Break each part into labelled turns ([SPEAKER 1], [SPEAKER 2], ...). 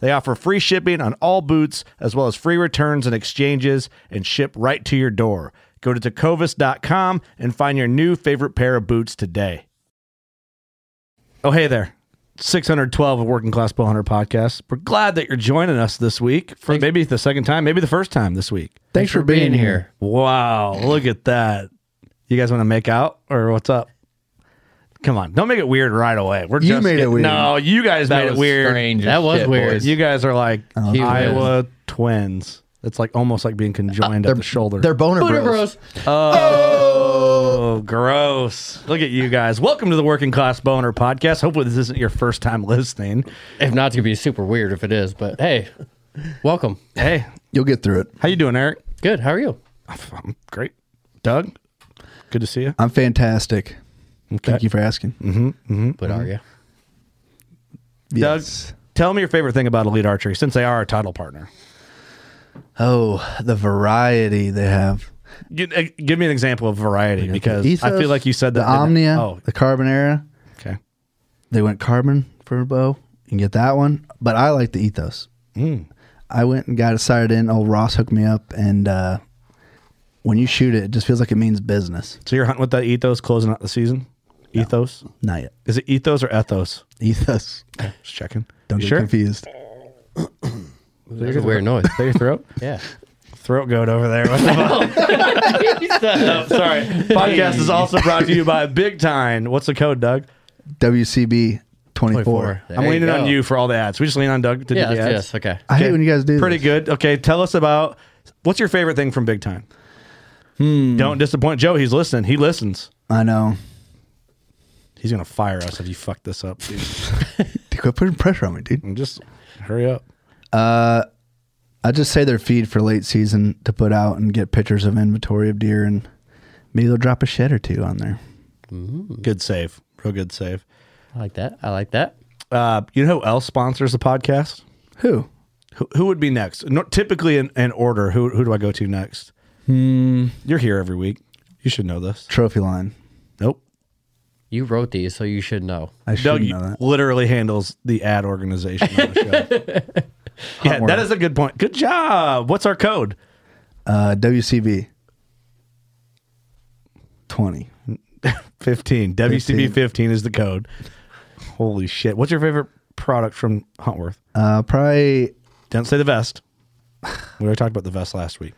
[SPEAKER 1] They offer free shipping on all boots, as well as free returns and exchanges, and ship right to your door. Go to tecovas.com and find your new favorite pair of boots today. Oh, hey there. 612 of Working Class Bowhunter Podcast. We're glad that you're joining us this week for maybe the second time, maybe the first time this week.
[SPEAKER 2] Thanks for being here.
[SPEAKER 1] Wow, look at that. You guys want to make out or what's up? Come on, don't make it weird right away. We're
[SPEAKER 2] You
[SPEAKER 1] just
[SPEAKER 2] made it
[SPEAKER 1] getting-
[SPEAKER 2] weird.
[SPEAKER 1] No, you guys made it weird.
[SPEAKER 3] Strange
[SPEAKER 2] That
[SPEAKER 3] as
[SPEAKER 2] was
[SPEAKER 3] shit,
[SPEAKER 2] weird.
[SPEAKER 3] boys.
[SPEAKER 1] You guys are like
[SPEAKER 2] He
[SPEAKER 1] Iowa twins. It's like almost like being conjoined at the shoulder.
[SPEAKER 2] Uh, They're boner,
[SPEAKER 3] Booty
[SPEAKER 2] bros.
[SPEAKER 3] bros.
[SPEAKER 1] oh, gross! Look at you guys. Welcome to the Working Class Boner Podcast. Hopefully, this isn't your first time listening.
[SPEAKER 3] If not, it's gonna be super weird if it is. But hey, welcome.
[SPEAKER 1] Hey,
[SPEAKER 2] You'll get through it.
[SPEAKER 1] how you doing, Eric?
[SPEAKER 3] Good. How are you?
[SPEAKER 1] I'm great. Doug, good to see you.
[SPEAKER 2] I'm fantastic. Thank you for asking.
[SPEAKER 1] Mm-hmm.
[SPEAKER 3] But are you?
[SPEAKER 2] Yes.
[SPEAKER 1] Doug, tell me your favorite thing about Elite Archery since they are a title partner.
[SPEAKER 2] Oh, the variety they have.
[SPEAKER 1] Give, eh, give me an example of variety because I
[SPEAKER 2] Ethos,
[SPEAKER 1] feel like you said that
[SPEAKER 2] the
[SPEAKER 1] in-
[SPEAKER 2] Omnia,
[SPEAKER 1] Oh,
[SPEAKER 2] the Carbonera.
[SPEAKER 1] okay.
[SPEAKER 2] They went carbon for a bow. You can get that one, but I like the Ethos.
[SPEAKER 1] Mm.
[SPEAKER 2] I went and got it sighted in. Old Ross hooked me up, and uh, when you shoot it, it just feels like it means business.
[SPEAKER 1] So you're hunting with that ethos closing out the season? Ethos?
[SPEAKER 2] Not yet.
[SPEAKER 1] Is it ethos or ethos?
[SPEAKER 2] Ethos.
[SPEAKER 1] Just checking.
[SPEAKER 2] Don't
[SPEAKER 1] You
[SPEAKER 2] get
[SPEAKER 1] sure?
[SPEAKER 2] confused.
[SPEAKER 3] That's a weird noise.
[SPEAKER 1] Clear your throat?
[SPEAKER 3] yeah.
[SPEAKER 1] Throat goat over there. What the fuck?
[SPEAKER 3] sorry.
[SPEAKER 1] Podcast is also brought to you by Big Time. What's the code, Doug?
[SPEAKER 2] WCB 24.
[SPEAKER 3] There
[SPEAKER 1] I'm
[SPEAKER 3] you
[SPEAKER 1] leaning
[SPEAKER 3] go.
[SPEAKER 1] on you for all the ads. We just lean on Doug to
[SPEAKER 3] Yes.
[SPEAKER 1] do the ads.
[SPEAKER 3] Yes. Okay.
[SPEAKER 2] I hate when you guys do
[SPEAKER 1] Pretty
[SPEAKER 2] this.
[SPEAKER 1] good. Okay, tell us about what's your favorite thing from Big Time? Don't disappoint Joe. He's listening. He listens.
[SPEAKER 2] I know.
[SPEAKER 1] He's gonna fire us if you fuck this up. Dude.
[SPEAKER 2] Dude, quit putting pressure on me, dude.
[SPEAKER 1] just hurry up.
[SPEAKER 2] I just say their feed for late season to put out and get pictures of inventory of deer and maybe they'll drop a shed or two on there.
[SPEAKER 1] Good save. Real good save.
[SPEAKER 3] I like that. I like that.
[SPEAKER 1] Uh, you know who else sponsors the podcast?
[SPEAKER 2] Who?
[SPEAKER 1] Who, who would be next? No, typically in, in order. Who who do I go to next?
[SPEAKER 2] Hmm.
[SPEAKER 1] You're here every week. You should know this.
[SPEAKER 2] Trophy line.
[SPEAKER 1] Nope.
[SPEAKER 3] You wrote these, so you should know.
[SPEAKER 2] I should
[SPEAKER 1] Doug
[SPEAKER 2] know that.
[SPEAKER 1] literally handles the ad organization on the show. yeah, that is a good point. Good job. What's our code?
[SPEAKER 2] Uh, WCB 20.
[SPEAKER 1] 15. WCB 15 is the code. Holy shit. What's your favorite product from Huntworth?
[SPEAKER 2] Uh, probably,
[SPEAKER 1] Don't say the vest. We already talked about the vest last week.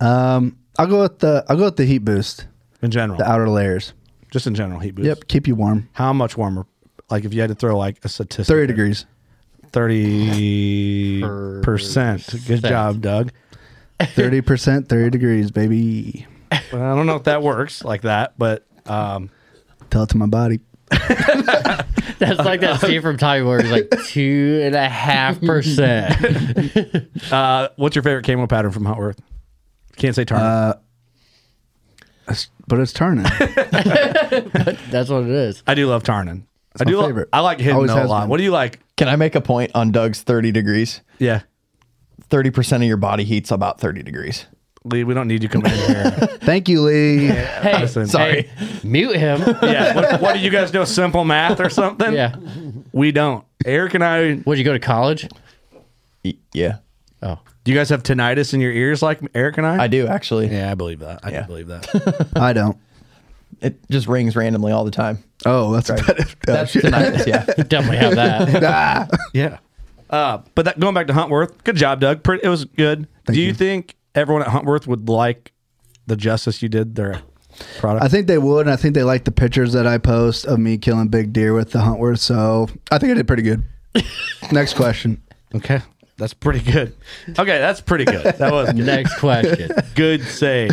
[SPEAKER 2] um, I'll go with the, I'll go with the heat boost,
[SPEAKER 1] In general.
[SPEAKER 2] the outer layers.
[SPEAKER 1] just in general, heat boost.
[SPEAKER 2] Yep. Keep you warm.
[SPEAKER 1] How much warmer? Like if you had to throw like a statistic.
[SPEAKER 2] 30 degrees.
[SPEAKER 1] 30 percent. Good job, Doug.
[SPEAKER 2] 30%, 30 degrees, baby.
[SPEAKER 1] Well, I don't know if that works like that, but um,
[SPEAKER 2] Tell it to my body.
[SPEAKER 3] That's like that scene from Time where it's like two and a half percent.
[SPEAKER 1] uh, what's your favorite camo pattern from Huntworth? Can't say target.
[SPEAKER 2] Uh, That's- But it's turning.
[SPEAKER 3] That's what it is.
[SPEAKER 1] I do love Tarnin. I
[SPEAKER 2] my
[SPEAKER 1] do. Lo-
[SPEAKER 2] favorite.
[SPEAKER 1] I like hidden
[SPEAKER 2] Always
[SPEAKER 1] though a
[SPEAKER 2] has
[SPEAKER 1] lot.
[SPEAKER 2] been.
[SPEAKER 1] What do you like?
[SPEAKER 4] Can I make a point on Doug's 30 degrees?
[SPEAKER 1] Yeah.
[SPEAKER 4] 30% of your body heat's about 30 degrees.
[SPEAKER 1] Lee, we don't need you coming in here.
[SPEAKER 2] Thank you, Lee.
[SPEAKER 3] Hey,
[SPEAKER 1] Listen.
[SPEAKER 3] hey,
[SPEAKER 1] Sorry.
[SPEAKER 3] mute him.
[SPEAKER 1] yeah. What, what do you guys do? Simple math or something?
[SPEAKER 3] yeah.
[SPEAKER 1] We don't. Eric and I. Do
[SPEAKER 3] Would you go to college?
[SPEAKER 4] Y- Yeah,
[SPEAKER 3] Oh,
[SPEAKER 1] you guys have tinnitus in your ears like Eric and I?
[SPEAKER 4] I do actually.
[SPEAKER 5] Yeah, I believe that. I
[SPEAKER 4] Yeah.
[SPEAKER 5] can believe that.
[SPEAKER 2] I don't.
[SPEAKER 4] It just rings randomly all the time.
[SPEAKER 2] Oh, that's right.
[SPEAKER 4] That's tinnitus. Yeah.
[SPEAKER 3] definitely have that.
[SPEAKER 2] Ah.
[SPEAKER 1] yeah. Uh, but that, going back to Huntworth, good job, Doug. Pretty, it was good. do you, think everyone at Huntworth would like the justice you did their product?
[SPEAKER 2] I think they would, and I think they like the pictures that I post of me killing big deer with the huntworth. So I think I did pretty good. Next question.
[SPEAKER 1] okay. That's pretty good. Okay, that's pretty good. That was good.
[SPEAKER 3] Next question.
[SPEAKER 1] Good save.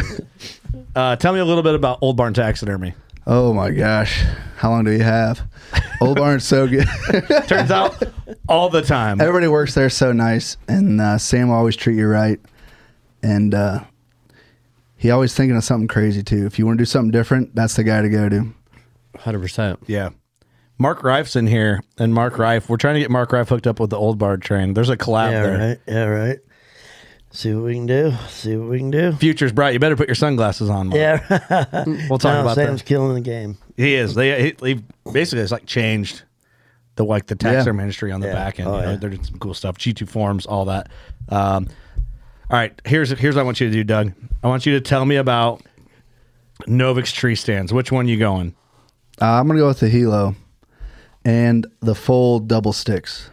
[SPEAKER 1] Uh, tell me a little bit about Old Barn Taxidermy.
[SPEAKER 2] Oh my gosh, how long do you have? Old Barn's so good.
[SPEAKER 1] Turns out all the time.
[SPEAKER 2] Everybody works there so nice, and uh, Sam will always treat you right, and uh, he always thinking of something crazy too. If you want to do something different, that's the guy to go to.
[SPEAKER 3] Hundred percent.
[SPEAKER 1] Yeah. Mark Rife's in here, and Mark Rife, we're trying to get Mark Rife hooked up with the Old Barn train. There's a collab
[SPEAKER 6] Yeah,
[SPEAKER 1] there.
[SPEAKER 6] right. Yeah, right. See what we can do. See what we can do.
[SPEAKER 1] Future's bright. You better put your sunglasses on. Mark.
[SPEAKER 6] Yeah.
[SPEAKER 1] we'll talk
[SPEAKER 6] No,
[SPEAKER 1] about
[SPEAKER 6] Sam's
[SPEAKER 1] that.
[SPEAKER 6] killing the game.
[SPEAKER 1] He is. They he, he basically it's like changed the like the taxer ministry on the
[SPEAKER 6] Yeah.
[SPEAKER 1] back end.
[SPEAKER 6] Oh,
[SPEAKER 1] you know?
[SPEAKER 6] yeah.
[SPEAKER 1] They're doing some cool stuff. G two forms, all that. Um, all right, here's here's what I want you to do, Doug. I want you to tell me about Novix tree stands. Which one you going?
[SPEAKER 2] Uh, I'm gonna go with the Hilo and the full double sticks.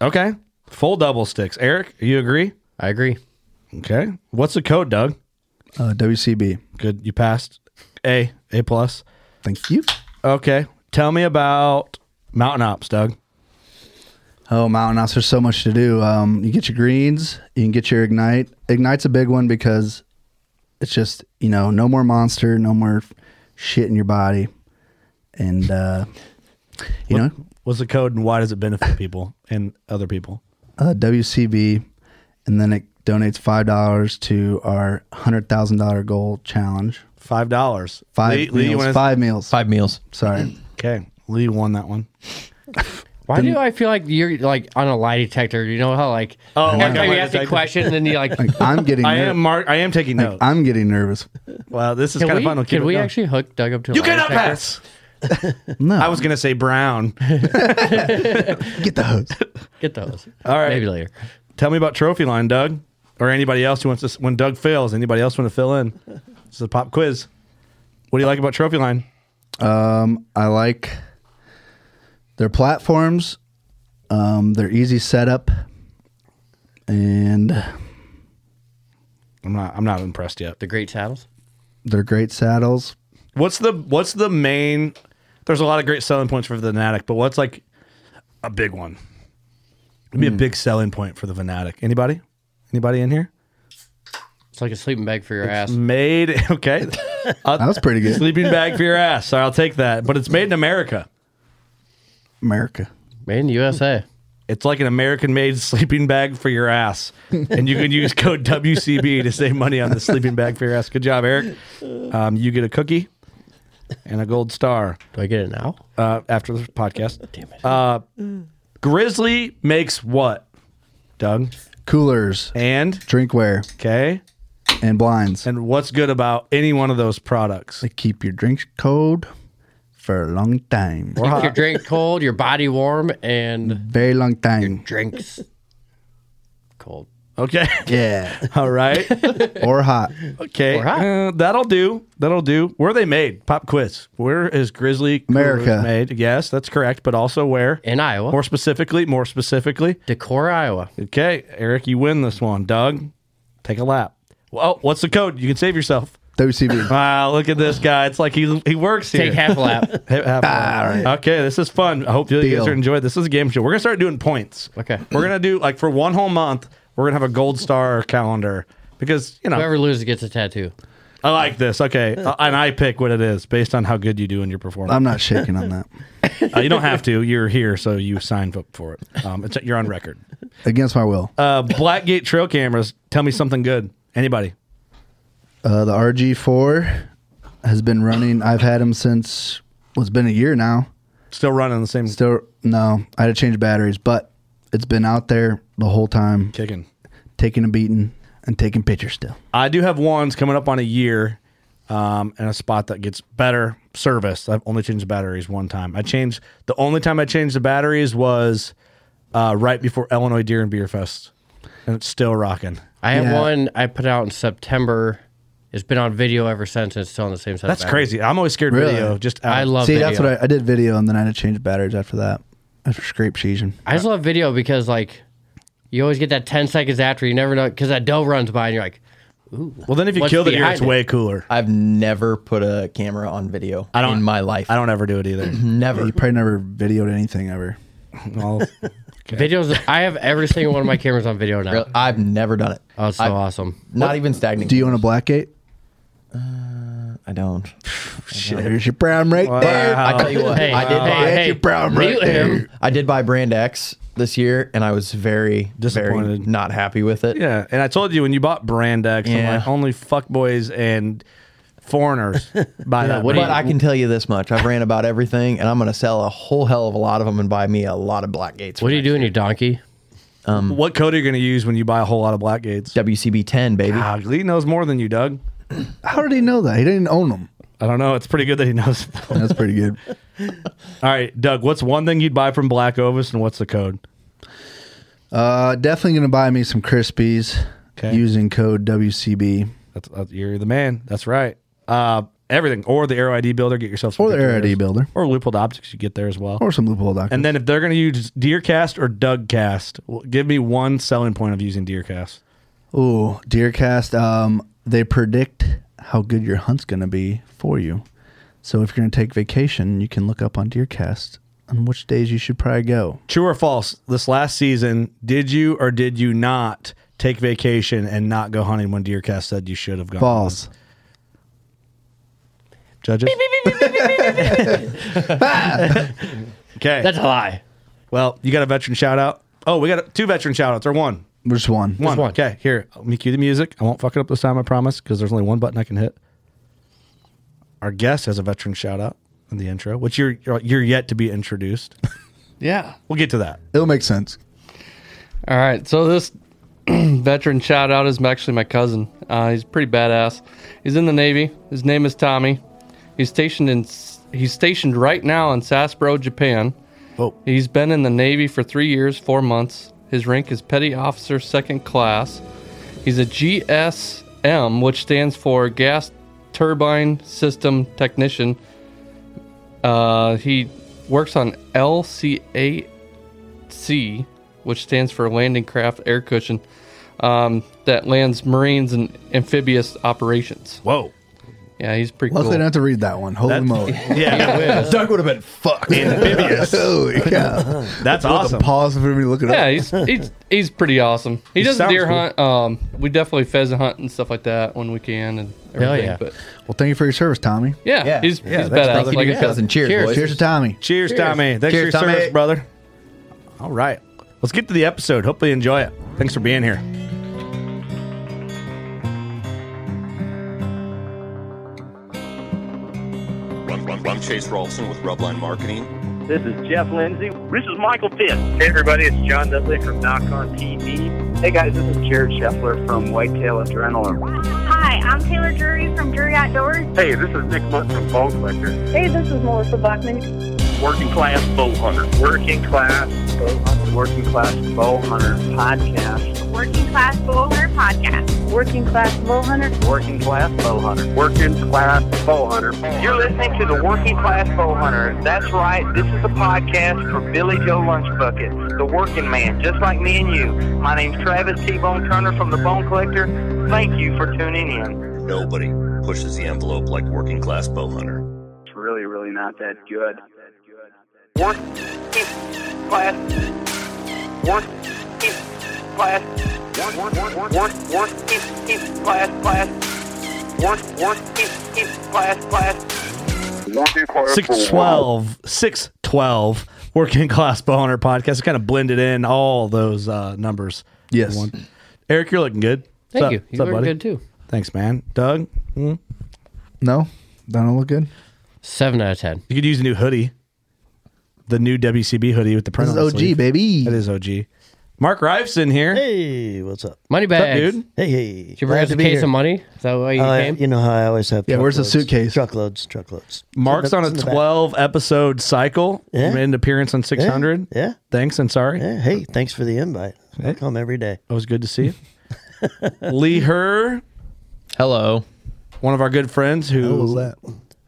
[SPEAKER 1] Okay, full double sticks. Eric, you agree?
[SPEAKER 3] I agree.
[SPEAKER 1] Okay. What's the code, Doug?
[SPEAKER 2] Uh, WCB.
[SPEAKER 1] Good, you passed. A A plus.
[SPEAKER 2] Thank you.
[SPEAKER 1] Okay, tell me about Mountain Ops, Doug.
[SPEAKER 2] Oh, Mountain Ops, there's so much to do. Um, you get your greens, you can get your ignite. Ignite's a big one because it's just you know no more monster, no more shit in your body, and uh, you know
[SPEAKER 1] What's the code, and why does it benefit people and other people?
[SPEAKER 2] uh, WCB, and then it donates five dollars to our hundred thousand dollar goal challenge.
[SPEAKER 1] Five dollars.
[SPEAKER 2] Five
[SPEAKER 1] Lee, Lee, you
[SPEAKER 2] meals.
[SPEAKER 1] wanna-
[SPEAKER 2] five meals.
[SPEAKER 4] Five meals.
[SPEAKER 2] Sorry.
[SPEAKER 1] Okay, Lee won that one.
[SPEAKER 3] Why do I feel like you're like on a lie detector? You know how like
[SPEAKER 1] Oh,
[SPEAKER 3] every
[SPEAKER 1] like
[SPEAKER 3] time
[SPEAKER 1] a
[SPEAKER 3] you
[SPEAKER 1] lie
[SPEAKER 3] ask a
[SPEAKER 1] detector.
[SPEAKER 3] question and then you like
[SPEAKER 2] Like, I'm getting.
[SPEAKER 1] I
[SPEAKER 2] ner-
[SPEAKER 1] am Mark. I am taking notes.
[SPEAKER 2] I'm getting nervous.
[SPEAKER 1] wow, this is
[SPEAKER 3] can
[SPEAKER 1] kind of
[SPEAKER 3] we,
[SPEAKER 1] fun. We'll keep
[SPEAKER 3] can
[SPEAKER 1] it
[SPEAKER 3] we
[SPEAKER 1] going.
[SPEAKER 3] actually hook Doug up to a
[SPEAKER 1] You
[SPEAKER 3] lie
[SPEAKER 1] cannot
[SPEAKER 3] detector?
[SPEAKER 1] pass.
[SPEAKER 2] No,
[SPEAKER 1] I was gonna say Brown.
[SPEAKER 2] get the hose.
[SPEAKER 3] Get those.
[SPEAKER 1] All right.
[SPEAKER 3] Maybe later.
[SPEAKER 1] Tell me about Trophy Line, Doug, or anybody else who wants to. s- When Doug fails, anybody else want to fill in? This is a pop quiz. What do you like about Trophy Line?
[SPEAKER 2] Um, I like their platforms, um, their easy setup, and
[SPEAKER 1] I'm not. I'm not impressed yet.
[SPEAKER 3] The great saddles.
[SPEAKER 2] their great saddles.
[SPEAKER 1] What's the What's the main? There's a lot of great selling points for the Venatic, but what's like a big one? It'd be a big selling point for the Venatic. Anybody? Anybody in here?
[SPEAKER 3] It's like a sleeping bag for your ass.
[SPEAKER 1] Made okay. Uh,
[SPEAKER 2] That was pretty good.
[SPEAKER 1] Sleeping bag for your ass. Sorry, I'll take that. But it's made in America.
[SPEAKER 2] America.
[SPEAKER 3] Made in the USA.
[SPEAKER 1] It's like an American made sleeping bag for your ass. And you can use code WCB to save money on the sleeping bag for your ass. Good job, Eric. Um, you get a cookie and a gold star
[SPEAKER 3] Do I get it now?
[SPEAKER 1] uh, after the podcast.
[SPEAKER 3] Damn it.
[SPEAKER 1] Uh, Grizzly makes what? Doug.
[SPEAKER 2] Coolers,
[SPEAKER 1] And,
[SPEAKER 2] drinkware,
[SPEAKER 1] okay.
[SPEAKER 2] and blinds.
[SPEAKER 1] And what's good about any one of those products?
[SPEAKER 2] They keep your drinks cold for a long time.
[SPEAKER 3] Keep your drink cold, your body warm, and
[SPEAKER 2] Very long time.
[SPEAKER 3] drinks cold.
[SPEAKER 1] Okay.
[SPEAKER 2] Yeah.
[SPEAKER 1] All right.
[SPEAKER 2] or hot.
[SPEAKER 1] Okay,
[SPEAKER 3] Or hot.
[SPEAKER 1] uh, that'll do. That'll do. Where are they made? Pop quiz. Where is Grizzly Coolers
[SPEAKER 2] America.
[SPEAKER 1] made? Yes, that's correct. But also where?
[SPEAKER 3] In Iowa.
[SPEAKER 1] More specifically, more specifically.
[SPEAKER 3] Decorah, Iowa.
[SPEAKER 1] Okay, Eric, you win this one. Doug, take a lap. Well, oh, what's the code? You can save yourself.
[SPEAKER 2] WCB.
[SPEAKER 1] Wow, look at this guy. It's like he he works here.
[SPEAKER 3] Take half a lap.
[SPEAKER 1] Half- half a lap. Okay, this is fun. I hope you guys
[SPEAKER 2] Deal.
[SPEAKER 1] are enjoyed. This is a game show. We're gonna start doing points.
[SPEAKER 3] Okay.
[SPEAKER 1] We're gonna do like for one whole month. We're gonna have a gold star calendar because you know
[SPEAKER 3] Whoever loses gets a tattoo.
[SPEAKER 1] I like this. Okay, Uh, and I pick what it is based on how good you do in your performance.
[SPEAKER 2] I'm not shaking on that.
[SPEAKER 1] Uh, you don't have to. You're here, so you signed up for it. Um, it's, you're on record.
[SPEAKER 2] Against my will.
[SPEAKER 1] Uh, Blackgate trail cameras. Tell me something good. Anybody?
[SPEAKER 2] Uh, the RG4 has been running. I've had him since, well, it's been a year now.
[SPEAKER 1] Still running the same
[SPEAKER 2] Still, no, I had to change batteries, but it's been out there the whole time,
[SPEAKER 1] kicking.
[SPEAKER 2] taking a beating. and taking pictures still.
[SPEAKER 1] I do have ones coming up on a year, um, and a spot that gets better service. I've only changed the batteries one time. I changed the only time I changed the batteries was uh, right before Illinois Deer and Beer Fest, and it's still rocking.
[SPEAKER 3] I have
[SPEAKER 2] Yeah.
[SPEAKER 3] one I put out in September. It's been on video ever since. And it's still on the same side.
[SPEAKER 1] That's crazy. I'm always scared
[SPEAKER 2] Really?
[SPEAKER 1] video. Just out
[SPEAKER 3] I
[SPEAKER 1] of-
[SPEAKER 3] love.
[SPEAKER 2] See,
[SPEAKER 3] video.
[SPEAKER 2] that's what I, I did video, and then I had to change batteries after that. After scrape season,
[SPEAKER 3] I just love video because like you always get that ten seconds after you never know because that doe runs by and you're like
[SPEAKER 1] Well, then if you
[SPEAKER 3] What's
[SPEAKER 1] kill the deer,
[SPEAKER 3] behind
[SPEAKER 1] it's
[SPEAKER 3] it?
[SPEAKER 1] way cooler.
[SPEAKER 4] I've never put a camera on video
[SPEAKER 1] don't-
[SPEAKER 4] in my life.
[SPEAKER 1] I don't ever do it either.
[SPEAKER 3] Mm-hmm.
[SPEAKER 4] Never.
[SPEAKER 2] you probably never videoed anything ever.
[SPEAKER 1] Well,
[SPEAKER 3] videos. I have every single one of my cameras on video now.
[SPEAKER 4] Really, I've never done it.
[SPEAKER 3] Oh, it's so
[SPEAKER 4] I-
[SPEAKER 3] awesome.
[SPEAKER 4] Not even stagnant.
[SPEAKER 2] Do you own a Blackgate?
[SPEAKER 4] I don't.
[SPEAKER 2] There's your brown right there.
[SPEAKER 4] I tell you what,
[SPEAKER 3] Hey,
[SPEAKER 4] I did.
[SPEAKER 3] hey,
[SPEAKER 4] buy,
[SPEAKER 3] hey,
[SPEAKER 2] your brown right
[SPEAKER 3] mute
[SPEAKER 2] there.
[SPEAKER 3] him.
[SPEAKER 4] I did buy Brand X this year, and I was very, very
[SPEAKER 1] Disappointed.
[SPEAKER 4] not happy with it.
[SPEAKER 1] yeah, and I told you when you bought Brand X,
[SPEAKER 4] Yeah.
[SPEAKER 1] I'm like only fuckboys and foreigners buy that.
[SPEAKER 3] what do
[SPEAKER 4] But
[SPEAKER 1] brand.
[SPEAKER 4] I can tell you this much: I've ran about everything, and I'm going to sell a whole hell of a lot of them and buy me a lot of Black Gates.
[SPEAKER 3] What are you doing, you donkey?
[SPEAKER 1] what code are you going to use when you buy a whole lot of black gates?
[SPEAKER 4] WCB 10, baby.
[SPEAKER 1] Ah, Lee knows more than you, Doug.
[SPEAKER 2] How did he know that? He didn't own them.
[SPEAKER 1] I don't know. It's pretty good that he knows. All
[SPEAKER 2] That's pretty good.
[SPEAKER 1] right, Doug. What's one thing you'd buy from Black Ovis, and what's the code?
[SPEAKER 2] Uh, definitely gonna buy me some crispies
[SPEAKER 1] Okay.
[SPEAKER 2] using code WCB
[SPEAKER 1] That's, that's you're the man. That's right. Uh, everything or the Aero ID builder. Get yourself some
[SPEAKER 2] or the
[SPEAKER 1] good
[SPEAKER 2] Air ID
[SPEAKER 1] deers.
[SPEAKER 2] builder
[SPEAKER 1] or Loophole Optics. You get there as well.
[SPEAKER 2] or some loophole doctor.
[SPEAKER 1] And then if they're going to use Deercast or Dougcast, well, give me one selling point of using Deercast.
[SPEAKER 2] Ooh, Deercast. Um, they predict how good your hunt's going to be for you. So if you're going to take vacation, you can look up on Deercast on which days you should probably go.
[SPEAKER 1] True or false? This last season, did you or did you not take vacation and not go hunting when Deercast said you should have gone?
[SPEAKER 2] False.
[SPEAKER 1] Judges. okay.
[SPEAKER 3] That's a lie.
[SPEAKER 1] well, you got a veteran shout out. Oh, we got a, two veteran shout outs or one.
[SPEAKER 2] Which one?
[SPEAKER 1] One.
[SPEAKER 3] one.
[SPEAKER 1] Okay, here. Let me cue the music. I won't fuck it up this time, I promise, because there's only one button I can hit. Our guest has a veteran shout out in the intro, which you're you're- you're yet to be introduced.
[SPEAKER 7] Yeah.
[SPEAKER 1] We'll get to that.
[SPEAKER 2] It'll make sense.
[SPEAKER 7] All right. So this veteran shout out is actually my cousin. Uh, he's pretty badass. He's in the Navy. His name is Tommy. He's stationed in he's stationed right now in Sasebo, Japan.
[SPEAKER 1] Whoa.
[SPEAKER 7] He's been in the Navy for three years, four months. His rank is Petty Officer Second Class. He's a GSM, which stands for Gas Turbine System Technician. Uh, he works on LCAC, which stands for Landing Craft Air Cushion, um, that lands Marines and amphibious operations.
[SPEAKER 1] Whoa.
[SPEAKER 7] Yeah, he's pretty
[SPEAKER 2] Luckily, I
[SPEAKER 7] cool.
[SPEAKER 2] don't have to read that one. Holy moly.
[SPEAKER 1] Yeah.
[SPEAKER 4] Doug would have been fucked.
[SPEAKER 1] Amphibious.
[SPEAKER 2] Holy cow.
[SPEAKER 1] That's awesome.
[SPEAKER 2] Pause for me to look it
[SPEAKER 7] Yeah,
[SPEAKER 2] up.
[SPEAKER 7] he's he's he's pretty awesome. He, does
[SPEAKER 1] sounds
[SPEAKER 7] deer
[SPEAKER 1] cool.
[SPEAKER 7] hunt. Um, we definitely pheasant hunt and stuff like that when we can and everything.
[SPEAKER 3] yeah.
[SPEAKER 7] But
[SPEAKER 2] Well, thank you for your service, Tommy.
[SPEAKER 7] yeah,
[SPEAKER 4] Yeah.
[SPEAKER 7] he's
[SPEAKER 1] Yeah,
[SPEAKER 7] he's
[SPEAKER 1] that's
[SPEAKER 7] badass.
[SPEAKER 4] Thank you,
[SPEAKER 7] Like
[SPEAKER 4] to
[SPEAKER 7] I
[SPEAKER 4] your
[SPEAKER 7] said.
[SPEAKER 4] cousin. Cheers,
[SPEAKER 3] Cheers.
[SPEAKER 4] boys.
[SPEAKER 2] Cheers to Tommy.
[SPEAKER 1] Cheers, Tommy. Thanks
[SPEAKER 4] Cheers,
[SPEAKER 1] for your
[SPEAKER 4] Tommy.
[SPEAKER 1] service, brother. All right. Let's get to the episode. Hopefully, you enjoy it. Thanks for being here.
[SPEAKER 8] I'm Chase Rolfson with Rubline Marketing.
[SPEAKER 9] This is Jeff Lindsay. This is Michael Pitt. Hey, everybody, it's John Dudley from Knock on TV. Hey, guys, this is Jared Scheffler from Whitetail Adrenaline.
[SPEAKER 10] Hi, I'm Taylor Drury from Drury Outdoors.
[SPEAKER 9] Hey, this is Nick Munt from Bone Collector.
[SPEAKER 10] Hey, this is Melissa Bachman.
[SPEAKER 9] Working Class Bow Hunter. Working Class Bow Hunter. Working Class Bow Hunter Podcast.
[SPEAKER 10] Working Class Bullhunter Podcast. Working Class Bullhunter.
[SPEAKER 9] Working Class Bow Hunter. Working Class Bow Hunter. You're listening to the Working Class Bow Hunter. That's right. This is the podcast for Billy Joe Lunchbucket, the working man, just like me and you. My name's Travis T. Bone Turner from the Bone Collector. Thank you for tuning in.
[SPEAKER 8] Nobody pushes the envelope like working class bow hunter.
[SPEAKER 9] It's really, really not that good. Working class. Working class. Working class. Class. Working class. Class. Working class.
[SPEAKER 1] 612, 612 working class bow hunter podcast. It kind of blended in all those uh, numbers.
[SPEAKER 2] Yes.
[SPEAKER 1] One. Eric, you're looking good. What's
[SPEAKER 3] Thank you.
[SPEAKER 1] up-
[SPEAKER 3] You
[SPEAKER 1] what's up,
[SPEAKER 3] look
[SPEAKER 1] buddy?
[SPEAKER 3] good too.
[SPEAKER 1] Thanks, man. Doug, mm,
[SPEAKER 2] No? That don't look good?
[SPEAKER 3] Seven out of ten.
[SPEAKER 1] you could use a new hoodie. The new WCB hoodie with the print
[SPEAKER 2] This is
[SPEAKER 1] on the
[SPEAKER 2] OG,
[SPEAKER 1] sleeve.
[SPEAKER 2] baby.
[SPEAKER 1] That is OG. Mark Rife's in here.
[SPEAKER 6] Hey, what's up?
[SPEAKER 3] Money bags.
[SPEAKER 6] dude? Hey, hey.
[SPEAKER 3] Did you bring
[SPEAKER 6] Glad
[SPEAKER 3] us
[SPEAKER 6] to
[SPEAKER 3] a
[SPEAKER 6] be
[SPEAKER 3] case
[SPEAKER 6] here.
[SPEAKER 3] of money? Is that why you
[SPEAKER 1] Uh,
[SPEAKER 6] Oh, yeah,
[SPEAKER 3] came?
[SPEAKER 6] you know how I always have.
[SPEAKER 3] Yeah, where's the
[SPEAKER 6] truckloads.
[SPEAKER 3] suitcase?
[SPEAKER 6] Truckloads, truckloads.
[SPEAKER 1] Mark's on a
[SPEAKER 6] It's in the back.
[SPEAKER 1] 12 episode cycle.
[SPEAKER 6] Yeah.
[SPEAKER 1] You Made an appearance on 600.
[SPEAKER 6] Yeah.
[SPEAKER 1] Thanks and sorry.
[SPEAKER 6] Yeah, hey, thanks for the invite. I come every day.
[SPEAKER 1] It was good to see you. Lee Her. Hello. One of our good friends who.
[SPEAKER 6] Who was that?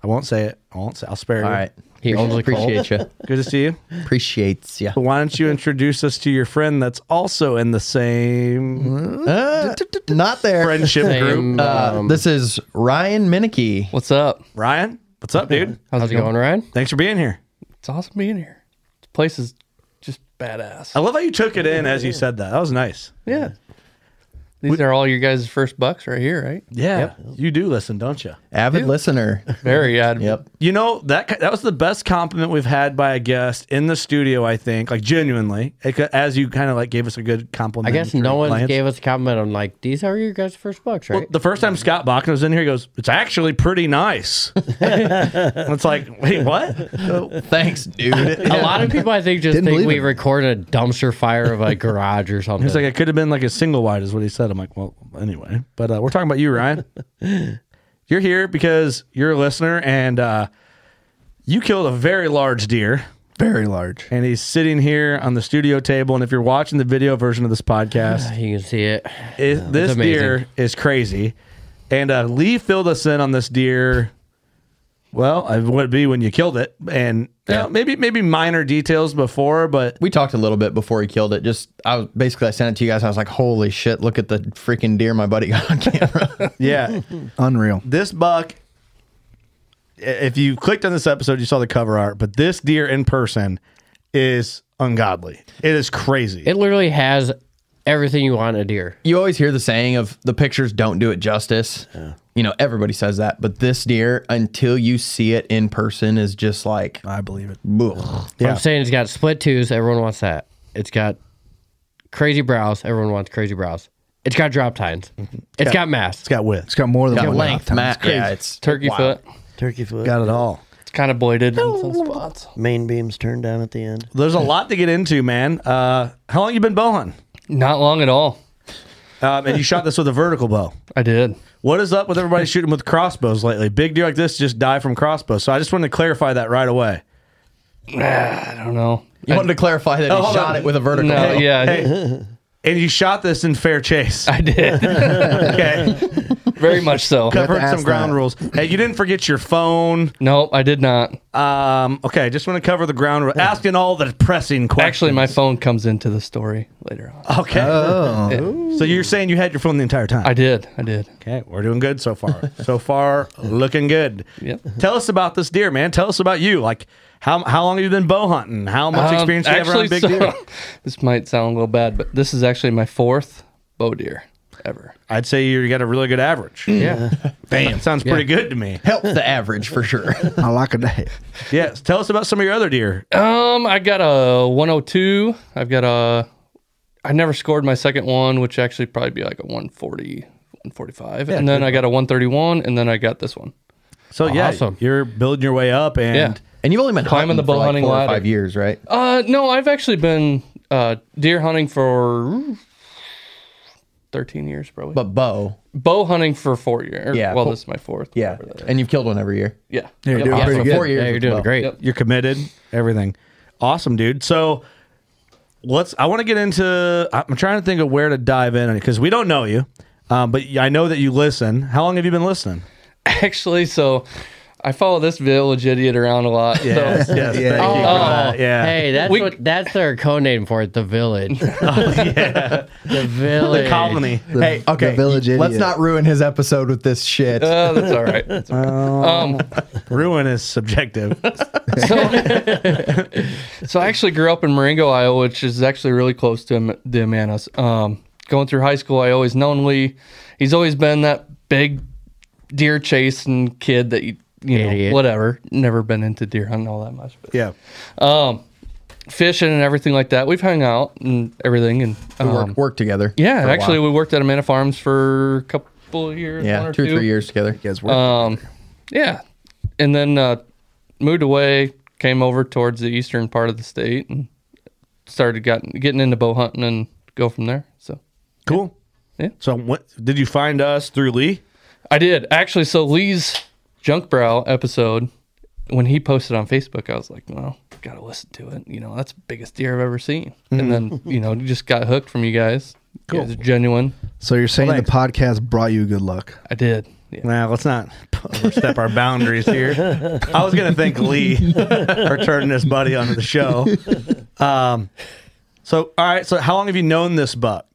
[SPEAKER 1] I won't say it. I won't say I'll spare you.
[SPEAKER 4] All right. He owns the call. Appreciate ya.
[SPEAKER 1] Good to see you.
[SPEAKER 4] Appreciates ya.
[SPEAKER 1] So why don't you introduce us to your friend that's also in the same
[SPEAKER 4] Uh, not there.
[SPEAKER 1] friendship group?
[SPEAKER 4] Uh, this is Ryan Minicky.
[SPEAKER 7] What's up?
[SPEAKER 1] Ryan, what's up, dude?
[SPEAKER 3] How's, it going, Ryan?
[SPEAKER 1] Thanks for being here.
[SPEAKER 7] It's awesome being here. This place is just badass.
[SPEAKER 1] I love how you took it in as you said that. That was nice.
[SPEAKER 7] Yeah. These are all your guys' first bucks right here, right?
[SPEAKER 1] Yeah. You do listen, don't you?
[SPEAKER 4] Avid listener.
[SPEAKER 7] Very odd.
[SPEAKER 4] Yep.
[SPEAKER 1] You know that ki- that was the best compliment we've had by a guest in the studio. I think, like genuinely, It co- as you kind of like gave us a good
[SPEAKER 3] I
[SPEAKER 1] compliment.
[SPEAKER 3] guess no one gave us a compliment on like these are your guys' first bucks, right?
[SPEAKER 1] Well, the first time Scott Bachman was in here, he goes, "It's actually pretty nice." it's like, wait, what?
[SPEAKER 4] Thanks, dude.
[SPEAKER 3] a lot of people, I think, just
[SPEAKER 1] Didn't
[SPEAKER 3] think
[SPEAKER 1] believe
[SPEAKER 3] we
[SPEAKER 1] it.
[SPEAKER 3] recorded a dumpster fire of a garage or something.
[SPEAKER 1] He's like, it could have been like a single wide, is what he said. I'm like, well, anyway. But uh, we're talking about you, Ryan. you're here because you're a listener, and uh, you killed a very large deer.
[SPEAKER 2] Very large.
[SPEAKER 1] And he's sitting here on the studio table. And if you're watching the video version of this podcast,
[SPEAKER 3] you can see it.
[SPEAKER 1] it this
[SPEAKER 3] amazing.
[SPEAKER 1] deer is crazy. And uh, Lee filled us in on this deer. Well, it would be when you killed it, and you know, maybe maybe minor details before, but
[SPEAKER 4] we talked a little bit before he killed it. Just I was basically I sent it to you guys. And I was like, holy shit, look at the freaking deer my buddy got on camera.
[SPEAKER 1] yeah,
[SPEAKER 2] Unreal.
[SPEAKER 1] this buck i- if you clicked on this episode you saw the cover art but this deer in person is ungodly it is crazy
[SPEAKER 3] It literally has everything you want in a deer.
[SPEAKER 4] you always hear the saying of the pictures don't do it justice. You know, everybody says that, but this deer, until you see it in person, is just like
[SPEAKER 2] I believe it.
[SPEAKER 3] I'm saying it's got split twos. Everyone wants that. It's got crazy brows. Everyone wants crazy brows. It's got drop tines. It's
[SPEAKER 1] Yeah.
[SPEAKER 3] got mass.
[SPEAKER 1] it's got width
[SPEAKER 2] It's got more than
[SPEAKER 4] got
[SPEAKER 2] one
[SPEAKER 4] length,
[SPEAKER 2] halftime.
[SPEAKER 4] Matt.
[SPEAKER 2] crazy.
[SPEAKER 4] Yeah, it's
[SPEAKER 7] Turkey
[SPEAKER 4] wild.
[SPEAKER 7] foot.
[SPEAKER 6] Turkey foot.
[SPEAKER 1] got it all
[SPEAKER 7] It's kind of bladed in some spots.
[SPEAKER 6] Main beams turned down at the end.
[SPEAKER 1] there's a lot to get into man uh how long you been bow hunting
[SPEAKER 7] Not long at all.
[SPEAKER 1] um, and you shot this with a vertical bow
[SPEAKER 7] I did.
[SPEAKER 1] what is up with everybody shooting with crossbows lately big deer like this just die from crossbows so i just wanted to clarify that right away
[SPEAKER 7] I don't know.
[SPEAKER 4] You wanted to clarify that
[SPEAKER 1] Oh,
[SPEAKER 4] he
[SPEAKER 1] hold
[SPEAKER 4] shot
[SPEAKER 1] on.
[SPEAKER 4] it with a vertical.
[SPEAKER 7] No,
[SPEAKER 4] bow.
[SPEAKER 7] yeah,
[SPEAKER 1] and you shot this in fair chase
[SPEAKER 7] I did.
[SPEAKER 1] okay
[SPEAKER 7] Very much so.
[SPEAKER 1] covered
[SPEAKER 2] ask
[SPEAKER 1] some ground
[SPEAKER 2] that.
[SPEAKER 1] rules hey you didn't forget your phone
[SPEAKER 7] Nope, I did not.
[SPEAKER 1] Um, okay, just want to cover the ground. ru- Asking all the pressing
[SPEAKER 7] Actually,
[SPEAKER 1] questions.
[SPEAKER 7] my phone comes into the story later on.
[SPEAKER 1] Actually, okay. So you're saying you had your phone the entire time?
[SPEAKER 7] Oh. I did. I did.
[SPEAKER 1] okay, we're doing good so far. so far, looking good.
[SPEAKER 7] Yep.
[SPEAKER 1] Tell us about this deer, man. Tell us about you. Like how how long have you been bow hunting? How much
[SPEAKER 7] Um,
[SPEAKER 1] experience do you have around big deer?
[SPEAKER 7] this might sound a little bad, but this is actually my fourth bow deer ever.
[SPEAKER 1] I'd say you got a really good average.
[SPEAKER 7] Yeah.
[SPEAKER 1] Damn, sounds pretty good to me.
[SPEAKER 4] help the average for sure.
[SPEAKER 2] I like it.
[SPEAKER 1] Yes. Tell us about some of your other deer.
[SPEAKER 7] Um, I got a 102. I've got a. I never scored my second one, which actually probably be like a 140, 145, and then I got a 131, and then I got this one.
[SPEAKER 1] So yeah,
[SPEAKER 3] Awesome.
[SPEAKER 1] you're building your way up, and
[SPEAKER 7] Yeah.
[SPEAKER 4] And you've only been hunting
[SPEAKER 7] Climbing the
[SPEAKER 4] for
[SPEAKER 7] bow
[SPEAKER 4] like
[SPEAKER 7] hunting
[SPEAKER 4] four
[SPEAKER 7] ladder.
[SPEAKER 4] or five years, right?
[SPEAKER 7] Uh, no, I've actually been uh deer hunting for. 13 years probably
[SPEAKER 4] But bow,
[SPEAKER 7] bow hunting for four years
[SPEAKER 4] Yeah,
[SPEAKER 7] well
[SPEAKER 4] cool.
[SPEAKER 7] this is my fourth
[SPEAKER 4] yeah.
[SPEAKER 7] whatever that is.
[SPEAKER 4] And you've killed one every year.
[SPEAKER 7] yeah
[SPEAKER 2] You're
[SPEAKER 7] Yep.
[SPEAKER 2] doing
[SPEAKER 4] Awesome.
[SPEAKER 2] pretty good.
[SPEAKER 4] Four years.
[SPEAKER 3] Yeah, you're
[SPEAKER 4] with
[SPEAKER 3] doing
[SPEAKER 4] bow.
[SPEAKER 3] great.
[SPEAKER 7] Yep.
[SPEAKER 1] you're committed everything awesome dude so let's i want to get into i'm trying to think of where to dive in on it because we don't know you um, but i know that you listen how long have you been listening
[SPEAKER 7] actually so i follow this village idiot around a lot
[SPEAKER 1] yes,
[SPEAKER 7] so
[SPEAKER 1] yes,
[SPEAKER 2] Yeah,
[SPEAKER 1] thank you for
[SPEAKER 3] Oh,
[SPEAKER 1] that, yeah
[SPEAKER 3] Hey, that's
[SPEAKER 7] We-
[SPEAKER 3] what that's their code name for it. The village. Oh, The village.
[SPEAKER 1] the colony
[SPEAKER 2] The-
[SPEAKER 4] Hey,
[SPEAKER 2] the
[SPEAKER 4] okay.
[SPEAKER 2] village
[SPEAKER 4] Let's
[SPEAKER 2] idiot.
[SPEAKER 4] not ruin his episode with this shit.
[SPEAKER 7] uh, that's all right That's all right. um
[SPEAKER 1] ruin is subjective
[SPEAKER 7] so, so I actually grew up in Marengo, Iowa, which is actually really close to Am- the Amanas. Um, going through high school, I always known Lee. He's always been that big deer chasing kid that you, you know,
[SPEAKER 3] Idiot.
[SPEAKER 7] whatever. Never been into deer hunting all that much, but
[SPEAKER 1] yeah
[SPEAKER 7] fishing and everything like that. We've hung out and everything, and
[SPEAKER 4] we work,
[SPEAKER 7] um,
[SPEAKER 4] work together.
[SPEAKER 7] yeah,
[SPEAKER 4] for a
[SPEAKER 7] actually,
[SPEAKER 4] while.
[SPEAKER 7] we worked at Amana Farms for a couple of years, one
[SPEAKER 4] yeah,
[SPEAKER 7] or
[SPEAKER 4] two or three years together. You guys work.
[SPEAKER 7] Um, yeah, and then uh, moved away, came over towards the eastern part of the state, and started gotten, getting into bow hunting and go from there. So
[SPEAKER 1] Cool.
[SPEAKER 7] Yeah.
[SPEAKER 1] So what did you find us through Lee?
[SPEAKER 7] I did actually. So Lee's junk brow episode, when he posted on Facebook, I was like, well, gotta listen to it. You know, that's the biggest deer I've ever seen. And then you know, just got hooked from you guys. Cool. It's genuine.
[SPEAKER 2] So you're saying the podcast brought you good luck?
[SPEAKER 7] I did.
[SPEAKER 1] Well, let's not overstep our boundaries here. I was going to thank Lee for turning this buddy onto the show. Um, so, all right. So, how long have you known this buck?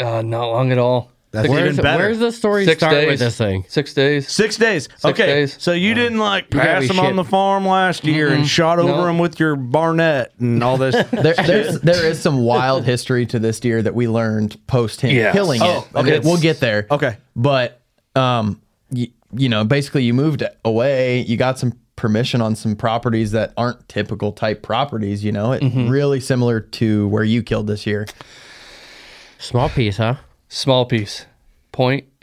[SPEAKER 7] Uh, not long at all.
[SPEAKER 1] That's
[SPEAKER 7] Six-
[SPEAKER 1] even better.
[SPEAKER 7] Six days. Six days.
[SPEAKER 1] Six days. okay.
[SPEAKER 7] days.
[SPEAKER 1] So you didn't like
[SPEAKER 7] You gotta
[SPEAKER 1] pass
[SPEAKER 7] be
[SPEAKER 1] him on
[SPEAKER 7] shitting.
[SPEAKER 1] the farm last year and
[SPEAKER 7] Mm-mm.
[SPEAKER 1] shot over
[SPEAKER 7] No.
[SPEAKER 1] him with your Barnett and all this.
[SPEAKER 4] There, there's, there is some wild history to this deer that we learned post him
[SPEAKER 1] Yes.
[SPEAKER 4] killing
[SPEAKER 1] Oh,
[SPEAKER 4] it. Okay,
[SPEAKER 1] okay.
[SPEAKER 4] we'll get there.
[SPEAKER 1] Okay,
[SPEAKER 4] but um, you, you know, basically, you moved away. You got some permission on some properties that aren't typical type properties. You know, it
[SPEAKER 1] Mm-hmm.
[SPEAKER 4] really similar to where you killed this year.
[SPEAKER 3] Small piece, huh?
[SPEAKER 7] Small piece. 0.85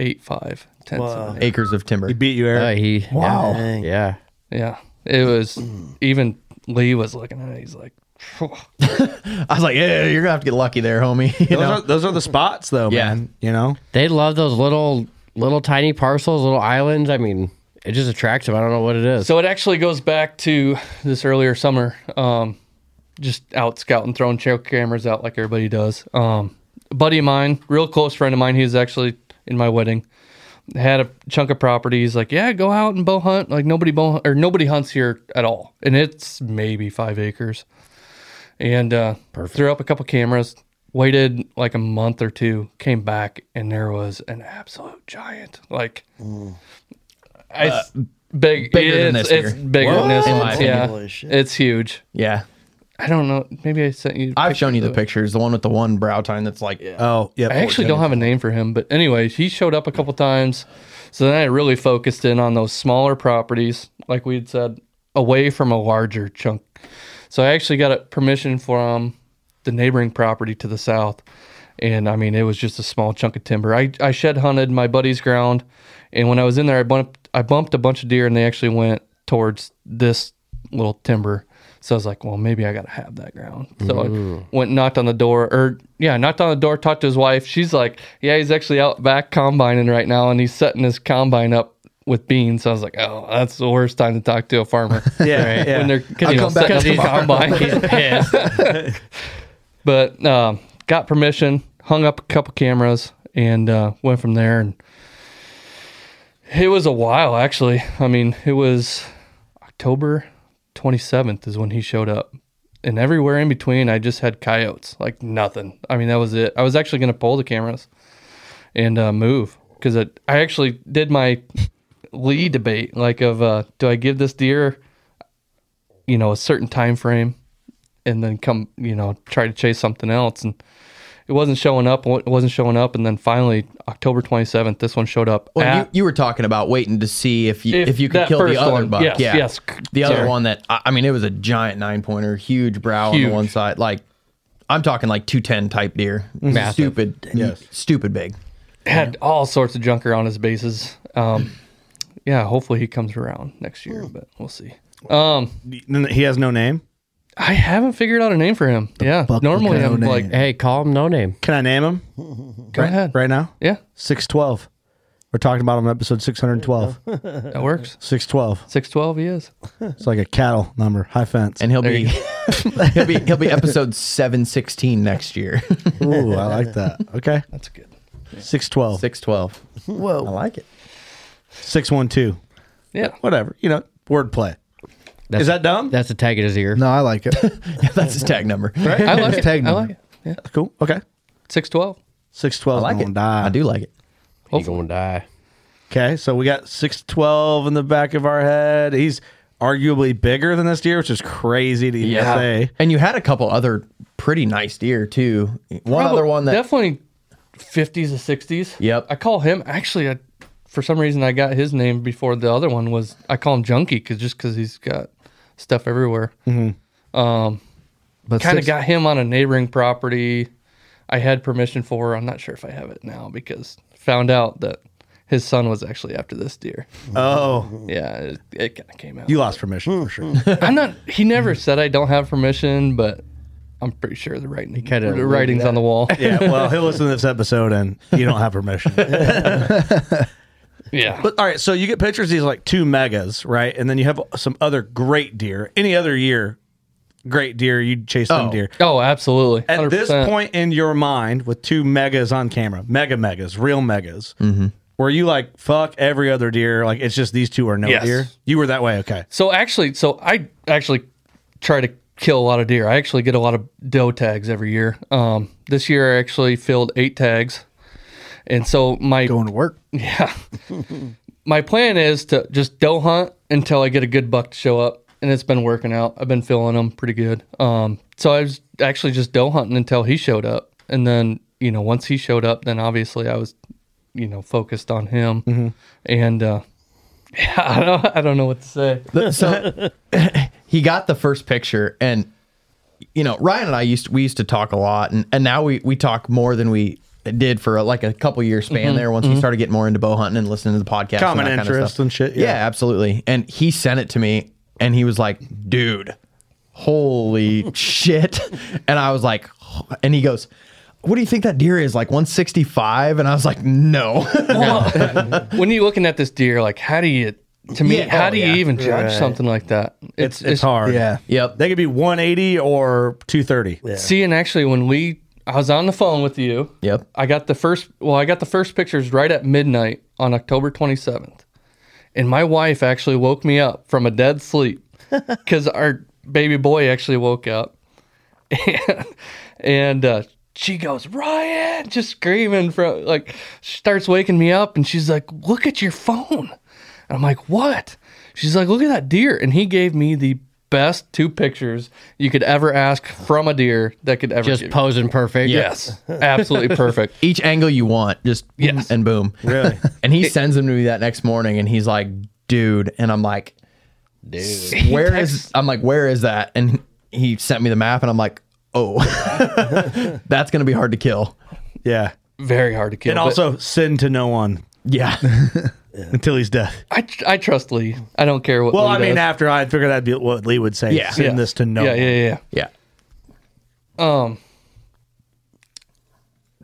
[SPEAKER 7] tenths of
[SPEAKER 4] Wow.
[SPEAKER 7] an
[SPEAKER 4] Acres of timber. He
[SPEAKER 1] beat you, Eric.
[SPEAKER 3] Oh, he,
[SPEAKER 4] Wow.
[SPEAKER 3] Yeah. yeah.
[SPEAKER 7] Yeah. It was even Lee was looking at it. He's like, "Phew."
[SPEAKER 4] I was like, yeah, you're gonna have to get lucky there, homie.
[SPEAKER 1] Those
[SPEAKER 4] You know?
[SPEAKER 1] are, those are the spots, though,
[SPEAKER 4] Yeah.
[SPEAKER 1] man. You know,
[SPEAKER 3] They love those little, little tiny parcels, little islands. I mean, it just attracts them. I don't know what it is.
[SPEAKER 7] so it actually goes back to this earlier summer, um, just out scouting, throwing trail cameras out like everybody does. Um, a buddy of mine, real close friend of mine, he was actually in my wedding. Had a chunk of property. He's like, "Yeah, go out and bow hunt. Like nobody bow or nobody hunts here at all, and it's maybe five acres." and uh, threw up a couple cameras. Waited like a month or two, came back, and there was an absolute giant. Like, I, s- big,
[SPEAKER 4] Uh, bigger than
[SPEAKER 7] it's-
[SPEAKER 4] this
[SPEAKER 7] It's
[SPEAKER 4] here.
[SPEAKER 7] bigger than this
[SPEAKER 4] What? In
[SPEAKER 7] one.
[SPEAKER 4] my
[SPEAKER 7] Yeah,
[SPEAKER 4] opinion. Holy shit.
[SPEAKER 7] it's huge.
[SPEAKER 4] yeah.
[SPEAKER 7] I don't know. Maybe I sent you.
[SPEAKER 4] I've shown you the
[SPEAKER 7] picture.
[SPEAKER 4] pictures, the one with the one brow tine that's like,
[SPEAKER 1] oh yeah.
[SPEAKER 7] I actually don't have a name for him, but anyways, he showed up a couple times. So then I really focused in on those smaller properties, like we had said, away from a larger chunk. So I actually got a permission from the neighboring property to the south. And I mean, it was just a small chunk of timber. I, I shed hunted my buddy's ground. And when I was in there, I bumped, I bumped a bunch of deer and they actually went towards this little timber. So I was like, well, maybe I got to have that ground. So
[SPEAKER 3] Mm.
[SPEAKER 7] I went and knocked on the door, or yeah, knocked on the door, talked to his wife. She's like, yeah, he's actually out back combining right now, and he's setting his combine up with beans. So I was like, oh, that's the worst time to talk to a farmer.
[SPEAKER 1] Yeah, yeah.
[SPEAKER 7] When they're
[SPEAKER 3] I'll
[SPEAKER 7] you know,
[SPEAKER 3] come back
[SPEAKER 7] setting up the
[SPEAKER 3] tomorrow.
[SPEAKER 7] combine.
[SPEAKER 3] He's pissed.
[SPEAKER 7] but um, got permission, hung up a couple cameras, and uh, went from there. And it was a while, actually. I mean, it was October 27th is when he showed up. And everywhere in between, I just had coyotes, like nothing. I mean, that was it. I was actually going to pull the cameras and uh, move because I, I actually did my Lee debate, like of uh, do I give this deer, you know, a certain time frame, and then come, you know, try to chase something else, and it wasn't showing up. It wasn't showing up, and then finally October twenty seventh, this one showed up.
[SPEAKER 4] Well,
[SPEAKER 7] at-
[SPEAKER 4] you, you were talking about waiting to see if you if,
[SPEAKER 7] If
[SPEAKER 4] you could
[SPEAKER 7] that
[SPEAKER 4] kill the
[SPEAKER 7] first
[SPEAKER 4] other
[SPEAKER 7] one.
[SPEAKER 4] buck.
[SPEAKER 7] Yes,
[SPEAKER 4] yeah.
[SPEAKER 7] yes.
[SPEAKER 4] The other
[SPEAKER 7] Sorry.
[SPEAKER 4] one that I I mean, it was a giant nine pointer, huge brow on
[SPEAKER 7] Huge.
[SPEAKER 4] the one side. Like I'm talking like two ten type deer,
[SPEAKER 7] Mm-hmm. Massive.
[SPEAKER 4] stupid, stupid big.
[SPEAKER 7] had all sorts of junker on his bases. Um, yeah, hopefully he comes around next year,
[SPEAKER 4] Hmm.
[SPEAKER 7] but we'll see. Um,
[SPEAKER 1] he has no name.
[SPEAKER 7] I haven't figured out a name for him. yeah, normally I'm like,
[SPEAKER 3] hey, call him no name.
[SPEAKER 1] Can I name him?
[SPEAKER 7] Go
[SPEAKER 1] right,
[SPEAKER 7] ahead.
[SPEAKER 1] Right now?
[SPEAKER 7] Yeah.
[SPEAKER 1] 612. We're talking about him in episode 612.
[SPEAKER 7] that works.
[SPEAKER 1] 612.
[SPEAKER 7] Six twelve, he is.
[SPEAKER 1] It's like a cattle number, high fence.
[SPEAKER 4] And he'll be he'll be he'll be episode seven sixteen next year.
[SPEAKER 1] Ooh, I like that. Okay.
[SPEAKER 7] That's good.
[SPEAKER 1] 612.
[SPEAKER 4] Six twelve.
[SPEAKER 6] Whoa.
[SPEAKER 4] I like it.
[SPEAKER 1] 612.
[SPEAKER 7] Yeah.
[SPEAKER 1] Whatever. You know, wordplay.
[SPEAKER 3] That's-
[SPEAKER 1] Is that dumb?
[SPEAKER 3] That's the tag in his ear.
[SPEAKER 2] No, I like it.
[SPEAKER 4] That's his tag number.
[SPEAKER 7] Right? I like it.
[SPEAKER 2] Tag
[SPEAKER 7] I
[SPEAKER 2] number.
[SPEAKER 7] like it. Yeah.
[SPEAKER 1] Cool. Okay.
[SPEAKER 7] Six twelve.
[SPEAKER 1] 612.
[SPEAKER 4] I like
[SPEAKER 1] gonna
[SPEAKER 4] it.
[SPEAKER 1] die.
[SPEAKER 4] I do like it.
[SPEAKER 3] He's going to die.
[SPEAKER 1] Okay, so we got six twelve in the back of our head. He's arguably bigger than this deer, which is crazy to even
[SPEAKER 4] Yeah.
[SPEAKER 1] say.
[SPEAKER 4] And you had a couple other pretty nice deer too. One other one that
[SPEAKER 7] definitely fifties to sixties.
[SPEAKER 4] Yep.
[SPEAKER 7] I call him actually. I, for some reason, I got his name before the other one was. I call him Junkie because just because he's got stuff everywhere. Um,
[SPEAKER 2] Mm, But
[SPEAKER 7] kind of
[SPEAKER 2] six-
[SPEAKER 7] got him on a neighboring property. I had permission for. I'm not sure if I have it now because found out that his son was actually after this deer.
[SPEAKER 1] Oh,
[SPEAKER 2] Hmm.
[SPEAKER 7] Yeah, it, it kind of came out.
[SPEAKER 1] you lost permission for sure.
[SPEAKER 7] I'm not. He never said I don't have permission, but I'm pretty sure the writing
[SPEAKER 3] He kinda
[SPEAKER 7] the writing's on the wall.
[SPEAKER 1] yeah, well, he'll listen to this episode and you don't have permission.
[SPEAKER 7] yeah.
[SPEAKER 1] But all right, so you get pictures of these like two megas, right? And then you have some other great deer. Any other year, great deer, you'd chase
[SPEAKER 7] Oh.
[SPEAKER 1] them deer.
[SPEAKER 7] Oh, absolutely.
[SPEAKER 1] At this
[SPEAKER 7] 100%.
[SPEAKER 1] point in your mind, with two megas on camera, mega megas, real megas, were you like, fuck every other deer? Like, it's just these two are no
[SPEAKER 7] Yes.
[SPEAKER 1] deer? You were that way, okay.
[SPEAKER 7] So actually, so I actually try to kill a lot of deer. I actually get a lot of doe tags every year. Um, this year I actually filled eight tags, and so my going
[SPEAKER 2] to work.
[SPEAKER 7] Yeah, my plan is to just doe hunt until I get a good buck to show up, and it's been working out. I've been filling them pretty good. Um, so I was actually just doe hunting until he showed up, and then you know once he showed up, then obviously I was, you know, focused on him,
[SPEAKER 4] Mm-hmm.
[SPEAKER 1] Mhm.
[SPEAKER 7] and uh, I don't I don't know what to say.
[SPEAKER 4] The- so he got the first picture and you know ryan and i used we used to talk a lot and, and now we, we talk more than we did for like a couple year span
[SPEAKER 1] Mhm,
[SPEAKER 4] there once
[SPEAKER 1] mhm.
[SPEAKER 4] we started getting more into bow hunting and listening to the podcast
[SPEAKER 1] Common
[SPEAKER 4] and that kind of
[SPEAKER 1] interest
[SPEAKER 4] stuff.
[SPEAKER 1] and shit,
[SPEAKER 4] yeah.
[SPEAKER 1] yeah.
[SPEAKER 4] absolutely and he sent it to me and he was like dude holy shit and i was like and he goes what do you think that deer is like 165 and i was like no
[SPEAKER 7] when you're looking at this deer, like how do you to me
[SPEAKER 4] Yeah.
[SPEAKER 7] how
[SPEAKER 4] Oh,
[SPEAKER 7] do you
[SPEAKER 4] yeah.
[SPEAKER 7] even judge
[SPEAKER 4] Right.
[SPEAKER 7] something like that?
[SPEAKER 1] It's, it's, hard.
[SPEAKER 4] Yep.
[SPEAKER 1] They could be 180 or 230.
[SPEAKER 7] See, and actually when we I was on the phone with you.
[SPEAKER 4] Yep.
[SPEAKER 7] I got the first well, I got the first pictures right at midnight on October twenty seventh. And my wife actually woke me up from a dead sleep because our baby boy actually woke up. And, and uh, she goes, Ryan, just screaming from like, she starts waking me up and she's like, Look at your phone. And I'm like, What? She's like, Look at that deer. And he gave me the best two pictures you could ever ask from a deer that could ever
[SPEAKER 3] Just
[SPEAKER 7] give you.
[SPEAKER 3] posing perfect.
[SPEAKER 7] Yes, absolutely perfect.
[SPEAKER 4] Each angle you want, just yes. and boom.
[SPEAKER 1] Really?
[SPEAKER 4] And he sends them to me that next morning and he's like, dude. And I'm like, dude, where is, I'm like, where is that? And he sent me the map and I'm like, oh, that's going to be hard to kill.
[SPEAKER 1] Yeah.
[SPEAKER 7] Very hard to kill.
[SPEAKER 1] and
[SPEAKER 7] but-
[SPEAKER 1] also, send to no one.
[SPEAKER 4] Yeah.
[SPEAKER 1] Until he's dead.
[SPEAKER 7] I, tr- I trust Lee. I don't care what.
[SPEAKER 1] Well,
[SPEAKER 7] Lee
[SPEAKER 1] I mean,
[SPEAKER 7] does.
[SPEAKER 1] after I figured that'd be what Lee would say.
[SPEAKER 7] Yeah.
[SPEAKER 1] Send
[SPEAKER 7] Yeah.
[SPEAKER 1] this to no
[SPEAKER 7] Yeah,
[SPEAKER 1] one.
[SPEAKER 7] yeah, yeah.
[SPEAKER 4] Yeah.
[SPEAKER 7] Um.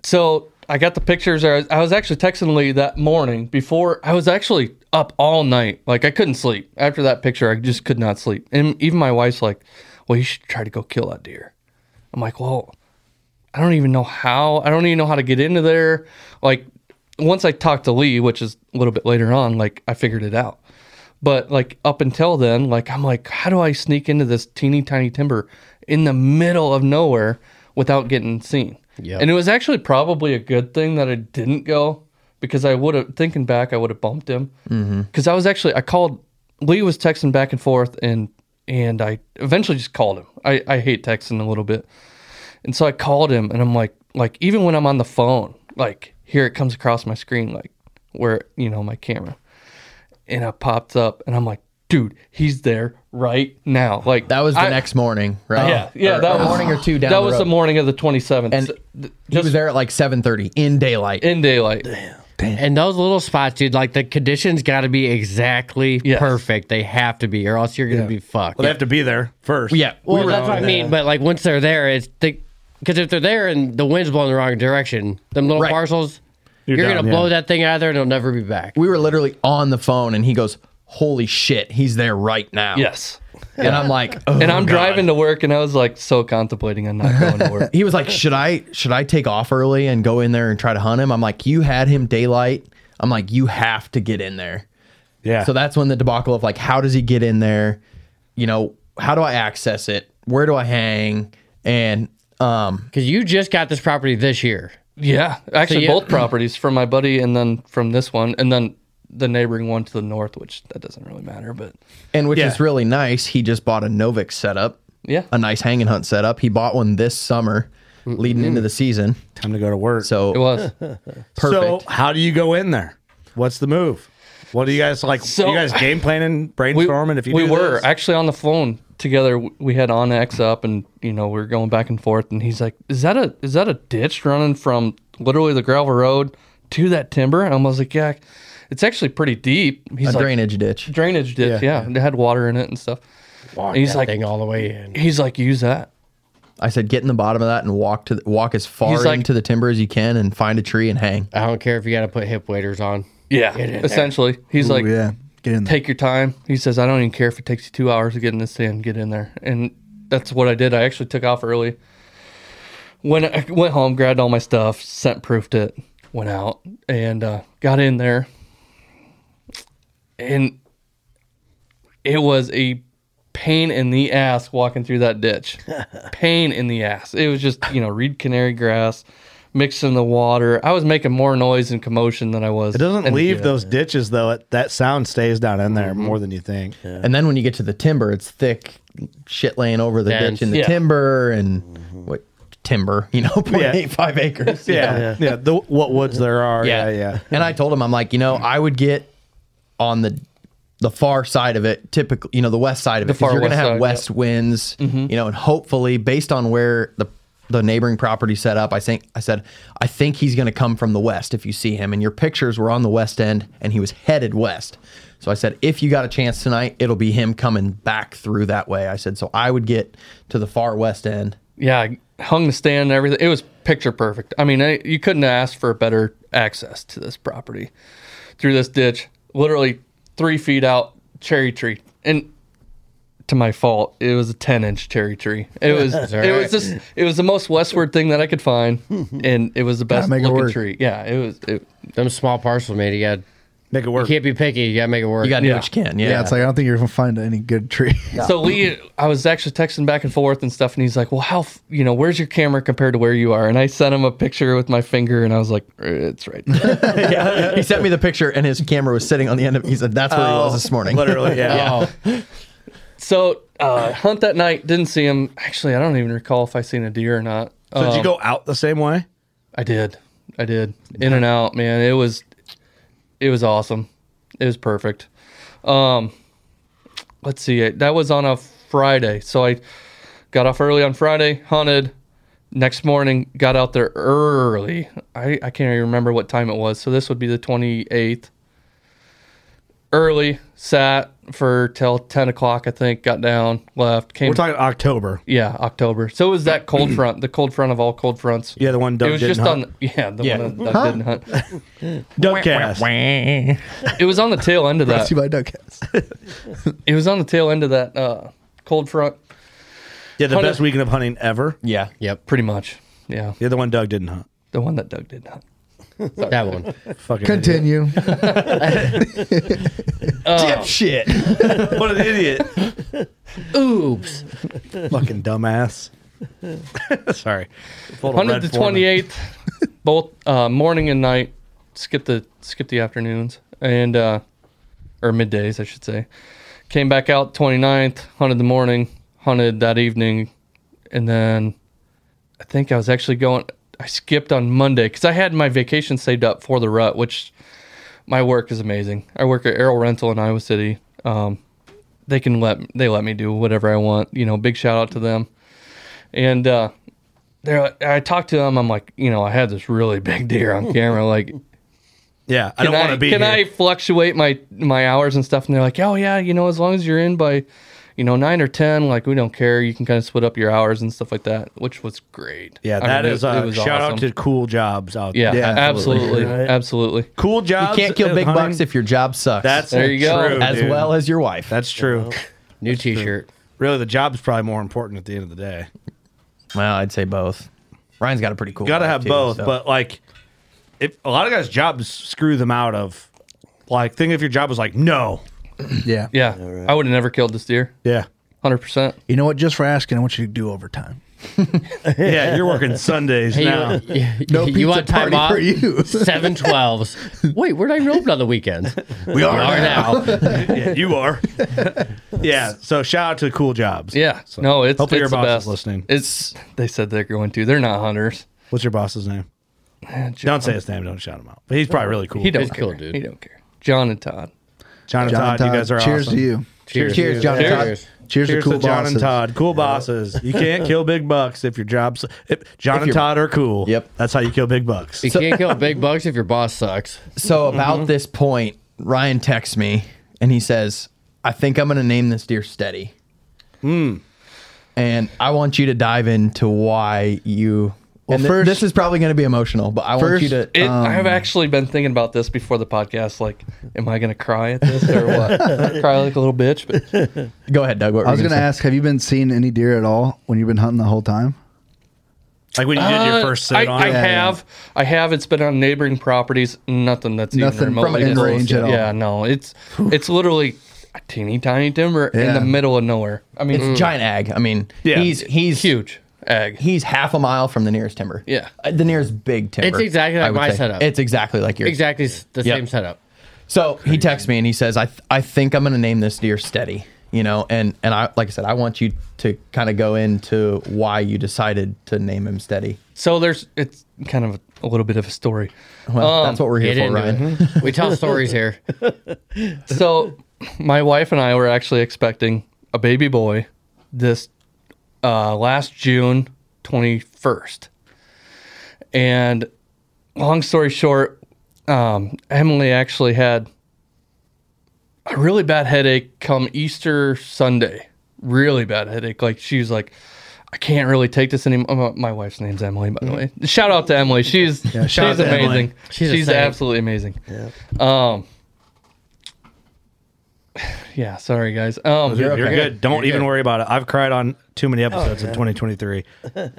[SPEAKER 7] So I got the pictures. I was, I was actually texting Lee that morning before. I was actually up all night. Like I couldn't sleep after that picture. I just could not sleep. And even my wife's like, "Well, you should try to go kill that deer." I'm like, "Well, I don't even know how. I don't even know how to get into there. Like, once I talked to Lee, which is a little bit later on, like I figured it out. But like up until then, like I'm like, how do I sneak into this teeny tiny timber in the middle of nowhere without getting seen?
[SPEAKER 3] Yep.
[SPEAKER 7] And it was actually probably a good thing that I didn't go because I would have thinking back, I would have bumped him
[SPEAKER 3] Mhm.
[SPEAKER 7] because I was actually I called Lee was texting back and forth and and I eventually just called him. I, I hate texting a little bit. And so I called him and I'm like like even when I'm on the phone, like here it comes across my screen like where you know my camera. And I popped up and I'm like, dude, he's there right now. Like
[SPEAKER 4] That was the
[SPEAKER 7] I-
[SPEAKER 4] next morning, right?
[SPEAKER 7] Yeah, yeah,
[SPEAKER 4] Or-
[SPEAKER 7] that
[SPEAKER 4] or
[SPEAKER 7] was-
[SPEAKER 4] morning or two down
[SPEAKER 7] That
[SPEAKER 4] the
[SPEAKER 7] was the
[SPEAKER 4] road.
[SPEAKER 7] morning of the 27th.
[SPEAKER 4] And he was there at like 730 in daylight.
[SPEAKER 7] In daylight. Damn.
[SPEAKER 3] And those little spots, dude, like the conditions got to be exactly
[SPEAKER 1] Yes.
[SPEAKER 3] perfect. They have to be, or else you're going to be fucked.
[SPEAKER 1] Well, they have to be there first.
[SPEAKER 3] Yeah, well, that's what I mean. But like once they're there, it's the because if they're there and the wind's blowing the wrong direction, them little parcels,
[SPEAKER 4] You're
[SPEAKER 3] you're,
[SPEAKER 4] down,
[SPEAKER 3] gonna
[SPEAKER 4] yeah.
[SPEAKER 3] blow that thing out of there and it'll never be back.
[SPEAKER 4] We were literally on the phone and he goes, holy shit, he's there right now.
[SPEAKER 7] Yes.
[SPEAKER 4] And I'm like, oh,
[SPEAKER 7] and I'm
[SPEAKER 4] God.
[SPEAKER 7] driving to work, and I was like so contemplating on not going to work.
[SPEAKER 4] he was like, "Should I should I take off early and go in there and try to hunt him?" I'm like, "You had him daylight." I'm like, "You have to get in there."
[SPEAKER 1] Yeah.
[SPEAKER 4] So that's when the debacle of like, how does he get in there? You know, how do I access it? Where do I hang? And um,
[SPEAKER 3] because you just got this property this year.
[SPEAKER 7] Yeah, actually,
[SPEAKER 3] So, yeah.
[SPEAKER 7] both properties from my buddy, and then from this one, and then the neighboring one to the north, which that doesn't really matter. But
[SPEAKER 4] and which
[SPEAKER 7] Yeah.
[SPEAKER 4] is really nice. He just bought a Novik setup.
[SPEAKER 7] Yeah.
[SPEAKER 4] A nice hang and hunt setup. He bought one this summer, leading into the season.
[SPEAKER 1] Time to go to work.
[SPEAKER 4] So
[SPEAKER 7] Mm-hmm. it was
[SPEAKER 1] So how do you go in there? What's the move? What do you guys like?
[SPEAKER 7] So-
[SPEAKER 1] you guys game planning, brainstorming? if you
[SPEAKER 7] we
[SPEAKER 1] do
[SPEAKER 7] were
[SPEAKER 1] this?
[SPEAKER 7] actually on the phone together. We had Onyx up, and you know we were going back and forth, and he's like, "Is that a is that a ditch running from literally the gravel road to that timber?" And I was like, "Yeah, it's actually pretty deep." He's
[SPEAKER 4] a
[SPEAKER 7] like,
[SPEAKER 4] drainage ditch.
[SPEAKER 7] drainage ditch.
[SPEAKER 4] Yeah,
[SPEAKER 7] Yeah, it had water in it and stuff. And he's
[SPEAKER 3] that
[SPEAKER 7] like
[SPEAKER 3] thing all the way in.
[SPEAKER 7] He's like, use that.
[SPEAKER 4] I said, get in the bottom of that and walk to the, walk as far
[SPEAKER 3] He's like-
[SPEAKER 4] into the timber as you can and find a tree and hang.
[SPEAKER 3] I don't care if you got to put hip waders on.
[SPEAKER 7] Yeah,
[SPEAKER 3] Get in there.
[SPEAKER 7] essentially, he's
[SPEAKER 4] Ooh,
[SPEAKER 7] like,
[SPEAKER 4] yeah.
[SPEAKER 2] Get in
[SPEAKER 7] Take your time. He says, I don't even care if it takes you two hours to get in this sand. Get in there, and that's what I did. I actually took off early. When I went home, grabbed all my stuff, scent proofed it, went out, and uh, got in there, and it was a pain in the ass walking through that ditch. pain in the ass. It was just, you know, reed canary grass mixed in the water. I was making more noise and commotion than I was.
[SPEAKER 1] It doesn't
[SPEAKER 7] in the
[SPEAKER 1] leave
[SPEAKER 7] ditch.
[SPEAKER 1] those ditches though. It, that sound stays down in there more than you think.
[SPEAKER 4] And then when you get to the timber, it's thick shit laying over the
[SPEAKER 1] Dense.
[SPEAKER 4] ditch in the
[SPEAKER 1] Yeah.
[SPEAKER 4] timber and what timber, you know, 0.85 acres.
[SPEAKER 1] Yeah, yeah. the, what woods there are. Yeah, yeah.
[SPEAKER 4] and I told him, I'm like, you know, I would get on the the far side of it, typically, you know, the west side of
[SPEAKER 7] The
[SPEAKER 4] it,
[SPEAKER 7] far
[SPEAKER 4] because you're going to have
[SPEAKER 7] west side, Mm-hmm.
[SPEAKER 4] west winds, you know, and hopefully, based on where the the neighboring property set up, I think I said I think he's going to come from the west if you see him. And your pictures were on the west end, and he was headed west. So I said, if you got a chance tonight, it'll be him coming back through that way. I said, so I would get to the far west end.
[SPEAKER 7] yeah, I hung the stand and everything. It was picture perfect. I mean, I, you couldn't ask for better access to this property through this ditch, literally three feet out, cherry tree. And to my fault, it was a 10 inch cherry tree. It was,
[SPEAKER 3] That's
[SPEAKER 7] it
[SPEAKER 3] all
[SPEAKER 7] was
[SPEAKER 3] right.
[SPEAKER 7] just, it was the most westward thing that I could find. And it was the best
[SPEAKER 3] make it
[SPEAKER 7] looking
[SPEAKER 3] work.
[SPEAKER 7] tree. Yeah, it was, it,
[SPEAKER 3] Them small parcels, man. You got
[SPEAKER 1] make it work.
[SPEAKER 3] You can't be picky. You got to make it work.
[SPEAKER 4] You gotta do what you can,
[SPEAKER 2] Yeah. it's like I don't think you're gonna find any good tree.
[SPEAKER 7] So Lee, I was actually texting back and forth and stuff, and he's like, "Well, how f- you know where's your camera compared to where you are?" And I sent him a picture with my finger, and I was like, "Eh, "It's right." there."
[SPEAKER 4] he sent me the picture, and his camera was sitting on the end of. He said, "That's where he was
[SPEAKER 1] Oh,
[SPEAKER 4] this morning."
[SPEAKER 7] So uh, hunt that night, didn't see him. Actually, I don't even recall if I seen a deer or not.
[SPEAKER 1] So did you
[SPEAKER 7] Um,
[SPEAKER 1] go out the same way?
[SPEAKER 7] I did. I did. In and out, man. It was it was awesome. It was perfect. Um let's see. it- That was on a Friday. So I got off early on Friday, hunted. Next morning, got out there early. I, I can't even remember what time it was. So this would be the 28th. Early, sat for till 10 o'clock, I think, got down, left, came
[SPEAKER 1] We're talking October.
[SPEAKER 7] yeah, October. So it was that cold front, the cold front of all cold fronts. Yeah,
[SPEAKER 1] the one Doug
[SPEAKER 7] It was
[SPEAKER 1] didn't
[SPEAKER 7] just
[SPEAKER 1] hunt.
[SPEAKER 7] on. Yeah, the
[SPEAKER 1] Yeah.
[SPEAKER 7] one that Doug
[SPEAKER 1] Huh?
[SPEAKER 7] didn't hunt.
[SPEAKER 1] Dubcast.
[SPEAKER 7] It was on the tail end of
[SPEAKER 2] Brought
[SPEAKER 7] that.
[SPEAKER 2] to you by Duckcast.
[SPEAKER 7] It was on the tail end of that uh, cold front.
[SPEAKER 1] Yeah, the
[SPEAKER 7] Hunted-
[SPEAKER 1] best weekend of hunting ever.
[SPEAKER 4] Yeah.
[SPEAKER 7] Yep. Pretty much. Yeah.
[SPEAKER 1] The other one Doug didn't hunt.
[SPEAKER 7] The one that Doug did not. Sorry.
[SPEAKER 3] That one.
[SPEAKER 1] Fucking
[SPEAKER 2] Continue.
[SPEAKER 4] Dipshit.
[SPEAKER 1] what an idiot.
[SPEAKER 3] Oops.
[SPEAKER 1] Fucking dumbass. Sorry. Full of
[SPEAKER 7] Hundred
[SPEAKER 1] Red
[SPEAKER 7] to
[SPEAKER 1] Foreman.
[SPEAKER 7] twenty eighth, both uh, morning and night. Skip the skip the afternoons and uh, or middays, I should say. Came back out 29th, hunted the morning, hunted that evening, and then I think I was actually going. I skipped on Monday because I had my vacation saved up for the rut, which my work is amazing. I work at Arrow Rental in Iowa City. Um, they can let they let me do whatever I want. You know, big shout out to them. And uh, there, I talked to them. I'm like, you know, I had this really big deer on camera. Like,
[SPEAKER 1] Yeah, I
[SPEAKER 7] can
[SPEAKER 1] don't want to be
[SPEAKER 7] Can
[SPEAKER 1] here.
[SPEAKER 7] I fluctuate my my hours and stuff? And they're like, oh yeah, you know, as long as you're in by, you know, nine or ten, like we don't care. You can kind of split up your hours and stuff like that, which was great.
[SPEAKER 1] yeah,
[SPEAKER 7] I
[SPEAKER 1] that
[SPEAKER 7] mean,
[SPEAKER 1] is
[SPEAKER 7] it-
[SPEAKER 1] uh,
[SPEAKER 7] it was
[SPEAKER 1] shout out
[SPEAKER 7] awesome.
[SPEAKER 1] to Cool Jobs out
[SPEAKER 7] Yeah,
[SPEAKER 1] there.
[SPEAKER 7] absolutely, absolutely.
[SPEAKER 1] Cool
[SPEAKER 4] You
[SPEAKER 1] jobs.
[SPEAKER 4] can't kill
[SPEAKER 1] and
[SPEAKER 4] big
[SPEAKER 1] hunting.
[SPEAKER 4] bucks if your job sucks.
[SPEAKER 1] That's
[SPEAKER 7] There you go.
[SPEAKER 1] true,
[SPEAKER 4] as
[SPEAKER 1] dude.
[SPEAKER 4] well as your wife.
[SPEAKER 1] That's true.
[SPEAKER 3] New t shirt.
[SPEAKER 1] Really, the job's probably more important at the end of the day.
[SPEAKER 4] Well, I'd say both. Ryan's got a pretty cool.
[SPEAKER 1] You gotta
[SPEAKER 4] wife,
[SPEAKER 1] have
[SPEAKER 4] too,
[SPEAKER 1] both,
[SPEAKER 4] so.
[SPEAKER 1] but like, if a lot of guys' jobs screw them out of, like, think if your job was like, no,
[SPEAKER 2] yeah.
[SPEAKER 7] Yeah, I would have never killed this deer.
[SPEAKER 1] Yeah,
[SPEAKER 7] hundred percent.
[SPEAKER 2] You know what? Just for asking, I want you to do overtime.
[SPEAKER 1] yeah, you're working Sundays
[SPEAKER 3] Hey,
[SPEAKER 1] now.
[SPEAKER 3] you, you,
[SPEAKER 2] No
[SPEAKER 3] you
[SPEAKER 2] pizza
[SPEAKER 3] want time
[SPEAKER 2] party
[SPEAKER 3] off?
[SPEAKER 2] for you.
[SPEAKER 3] Seven twelves. Wait, we're not even open on the weekends.
[SPEAKER 2] We are
[SPEAKER 3] now.
[SPEAKER 1] yeah, you are. yeah. So shout out to Cool Jobs.
[SPEAKER 7] Yeah.
[SPEAKER 1] So,
[SPEAKER 7] no, it's
[SPEAKER 1] hopefully
[SPEAKER 7] it's
[SPEAKER 1] your
[SPEAKER 7] the
[SPEAKER 1] boss
[SPEAKER 7] best.
[SPEAKER 1] is listening.
[SPEAKER 7] It's they said they're going to. They're not hunters.
[SPEAKER 1] What's your boss's name?
[SPEAKER 7] Eh, John-
[SPEAKER 1] Don't say his name. Don't shout him out. But he's probably really cool.
[SPEAKER 7] He don't
[SPEAKER 3] He's a
[SPEAKER 7] care.
[SPEAKER 3] cool dude.
[SPEAKER 7] He don't care. John and Todd.
[SPEAKER 1] John and Todd, you guys are
[SPEAKER 2] cheers
[SPEAKER 1] awesome.
[SPEAKER 2] to you.
[SPEAKER 3] Cheers.
[SPEAKER 4] Cheers, John and Todd.
[SPEAKER 3] Cheers.
[SPEAKER 2] Cheers,
[SPEAKER 1] Cheers
[SPEAKER 2] to cool
[SPEAKER 1] to John
[SPEAKER 2] bosses.
[SPEAKER 1] and Todd. Cool bosses. You can't kill big bucks if your job's. If John and
[SPEAKER 4] you're-
[SPEAKER 1] Todd are cool.
[SPEAKER 4] Yep.
[SPEAKER 1] That's how you kill big bucks.
[SPEAKER 3] You can't kill big bucks if your boss sucks.
[SPEAKER 4] So
[SPEAKER 1] Mm-hmm.
[SPEAKER 4] about this point, Ryan texts
[SPEAKER 1] Hmm.
[SPEAKER 4] me and he says, "I think I'm gonna name this deer Steady." and I want you to dive into why you.
[SPEAKER 7] Well,
[SPEAKER 4] Well,
[SPEAKER 7] first-
[SPEAKER 4] first, this is probably going to be emotional, but I want you to.
[SPEAKER 7] It,
[SPEAKER 4] um,
[SPEAKER 7] I've actually been thinking about this before the podcast. Like, am I going to cry at this or what? cry like a little bitch. But
[SPEAKER 4] go ahead, Doug.
[SPEAKER 2] I was going to ask, have you been seeing any deer at all when you've been hunting the whole time?
[SPEAKER 1] Like when you did your
[SPEAKER 7] Uh,
[SPEAKER 1] first sit
[SPEAKER 7] I,
[SPEAKER 1] on
[SPEAKER 7] I
[SPEAKER 1] it.
[SPEAKER 7] have, I have. It's been on neighboring properties. Nothing that's
[SPEAKER 2] Nothing
[SPEAKER 7] even remotely
[SPEAKER 2] from in
[SPEAKER 7] close.
[SPEAKER 2] range at all.
[SPEAKER 7] Yeah, no. It's it's literally a teeny tiny timber in
[SPEAKER 4] Yeah.
[SPEAKER 7] the middle of nowhere. I mean,
[SPEAKER 1] Mm.
[SPEAKER 4] it's giant ag. I mean,
[SPEAKER 7] Yeah.
[SPEAKER 4] he's he's huge
[SPEAKER 7] ag.
[SPEAKER 4] He's half a mile from the nearest timber.
[SPEAKER 7] Yeah.
[SPEAKER 4] Uh, the nearest big timber.
[SPEAKER 3] It's exactly like
[SPEAKER 4] I would
[SPEAKER 3] my setup.
[SPEAKER 4] It's exactly like yours.
[SPEAKER 3] Exactly s- the
[SPEAKER 4] Yep.
[SPEAKER 3] same setup.
[SPEAKER 4] So he texts me and he says, "I th- I think I'm going to name this deer Steady." You know, and and I like I said, I want you to kind of go into why you decided to name him Steady.
[SPEAKER 7] So there's it's kind of a little bit of a story.
[SPEAKER 4] Well, that's what we're here
[SPEAKER 7] Um, get
[SPEAKER 4] for,
[SPEAKER 7] into
[SPEAKER 4] Ryan.
[SPEAKER 7] it.
[SPEAKER 3] We tell stories here.
[SPEAKER 7] so my wife and I were actually expecting a baby boy this uh, last June 21st. And long story short, um, Emily actually had a really bad headache come Easter Sunday. Really bad headache. Like she was like, I can't really take this anymore. Oh, my- my wife's name's Emily, by the way. Shout out to Emily. She's
[SPEAKER 3] Yeah,
[SPEAKER 7] she's
[SPEAKER 3] shout out to Emily.
[SPEAKER 7] amazing.
[SPEAKER 3] She's
[SPEAKER 7] She's,
[SPEAKER 3] a saint.
[SPEAKER 7] absolutely amazing. Um, yeah. Sorry, guys. Um,
[SPEAKER 1] You're, you're good. Don't
[SPEAKER 7] You're
[SPEAKER 1] even
[SPEAKER 7] good.
[SPEAKER 1] worry about it. I've cried on too many episodes
[SPEAKER 7] Oh, yeah.
[SPEAKER 1] in 2023.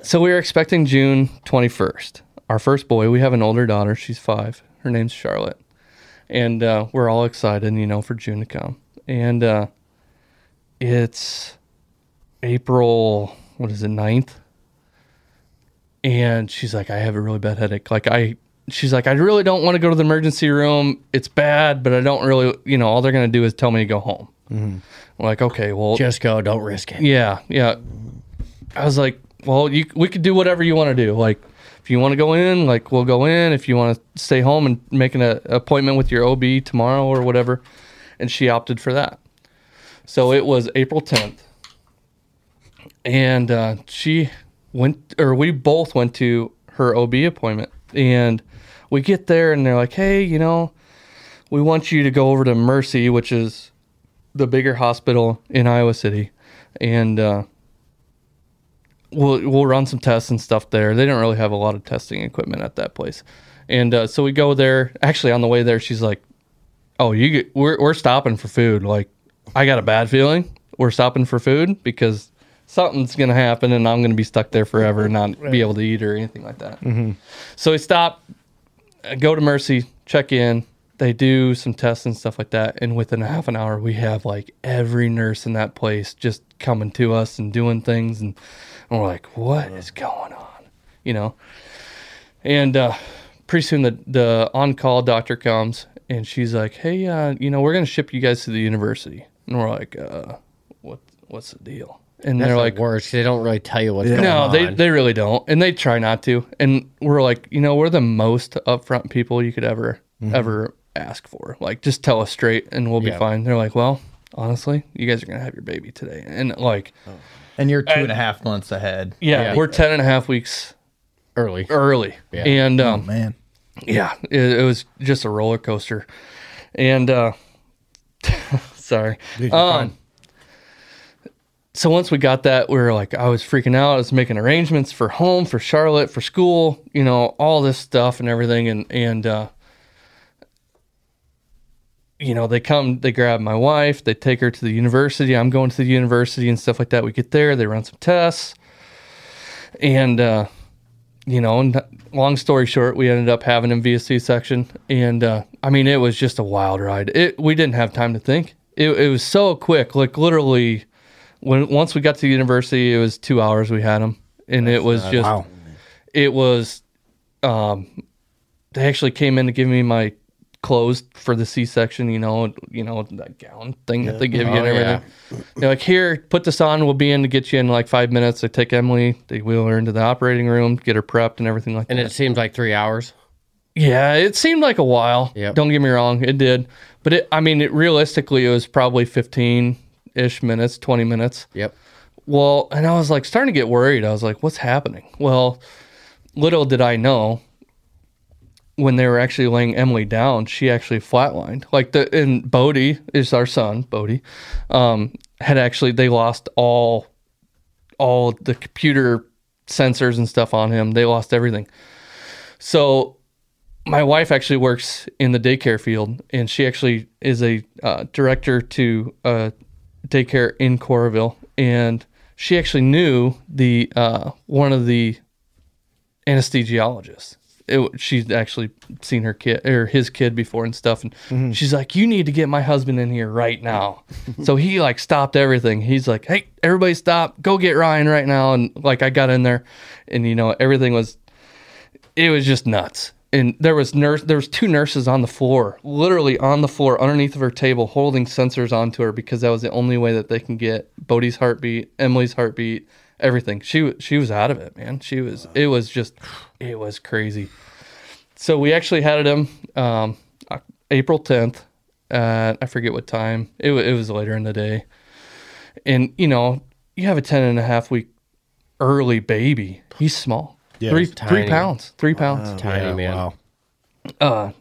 [SPEAKER 7] So we were expecting June 21st. Our first boy. We have an older daughter. She's five. Her name's Charlotte, and uh, we're all excited, you know, for June to come. And uh, it's April. What is it? 9th? and she's like i have a really bad headache like i she's like i really don't want to go to the emergency room it's bad but i don't really you know all they're going to do is tell me to go home
[SPEAKER 3] Mhm.
[SPEAKER 7] I'm like okay well
[SPEAKER 3] Just go. Don't risk it.
[SPEAKER 7] yeah yeah i was like well you we could do whatever you want to do like if you want to go in like we'll go in if you want to stay home and make an uh, appointment with your ob tomorrow or whatever and she opted for that so it was april 10th and uh, she went or we both went to her OB appointment and we get there and they're like, "Hey, you know, we want you to go over to Mercy, which is the bigger hospital in Iowa City, and uh, we'll we'll run some tests and stuff there. They didn't really have a lot of testing equipment at that place, and uh, so we go there. Actually, on the way there, she's like, "Oh, you get, we're we're stopping for food. Like, I got a bad feeling. We're stopping for food because something's gonna happen, and I'm gonna be stuck there forever and not be able to eat or anything like that." So we stop, uh, go to Mercy, check in. They do some tests and stuff like that. And within a half an hour, we have like every nurse in that place just coming to us and doing things. And, and we're like, what is going on? You know? And uh, pretty soon the, the on call doctor comes and she's like, hey, uh, you know, we're going to ship you guys to the university. And we're like, uh, what, what's the deal? And
[SPEAKER 3] That's
[SPEAKER 7] they're
[SPEAKER 3] the
[SPEAKER 7] like,
[SPEAKER 3] worst. They don't really tell you what's going
[SPEAKER 7] no,
[SPEAKER 3] on.
[SPEAKER 7] they they really don't, and they try not to. And we're like, you know, we're the most upfront people you could ever
[SPEAKER 3] Mm-hmm.
[SPEAKER 7] ever ask for. Like, just tell us straight, and we'll
[SPEAKER 4] Yeah.
[SPEAKER 7] be fine. They're like, well, honestly, you guys are gonna have your baby today, and like,
[SPEAKER 4] And you're two
[SPEAKER 7] And-
[SPEAKER 4] and a half months ahead.
[SPEAKER 7] Uh, yeah, we're ten and a half weeks
[SPEAKER 3] early,
[SPEAKER 7] early,
[SPEAKER 3] Yeah.
[SPEAKER 7] and um,
[SPEAKER 2] man,
[SPEAKER 7] yeah, it, it was just a roller coaster, and uh, sorry,
[SPEAKER 1] Dude, you're
[SPEAKER 7] um, so once we got that, we were like, I was freaking out. I was making arrangements for home, for Charlotte, for school, you know, all this stuff and everything. And, and, uh, you know, they come, they grab my wife, they take her to the university. I'm going to the university and stuff like that. We get there, they run some tests. And, uh, you know, n- long story short, we ended up having him via C section. And, uh, I mean, it was just a wild ride. It, we didn't have time to think. It, it was so quick, like literally, when once we got to the university, it was two hours we had him, and it was
[SPEAKER 1] nuts.
[SPEAKER 7] just,
[SPEAKER 1] Wow.
[SPEAKER 7] it was, um, they actually came in to give me my clothes for the C section, you know, you know that gown thing that they give you
[SPEAKER 3] Oh,
[SPEAKER 7] and everything. They're like, here, put this on. We'll be in to get you in like five minutes. They take Emily, they wheel her into the operating room, get her prepped and everything like
[SPEAKER 3] and
[SPEAKER 7] that.
[SPEAKER 3] it seems like three hours.
[SPEAKER 7] Yeah, it seemed like a while.
[SPEAKER 3] Yep.
[SPEAKER 7] Don't get me wrong, it did. But it, I mean, it realistically, it was probably 15 ish minutes, 20 minutes.
[SPEAKER 3] Yep.
[SPEAKER 7] Well, and I was like starting to get worried. I was like, what's happening? Well, little did I know when they were actually laying Emily down, she actually flatlined. Like the and Bodie is our son, Bodie, um, had actually they lost all all the computer sensors and stuff on him. They lost everything. So my wife actually works in the daycare field, and she actually is a uh, director to a daycare in Coraville, and she actually knew the uh, one of the anesthesiologists. It, she's actually seen her kid or his kid before and stuff, and
[SPEAKER 11] Mhm.
[SPEAKER 7] she's like, "You need to get my husband in here right now." so he like stopped everything. He's like, "Hey, everybody, stop! Go get Ryan right now!" And like I got in there, and you know everything was it was just nuts. And there was nurse, there was two nurses on the floor, literally on the floor underneath of her table, holding sensors onto her because that was the only way that they can get Bodie's heartbeat, Emily's heartbeat, everything. She wa- she was out of it, man. She was it was just it was crazy. So we actually had him um, Oc- April tenth. Uh, I forget what time. It wa- it was later in the day, and you know you have a 10 and a half week early baby. He's small.
[SPEAKER 3] Yeah,
[SPEAKER 7] three
[SPEAKER 3] he's
[SPEAKER 7] three
[SPEAKER 3] tiny.
[SPEAKER 7] pounds. Three pounds.
[SPEAKER 3] Wow. Tiny, Yeah, man. wow.
[SPEAKER 7] Uh,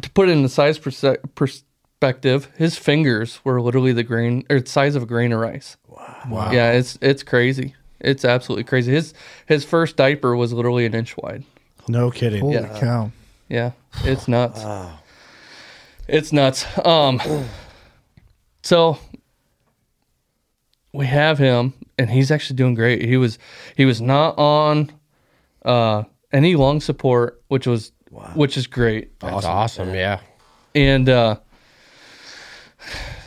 [SPEAKER 7] to put it in the size perse- perspective, his fingers were literally the grain or the size of a grain of rice. Wow.
[SPEAKER 3] Wow.
[SPEAKER 7] Yeah, it's it's crazy. It's absolutely crazy. His his first diaper was literally an inch wide.
[SPEAKER 1] No kidding.
[SPEAKER 7] Holy Yeah. cow. Yeah, it's nuts. It's nuts. Um, so we have him, and he's actually doing great. He was he was not on uh, any lung support, which was which is great.
[SPEAKER 3] That's awesome, yeah.
[SPEAKER 7] And uh,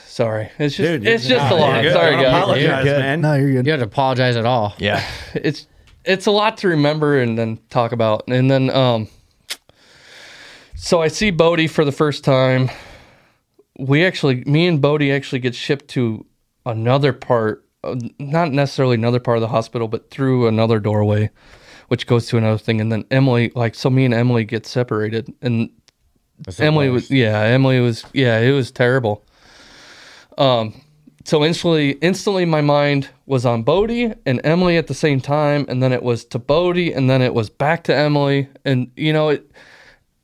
[SPEAKER 7] sorry, it's just
[SPEAKER 3] Dude,
[SPEAKER 7] it's
[SPEAKER 3] you're
[SPEAKER 7] just a
[SPEAKER 3] good.
[SPEAKER 7] lot.
[SPEAKER 3] You're good.
[SPEAKER 7] Sorry,
[SPEAKER 3] Don't
[SPEAKER 7] guys.
[SPEAKER 3] apologize, You're good. man.
[SPEAKER 2] No, you're good.
[SPEAKER 7] You have to apologize at all.
[SPEAKER 4] Yeah,
[SPEAKER 7] it's it's a lot to remember and then talk about, and then um. So I see Bodie for the first time. We actually, me and Bodie actually get shipped to another part, uh, not necessarily another part of the hospital, but through another doorway, which goes to another thing. And then Emily, like, so me and Emily get separated. And
[SPEAKER 3] That's the
[SPEAKER 7] Emily was, yeah, Emily was, yeah, it was terrible. Um, so instantly, instantly, my mind was on Bodie and Emily at the same time, and then it was to Bodie, and then it was back to Emily, and you know, it,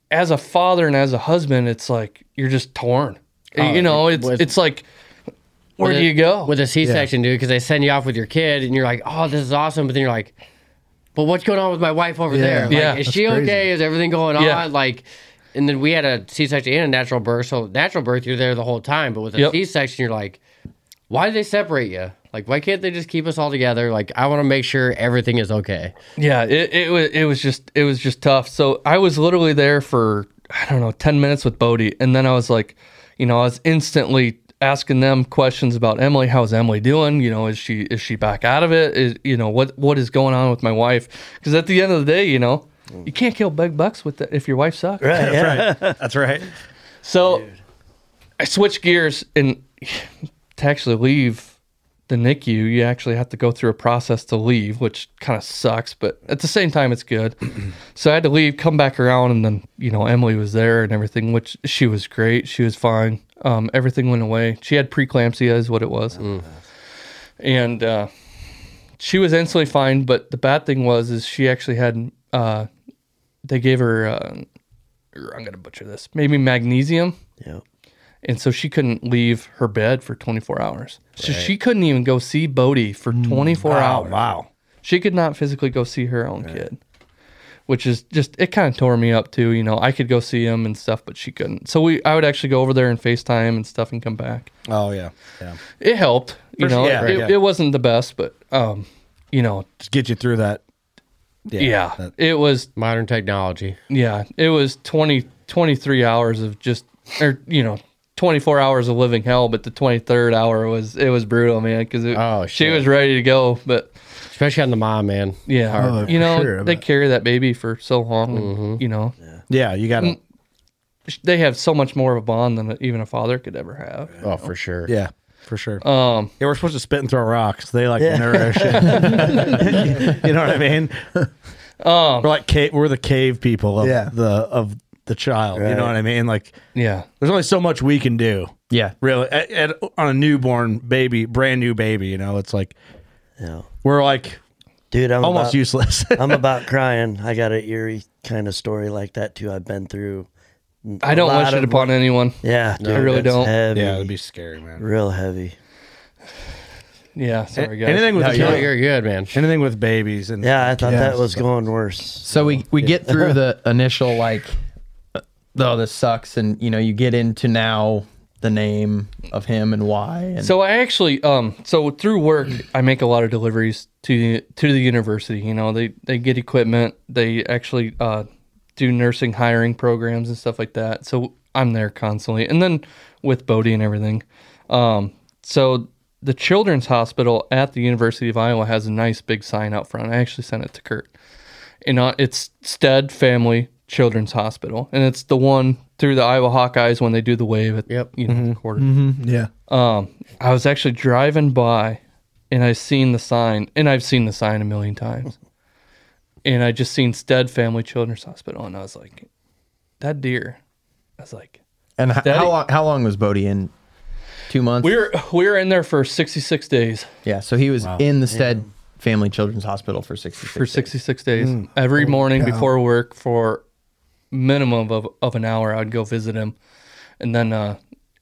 [SPEAKER 7] as a father and as a husband, it's like you're just torn.
[SPEAKER 3] Oh,
[SPEAKER 7] you know,
[SPEAKER 3] it
[SPEAKER 7] it's
[SPEAKER 3] was-
[SPEAKER 7] it's like where
[SPEAKER 3] With
[SPEAKER 7] do
[SPEAKER 3] a-
[SPEAKER 7] you go
[SPEAKER 3] with a C-section, dude? Because they send you off with your kid, and you're like, "Oh, this is awesome," but then you're like, "But what's going on with my wife over
[SPEAKER 7] Yeah,
[SPEAKER 3] there? Like,
[SPEAKER 7] yeah.
[SPEAKER 3] is
[SPEAKER 7] That's
[SPEAKER 3] she
[SPEAKER 7] crazy.
[SPEAKER 3] okay? Is everything going
[SPEAKER 7] Yeah.
[SPEAKER 3] on?" Like, and then we had a C-section and a natural birth. So natural birth, you're there the whole time, but with a
[SPEAKER 7] Yep.
[SPEAKER 3] section you're like, "Why did they separate you? Like, why can't they just keep us all together? Like, I want to make sure everything is okay."
[SPEAKER 7] Yeah, it, it was it was just it was just tough. So I was literally there for I don't know ten minutes with Bodie, and then I was like, you know, I was instantly asking them questions about Emily. How's Emily doing? You know, is she is she back out of it? Is, you know what what is going on with my wife? Because at the end of the day, you know, you can't kill big bucks with the, if your wife sucks.
[SPEAKER 1] That's right. That's right.
[SPEAKER 7] So I switched gears and to actually leave the NICU, you actually have to go through a process to leave, which kind of sucks, but at the same time, it's good. so I had to leave, come back around, and then, you know, Emily was there and everything, which she was great. She was fine. Um, everything went away. She had preeclampsia, is what it was. And uh, she was instantly fine, but the bad thing was, is she actually had, uh, they gave her, uh, I'm going to butcher this, maybe magnesium. Yeah and so she couldn't leave her bed for 24 hours. So
[SPEAKER 3] Right. Mm,
[SPEAKER 7] she couldn't even go see Bodhi for 24
[SPEAKER 1] Oh,
[SPEAKER 3] Wow,
[SPEAKER 7] hours. Wow. She could not physically go see her own kid, which is just it kind of tore me up too. You know, I could go see him and stuff, but she couldn't. So we, I would actually go over there and Facetime and stuff and come back.
[SPEAKER 1] Oh yeah. Yeah.
[SPEAKER 7] It helped, you
[SPEAKER 1] For-
[SPEAKER 7] know.
[SPEAKER 1] yeah,
[SPEAKER 7] it,
[SPEAKER 1] yeah.
[SPEAKER 7] it wasn't the best, but um, you know,
[SPEAKER 1] Just get you through that.
[SPEAKER 7] yeah, it was
[SPEAKER 3] modern technology.
[SPEAKER 7] Yeah, it was 20, 23 hours of just, or you know, twenty four hours of living hell. But the twenty third hour was it was brutal, man, because oh, she was ready to go, but
[SPEAKER 3] especially on the mom, man.
[SPEAKER 7] Yeah,
[SPEAKER 3] Hard.
[SPEAKER 7] you know,
[SPEAKER 3] Sure, I
[SPEAKER 7] they carry that baby for so long, and, you know.
[SPEAKER 1] Yeah, you gotta-
[SPEAKER 7] Mm, They have so much more of a bond than even a father could ever have.
[SPEAKER 3] Oh, for sure.
[SPEAKER 1] Yeah, for sure.
[SPEAKER 7] Um,
[SPEAKER 1] yeah, we're supposed to spit and throw rocks. They like
[SPEAKER 7] Yeah.
[SPEAKER 1] nourish. it. you know what I mean?
[SPEAKER 7] Um,
[SPEAKER 1] we're like ca- we're the cave people of
[SPEAKER 7] Yeah.
[SPEAKER 1] the of the child. You
[SPEAKER 7] Right.
[SPEAKER 1] know what I mean? Like,
[SPEAKER 7] yeah,
[SPEAKER 1] there's only so much we can do.
[SPEAKER 4] Yeah,
[SPEAKER 1] really. At, at- on a newborn baby, brand new baby, you know, it's like, we're like,
[SPEAKER 6] dude, I'm
[SPEAKER 1] almost
[SPEAKER 6] about-
[SPEAKER 1] useless.
[SPEAKER 6] I'm about crying. I got an eerie kind of story like that too. I've been through. I
[SPEAKER 7] I don't wish it upon anyone.
[SPEAKER 6] Yeah,
[SPEAKER 7] I really
[SPEAKER 6] that's
[SPEAKER 7] don't.
[SPEAKER 6] Heavy,
[SPEAKER 7] Yeah, it'd
[SPEAKER 1] be scary, man.
[SPEAKER 6] Real heavy.
[SPEAKER 7] Yeah, sorry, guys.
[SPEAKER 1] Anything with
[SPEAKER 7] No, you're-
[SPEAKER 1] children-
[SPEAKER 7] you're
[SPEAKER 3] good, man.
[SPEAKER 1] Anything with babies and
[SPEAKER 6] Yeah, I thought
[SPEAKER 1] Yeah.
[SPEAKER 6] that was going worse.
[SPEAKER 4] So we we get through the initial like, oh this sucks, and you know you get into now the name of him and why. And
[SPEAKER 7] So I actually, um, so through work, I make a lot of deliveries to to the university. You know, they they get equipment. They actually uh, do nursing hiring programs and stuff like that. So I'm there constantly, and then with Bodie and everything. Um, so the Children's Hospital at the University of Iowa has a nice big sign out front. I actually sent it to Kurt, and uh, it's Stead Family Children's Hospital, and it's the one through the Iowa Hawkeyes when they do the wave at yep. you know the quarter.
[SPEAKER 2] Mhm, yeah.
[SPEAKER 7] Um, I was actually driving by and I seen the sign, and I've seen the sign a million times. and I just seen Stead Family Children's Hospital, and I was like, that deer. I was like,
[SPEAKER 4] and h-
[SPEAKER 7] Daddy-
[SPEAKER 4] how long how long was Bodie in? Two months.
[SPEAKER 7] we were we were in there for sixty six days.
[SPEAKER 4] Yeah, so he was
[SPEAKER 7] Wow.
[SPEAKER 4] in the Stead Family Children's Hospital for sixty six
[SPEAKER 7] for sixty six days. Every
[SPEAKER 4] Holy
[SPEAKER 7] morning
[SPEAKER 4] cow.
[SPEAKER 7] before work for minimum of of an hour, I'd go visit him, and then uh,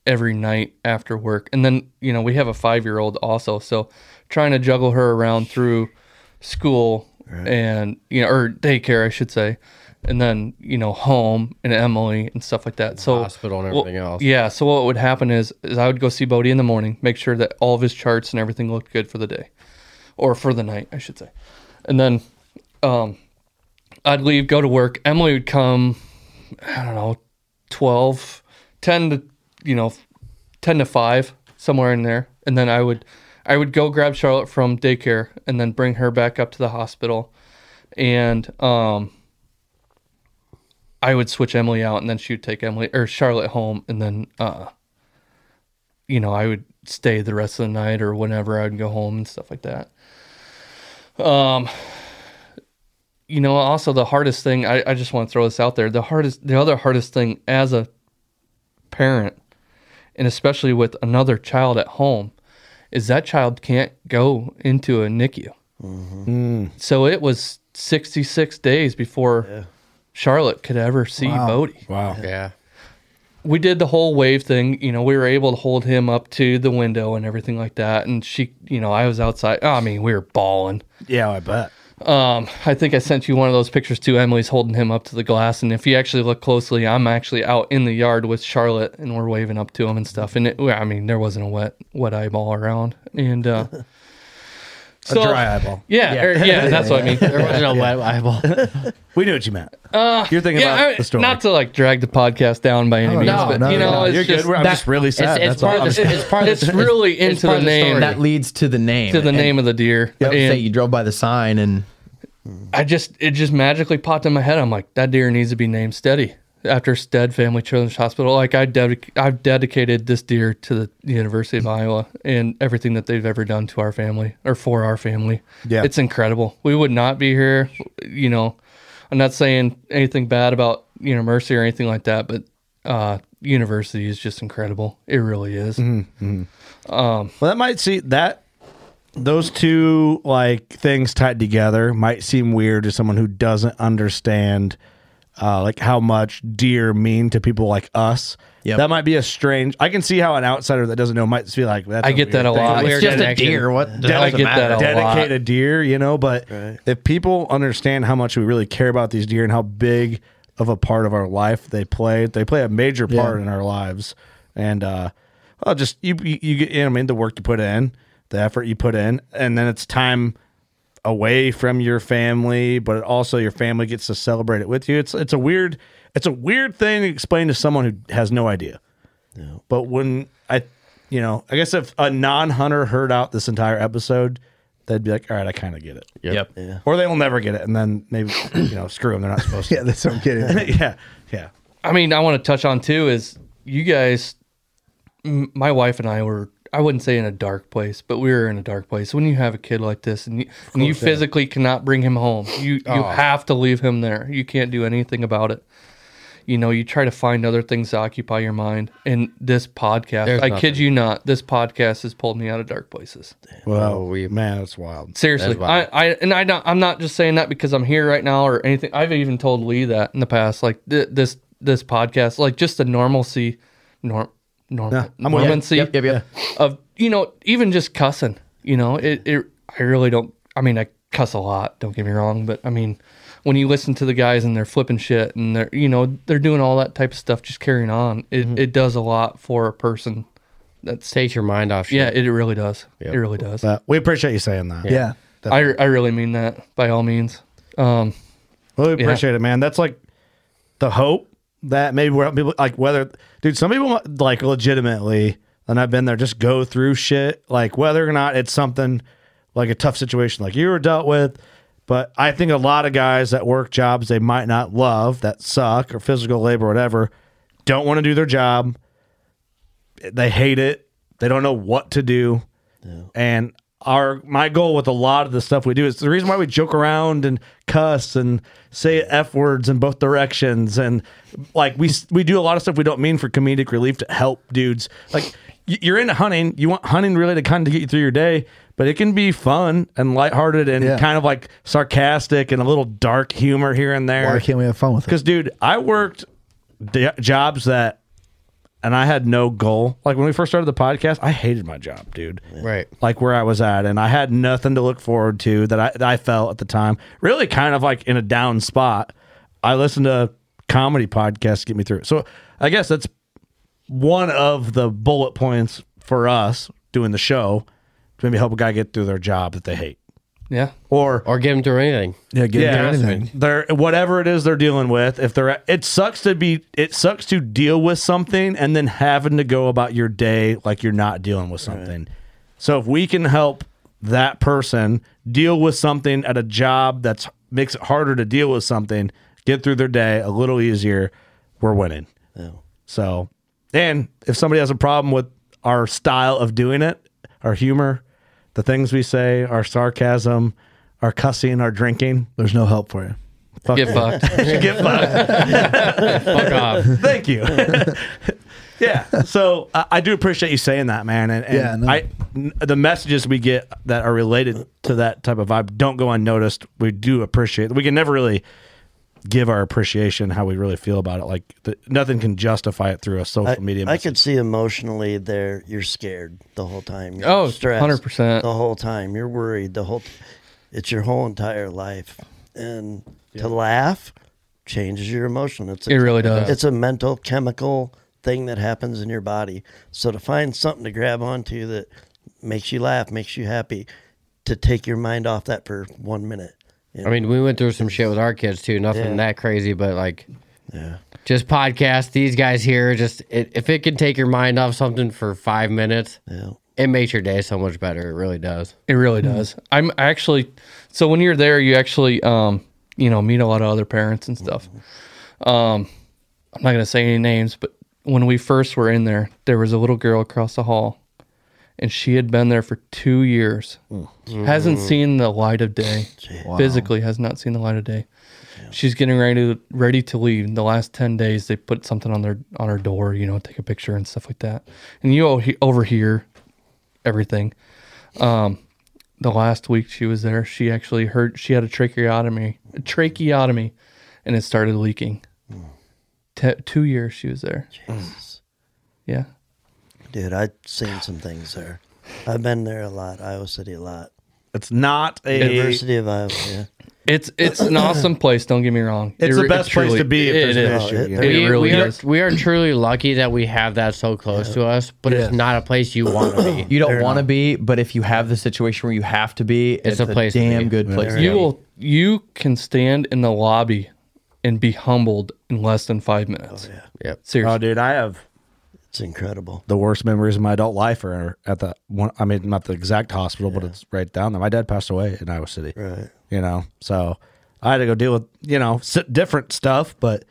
[SPEAKER 7] every night after work. And then you know we have a five year old also, so trying to juggle her around through school and you know or daycare, I should say. And then you know home and Emily and stuff like that. So
[SPEAKER 3] hospital and
[SPEAKER 7] well,
[SPEAKER 3] everything else.
[SPEAKER 7] Yeah. So what would happen is, is I would go see Bodie in the morning, make sure that all of his charts and everything looked good for the day, or for the night, I should say. And then, um, I'd leave, go to work. Emily would come, I don't know, 12, 10 to, you know, 10 to 5, somewhere in there. And then I would, I would go grab Charlotte from daycare and then bring her back up to the hospital. And, um, I would switch Emily out and then she would take Emily or Charlotte home and then uh you know, I would stay the rest of the night or whenever I would go home and stuff like that. Um you know, also the hardest thing I, I just want to throw this out there. The hardest the other hardest thing as a parent and especially with another child at home is that child can't go into a NICU. So it was 66 days before Charlotte could ever see
[SPEAKER 3] Wow.
[SPEAKER 7] Bodie.
[SPEAKER 1] Wow.
[SPEAKER 3] Yeah.
[SPEAKER 7] We did the whole wave thing. You know, we were able to hold him up to the window and everything like that. And she, you know, I was outside. Oh, I mean, we were balling.
[SPEAKER 1] Yeah, I bet.
[SPEAKER 7] Um, I think I sent you one of those pictures too. Emily's holding him up to the glass, and if you actually look closely, I'm actually out in the yard with Charlotte, and we're waving up to him and stuff. And it, well, I mean, there wasn't a wet wet eyeball around, and uh,
[SPEAKER 1] dry eyeball.
[SPEAKER 7] Yeah,
[SPEAKER 1] Yeah.
[SPEAKER 7] or- yeah, that's what I mean.
[SPEAKER 1] There wasn't a wet
[SPEAKER 7] eyeball.
[SPEAKER 1] We knew what you meant.
[SPEAKER 7] Uh,
[SPEAKER 1] You're thinking
[SPEAKER 7] yeah,
[SPEAKER 1] about
[SPEAKER 7] I-
[SPEAKER 1] the story.
[SPEAKER 7] Not to like drag the podcast down by any
[SPEAKER 1] Oh,
[SPEAKER 7] means,
[SPEAKER 1] no,
[SPEAKER 7] but
[SPEAKER 1] no,
[SPEAKER 7] you know,
[SPEAKER 1] no, no.
[SPEAKER 7] it's
[SPEAKER 1] You're good.
[SPEAKER 7] just-
[SPEAKER 1] We're- I'm just really sad. It's- it's That's all. part of the- it's part of the-
[SPEAKER 7] it's really
[SPEAKER 1] it's
[SPEAKER 7] into
[SPEAKER 1] part of
[SPEAKER 7] the
[SPEAKER 1] the story.
[SPEAKER 7] name.
[SPEAKER 1] That
[SPEAKER 4] leads to the name.
[SPEAKER 7] To the
[SPEAKER 4] And-
[SPEAKER 7] name of the deer.
[SPEAKER 4] Yep.
[SPEAKER 7] And
[SPEAKER 4] Say you drove by the sign and
[SPEAKER 7] I just it just magically popped in my head. I'm like, that deer needs to be named Steady after Stead Family Children's Hospital. Like I dedic- I've dedicated this deer to the University of Iowa and everything that they've ever done to our family or for our family.
[SPEAKER 1] Yeah.
[SPEAKER 7] it's incredible. We would not be here, you know. I'm not saying anything bad about you know Mercy or anything like that, but uh, University is just incredible. It really is.
[SPEAKER 4] Mm-hmm.
[SPEAKER 1] Um, well, that might see that those two like things tied together might seem weird to someone who doesn't understand uh, like how much deer mean to people like us. Yeah, That might be a strange. I can see how an outsider that doesn't know might feel like that's
[SPEAKER 7] I
[SPEAKER 1] a
[SPEAKER 7] get
[SPEAKER 1] weird
[SPEAKER 7] that a
[SPEAKER 1] thing.
[SPEAKER 7] lot. It's Weird just a connection. deer. What-
[SPEAKER 1] Dedic-
[SPEAKER 7] I get that a lot.
[SPEAKER 1] dedicate a deer, you know. But if people understand how much we really care about these deer and how big of a part of our life they play, they play a major
[SPEAKER 5] Yeah.
[SPEAKER 1] part in our lives. And uh, well, just you, you, you get, you know, what I mean, the work you put in, the effort you put in, and then it's time away from your family, but also your family gets to celebrate it with you. It's it's a weird, it's a weird thing to explain to someone who has no idea. But when I, you know, I guess if a non-hunter heard out this entire episode, they'd be like, "All right, I kind of get it."
[SPEAKER 4] Yep.
[SPEAKER 1] Or they will never get it, and then maybe you know, screw them. They're not supposed to. yeah,
[SPEAKER 2] that's what I'm
[SPEAKER 1] kidding. yeah, yeah.
[SPEAKER 7] I mean, I want to touch on too is you guys, m- my wife and I were, I wouldn't say in a dark place, but we were in a dark place. When you have a kid like this and you, and you
[SPEAKER 3] course, yeah.
[SPEAKER 7] physically cannot bring him home, you, you
[SPEAKER 3] Oh.
[SPEAKER 7] have to leave him there. You can't do anything about it. You know, you try to find other things to occupy your mind. And this podcast,
[SPEAKER 3] There's
[SPEAKER 7] I
[SPEAKER 3] nothing.
[SPEAKER 7] kid you not, this podcast has pulled me out of dark places.
[SPEAKER 1] Well, man, that's wild.
[SPEAKER 7] Seriously, I, I and I don't, I'm not just saying that because I'm here right now or anything. I've even told Lee that in the past, like th- this this podcast, like just the normalcy, norm, norm
[SPEAKER 1] Yeah, I'm with you.
[SPEAKER 7] normancy
[SPEAKER 1] Yep, yep, yep.
[SPEAKER 7] of you know even just cussing. You know, it, it I really don't I mean I cuss a lot, don't get me wrong, but I mean when you listen to the guys and they're flipping shit and they're you know, they're doing all that type of stuff just carrying on, it,
[SPEAKER 1] Mm-hmm.
[SPEAKER 7] it does a lot for a person that's
[SPEAKER 3] takes your mind off shit.
[SPEAKER 7] Yeah, it, it really does. It really does.
[SPEAKER 1] But we appreciate you saying that.
[SPEAKER 2] Yeah.
[SPEAKER 7] I, I really mean that by all means. Um
[SPEAKER 1] Well, we
[SPEAKER 7] Yeah.
[SPEAKER 1] appreciate it, man. That's like the hope that maybe we're helping people like whether dude, some people like legitimately, and I've been there, just go through shit like whether or not it's something like a tough situation like you were dealt with. But I think a lot of guys that work jobs they might not love that suck or physical labor or whatever don't want to do their job. They hate it. They don't know what to do. And our my goal with a lot of the stuff we do is the reason why we joke around and cuss and say f words in both directions and like we s- we do a lot of stuff we don't mean for comedic relief to help dudes like y- you're into hunting you want hunting related content to get you through your day but it can be fun and lighthearted and
[SPEAKER 2] Yeah.
[SPEAKER 1] kind of like sarcastic and a little dark humor here and there
[SPEAKER 2] Why can't we have fun with it?
[SPEAKER 1] because, dude, I worked d- jobs that, and I had no goal. Like when we first started the podcast, I hated my job, dude.
[SPEAKER 3] Right.
[SPEAKER 1] Like where I was at, and I had nothing to look forward to that I that I felt at the time. Really, kind of like in a down spot. I listened to comedy podcasts to get me through. it. So I guess that's one of the bullet points for us doing the show to maybe help a guy get through their job that they hate
[SPEAKER 7] yeah.
[SPEAKER 1] or
[SPEAKER 3] or give them through anything.
[SPEAKER 2] Yeah, get
[SPEAKER 1] yeah,
[SPEAKER 2] into anything.
[SPEAKER 1] They're whatever it is they're dealing with. If they're, it sucks to be. It sucks to deal with something and then having to go about your day like you're not dealing with something. So if we can help that person deal with something at a job that's makes it harder to deal with something, get through their day a little easier, we're winning. So, and if somebody has a problem with our style of doing it, our humor, the things we say, our sarcasm, our cussing, our drinking,
[SPEAKER 2] There's no help for you.
[SPEAKER 1] fuck
[SPEAKER 7] Get
[SPEAKER 1] you.
[SPEAKER 7] fucked.
[SPEAKER 1] Get fucked.
[SPEAKER 3] Fuck off.
[SPEAKER 1] Thank you. yeah. So I, I do appreciate you saying that, man. And, and
[SPEAKER 2] Yeah, no.
[SPEAKER 1] I, n- the messages we get that are related to that type of vibe don't go unnoticed. We do appreciate. We can never really give our appreciation how we really feel about it. Like the, nothing can justify it through a social
[SPEAKER 6] I,
[SPEAKER 1] media.
[SPEAKER 6] I
[SPEAKER 1] message.
[SPEAKER 6] could see emotionally there you're scared the whole time. You're
[SPEAKER 7] Oh,
[SPEAKER 6] stressed
[SPEAKER 7] 100%.
[SPEAKER 6] the whole time. You're worried the whole it's your whole entire life. And to laugh changes your emotion. It's
[SPEAKER 7] It really does.
[SPEAKER 6] It's a mental chemical thing that happens in your body. So to find something to grab onto that makes you laugh, makes you happy, to take your mind off that for 1 minute. you
[SPEAKER 3] I mean, we went through some shit with our kids too. Nothing
[SPEAKER 6] Yeah.
[SPEAKER 3] that crazy, but like
[SPEAKER 6] Yeah.
[SPEAKER 3] just podcast. These guys here, just it, if it can take your mind off something for five minutes,
[SPEAKER 6] Yeah.
[SPEAKER 3] it makes your day so much better. It really does.
[SPEAKER 7] It really does. I'm I actually so when you're there, you actually um you know meet a lot of other parents and stuff. Um, I'm not gonna say any names, but when we first were in there, there was a little girl across the hall, and she had been there for two years, hasn't seen the light of day. Physically, has not seen the light of day. She's getting ready to, ready to leave. In the last ten days, they put something on their on her door, you know, take a picture and stuff like that. And you o- overhear everything. Um, the last week she was there, she actually heard she had a tracheotomy, a tracheotomy, and it started leaking. Te- two years she was there. Yeah.
[SPEAKER 6] Dude, I've seen some things there. I've been there a lot, Iowa City a lot.
[SPEAKER 1] It's not a.
[SPEAKER 6] University of Iowa, yeah.
[SPEAKER 7] It's it's an awesome place. Don't get me wrong.
[SPEAKER 1] It's
[SPEAKER 7] It
[SPEAKER 1] the
[SPEAKER 7] re-
[SPEAKER 1] best place
[SPEAKER 7] truly-
[SPEAKER 1] to be if
[SPEAKER 7] It
[SPEAKER 1] there's
[SPEAKER 7] is.
[SPEAKER 1] an issue.
[SPEAKER 7] It
[SPEAKER 3] we,
[SPEAKER 7] really
[SPEAKER 3] we
[SPEAKER 7] is.
[SPEAKER 3] Are, we are truly lucky that we have that so close to us, but it's not a place you want to be.
[SPEAKER 4] You don't want to be, but if you have the situation where you have to be, it's,
[SPEAKER 3] a
[SPEAKER 4] a,
[SPEAKER 3] place to
[SPEAKER 4] damn
[SPEAKER 3] be.
[SPEAKER 4] good place. to
[SPEAKER 7] You
[SPEAKER 4] be.
[SPEAKER 7] will. You can stand in the lobby and be humbled in less than five minutes. yeah.
[SPEAKER 3] Yep.
[SPEAKER 7] Seriously.
[SPEAKER 1] Oh, dude, I have
[SPEAKER 6] It's incredible.
[SPEAKER 1] the worst memories of my adult life are at the one. I mean, not the exact hospital, but it's right down there. My dad passed away in Iowa City.
[SPEAKER 6] Right.
[SPEAKER 1] you know. So I had to go deal with you know s- different stuff, but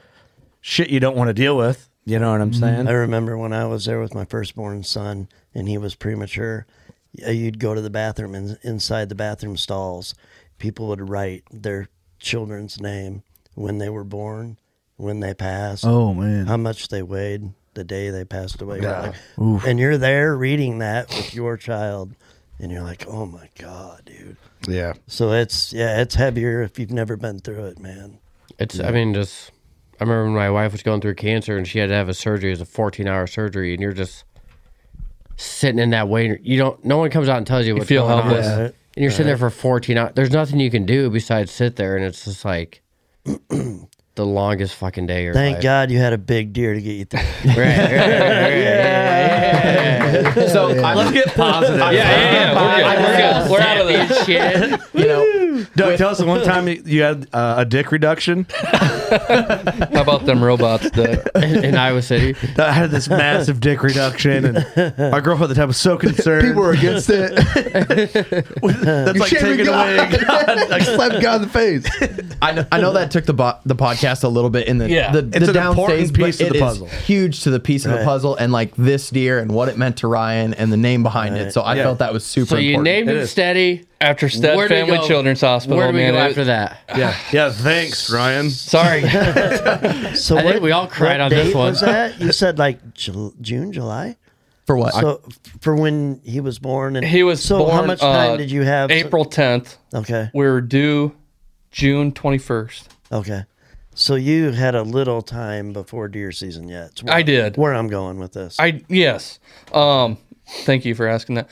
[SPEAKER 1] shit you don't want to deal with. You know
[SPEAKER 2] Mm-hmm.
[SPEAKER 1] what I'm saying?
[SPEAKER 6] I remember when I was there with my firstborn son and he was premature. yeah, You'd go to the bathroom and inside the bathroom stalls, people would write their children's name when they were born, when they passed,
[SPEAKER 2] Oh man.
[SPEAKER 6] how much they weighed the day they passed away. We're like- and you're there reading that with your child, and you're like, oh my God, dude.
[SPEAKER 1] Yeah.
[SPEAKER 6] So it's, yeah, it's heavier if you've never been through it, man.
[SPEAKER 3] It's, I mean, just, I remember when my wife was going through cancer and she had to have a surgery. It was a 14 hour surgery, and you're just sitting in that waiting. You don't. No one comes out and tells you what's
[SPEAKER 7] feel
[SPEAKER 3] going
[SPEAKER 7] helpless.
[SPEAKER 3] on.
[SPEAKER 7] Yeah.
[SPEAKER 3] And you're sitting there for 14 hours. There's nothing you can do besides sit there, and it's just like the longest fucking day. of Your
[SPEAKER 6] Thank
[SPEAKER 3] life.
[SPEAKER 6] God you had a big deer to get you through.
[SPEAKER 3] Right, right, right, right, yeah.
[SPEAKER 4] So I-
[SPEAKER 3] Let's
[SPEAKER 1] get positive.
[SPEAKER 4] I-
[SPEAKER 7] yeah, yeah, we're good.
[SPEAKER 4] I-
[SPEAKER 7] We're
[SPEAKER 4] I-
[SPEAKER 7] good. We're out of this.
[SPEAKER 3] shit.
[SPEAKER 4] You know,
[SPEAKER 1] Doug, tell us the one time you- you had uh, a dick reduction.
[SPEAKER 7] How about them robots, Doug?
[SPEAKER 3] in, in Iowa City.
[SPEAKER 1] I had this massive dick reduction, and my girlfriend at the time was so concerned.
[SPEAKER 2] People were against it.
[SPEAKER 1] That's
[SPEAKER 2] You
[SPEAKER 1] like
[SPEAKER 2] shaved
[SPEAKER 1] taking
[SPEAKER 2] God.
[SPEAKER 1] away.
[SPEAKER 2] I slapped God in the face.
[SPEAKER 4] I know, I know that took the bo- the podcast a little bit in the
[SPEAKER 7] Yeah.
[SPEAKER 4] the, the
[SPEAKER 1] It's an
[SPEAKER 4] down
[SPEAKER 1] important
[SPEAKER 4] phase, but
[SPEAKER 1] piece of
[SPEAKER 4] it
[SPEAKER 1] the
[SPEAKER 4] is
[SPEAKER 1] puzzle.
[SPEAKER 4] huge to the piece of the
[SPEAKER 6] Right.
[SPEAKER 4] puzzle and like this deer and what it meant to Ryan and the name behind it. So I
[SPEAKER 1] Yeah.
[SPEAKER 4] felt that was super.
[SPEAKER 3] So you
[SPEAKER 4] important.
[SPEAKER 3] named
[SPEAKER 1] It
[SPEAKER 3] it,
[SPEAKER 1] is.
[SPEAKER 3] Steady.
[SPEAKER 7] After Stead
[SPEAKER 3] Where do we
[SPEAKER 7] Family
[SPEAKER 3] go-
[SPEAKER 7] Children's Hospital,
[SPEAKER 3] Where do we
[SPEAKER 7] man.
[SPEAKER 3] go
[SPEAKER 7] it-
[SPEAKER 3] after that?
[SPEAKER 1] yeah, yeah. Thanks, Ryan.
[SPEAKER 3] Sorry.
[SPEAKER 6] So
[SPEAKER 3] I think we all cried
[SPEAKER 6] what
[SPEAKER 3] on this
[SPEAKER 6] date
[SPEAKER 3] one.
[SPEAKER 6] Was that you said like Ju- June, July?
[SPEAKER 4] for what?
[SPEAKER 6] So for when he was born, and
[SPEAKER 7] He was
[SPEAKER 6] so
[SPEAKER 7] born.
[SPEAKER 6] how much time
[SPEAKER 7] uh,
[SPEAKER 6] did you have?
[SPEAKER 7] April 10th.
[SPEAKER 6] Okay.
[SPEAKER 7] We were due June 21st.
[SPEAKER 6] Okay. So you had a little time before deer season yet. It's where-
[SPEAKER 7] I did.
[SPEAKER 6] Where I'm going with this.
[SPEAKER 7] I yes. Um, thank you for asking that.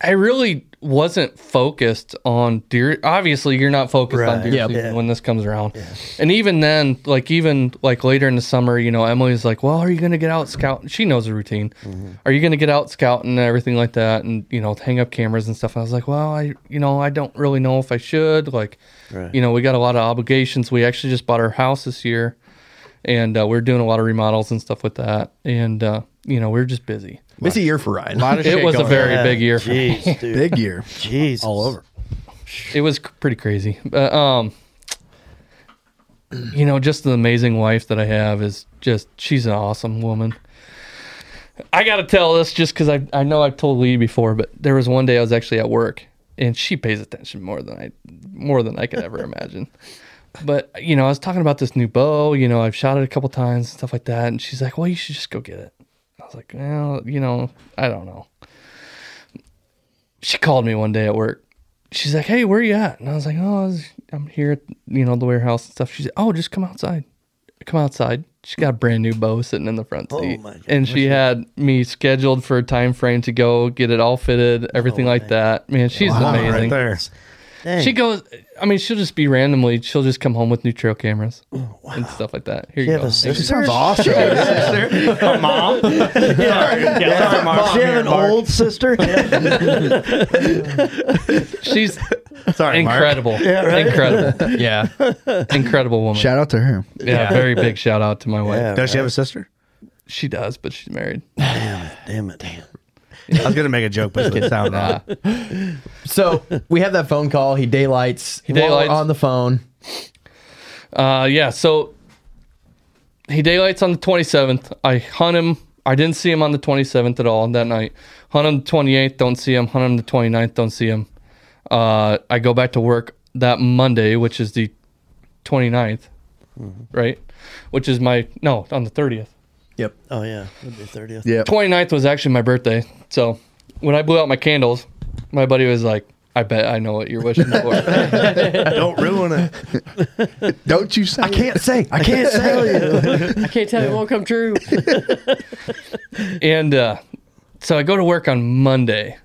[SPEAKER 7] I really wasn't focused on deer. Obviously, you're not focused on
[SPEAKER 6] Right.
[SPEAKER 7] deer
[SPEAKER 4] Yeah.
[SPEAKER 7] season
[SPEAKER 6] Yeah.
[SPEAKER 7] when this comes around. And even then, like even like later in the summer, you know, Emily's like, "Well, are you going to get out scouting?" She knows the routine.
[SPEAKER 6] Mm-hmm.
[SPEAKER 7] Are you going to get out scouting and everything like that, and you know, hang up cameras and stuff? And I was like, "Well, I you know, I don't really know if I should." Like,
[SPEAKER 6] Right.
[SPEAKER 7] you know, we got a lot of obligations. We actually just bought our house this year and uh, we are doing a lot of remodels and stuff with that. And uh, you know, we are just busy.
[SPEAKER 4] busy year for Ryan.
[SPEAKER 7] It was a very
[SPEAKER 6] Yeah,
[SPEAKER 7] big year. For me.
[SPEAKER 6] Jeez, dude.
[SPEAKER 2] Big year.
[SPEAKER 6] Jeez. All over.
[SPEAKER 7] It was c- pretty crazy. But um, you know, just the amazing wife that I have is just she's an awesome woman. I gotta tell this just because I I know I've told Lee before, but there was one day I was actually at work and she pays attention more than I more than I could ever imagine. But you know, I was talking about this new bow. You know, I've shot it a couple times and stuff like that, and she's like, "Well, you should just go get it." I was like, "Well, you know, I don't know." She called me one day at work. She's like, "Hey, where you at?" And I was like, "Oh, I was, I'm here at you know the warehouse and stuff." She's like, "Oh, just come outside." Come outside. She got a brand new bow sitting in the front
[SPEAKER 6] Oh
[SPEAKER 7] seat,
[SPEAKER 6] my God.
[SPEAKER 7] and she had me scheduled for a time frame to go get it all fitted, everything like that. Man, she's amazing.
[SPEAKER 1] Right there.
[SPEAKER 6] Dang.
[SPEAKER 7] She goes. I mean, she'll just be randomly. She'll just come home with new trail cameras and stuff like that. Here
[SPEAKER 6] You
[SPEAKER 7] you
[SPEAKER 6] have
[SPEAKER 7] go.
[SPEAKER 6] a sister.
[SPEAKER 2] awesome.
[SPEAKER 1] mom. yeah, sorry, Mark.
[SPEAKER 6] Do you have an
[SPEAKER 1] Mark.
[SPEAKER 6] old sister?
[SPEAKER 7] She's
[SPEAKER 1] Sorry, Mark.
[SPEAKER 7] incredible, incredible,
[SPEAKER 4] yeah,
[SPEAKER 7] incredible woman.
[SPEAKER 2] Shout out to her.
[SPEAKER 7] yeah, very big shout out to my wife.
[SPEAKER 6] Yeah.
[SPEAKER 1] Does she have a sister?
[SPEAKER 7] She does, but she's married.
[SPEAKER 6] Damn it. Damn.
[SPEAKER 1] I was gonna make a joke, but it didn't sound wrong.
[SPEAKER 4] so we have that phone call. He daylights. He
[SPEAKER 7] daylights.
[SPEAKER 4] on the phone.
[SPEAKER 7] Uh, yeah. So he daylights on the 27th. I hunt him. I didn't see him on the 27th at all that night. Hunt him the 28th. Don't see him. Hunt him the 29th. Don't see him. Uh, I go back to work that Monday, which is the 29th, right? Which is my no on the 30th.
[SPEAKER 4] Yep.
[SPEAKER 6] Oh yeah, it'd be thirtieth.
[SPEAKER 2] Yeah.
[SPEAKER 7] 29th was actually my birthday. So when I blew out my candles, my buddy was like, "I bet I know what you're wishing for."
[SPEAKER 1] Don't ruin it.
[SPEAKER 2] Don't you say
[SPEAKER 4] I can't say. I can't say.
[SPEAKER 3] I can't tell you it won't come true.
[SPEAKER 7] and uh, so I go to work on Monday,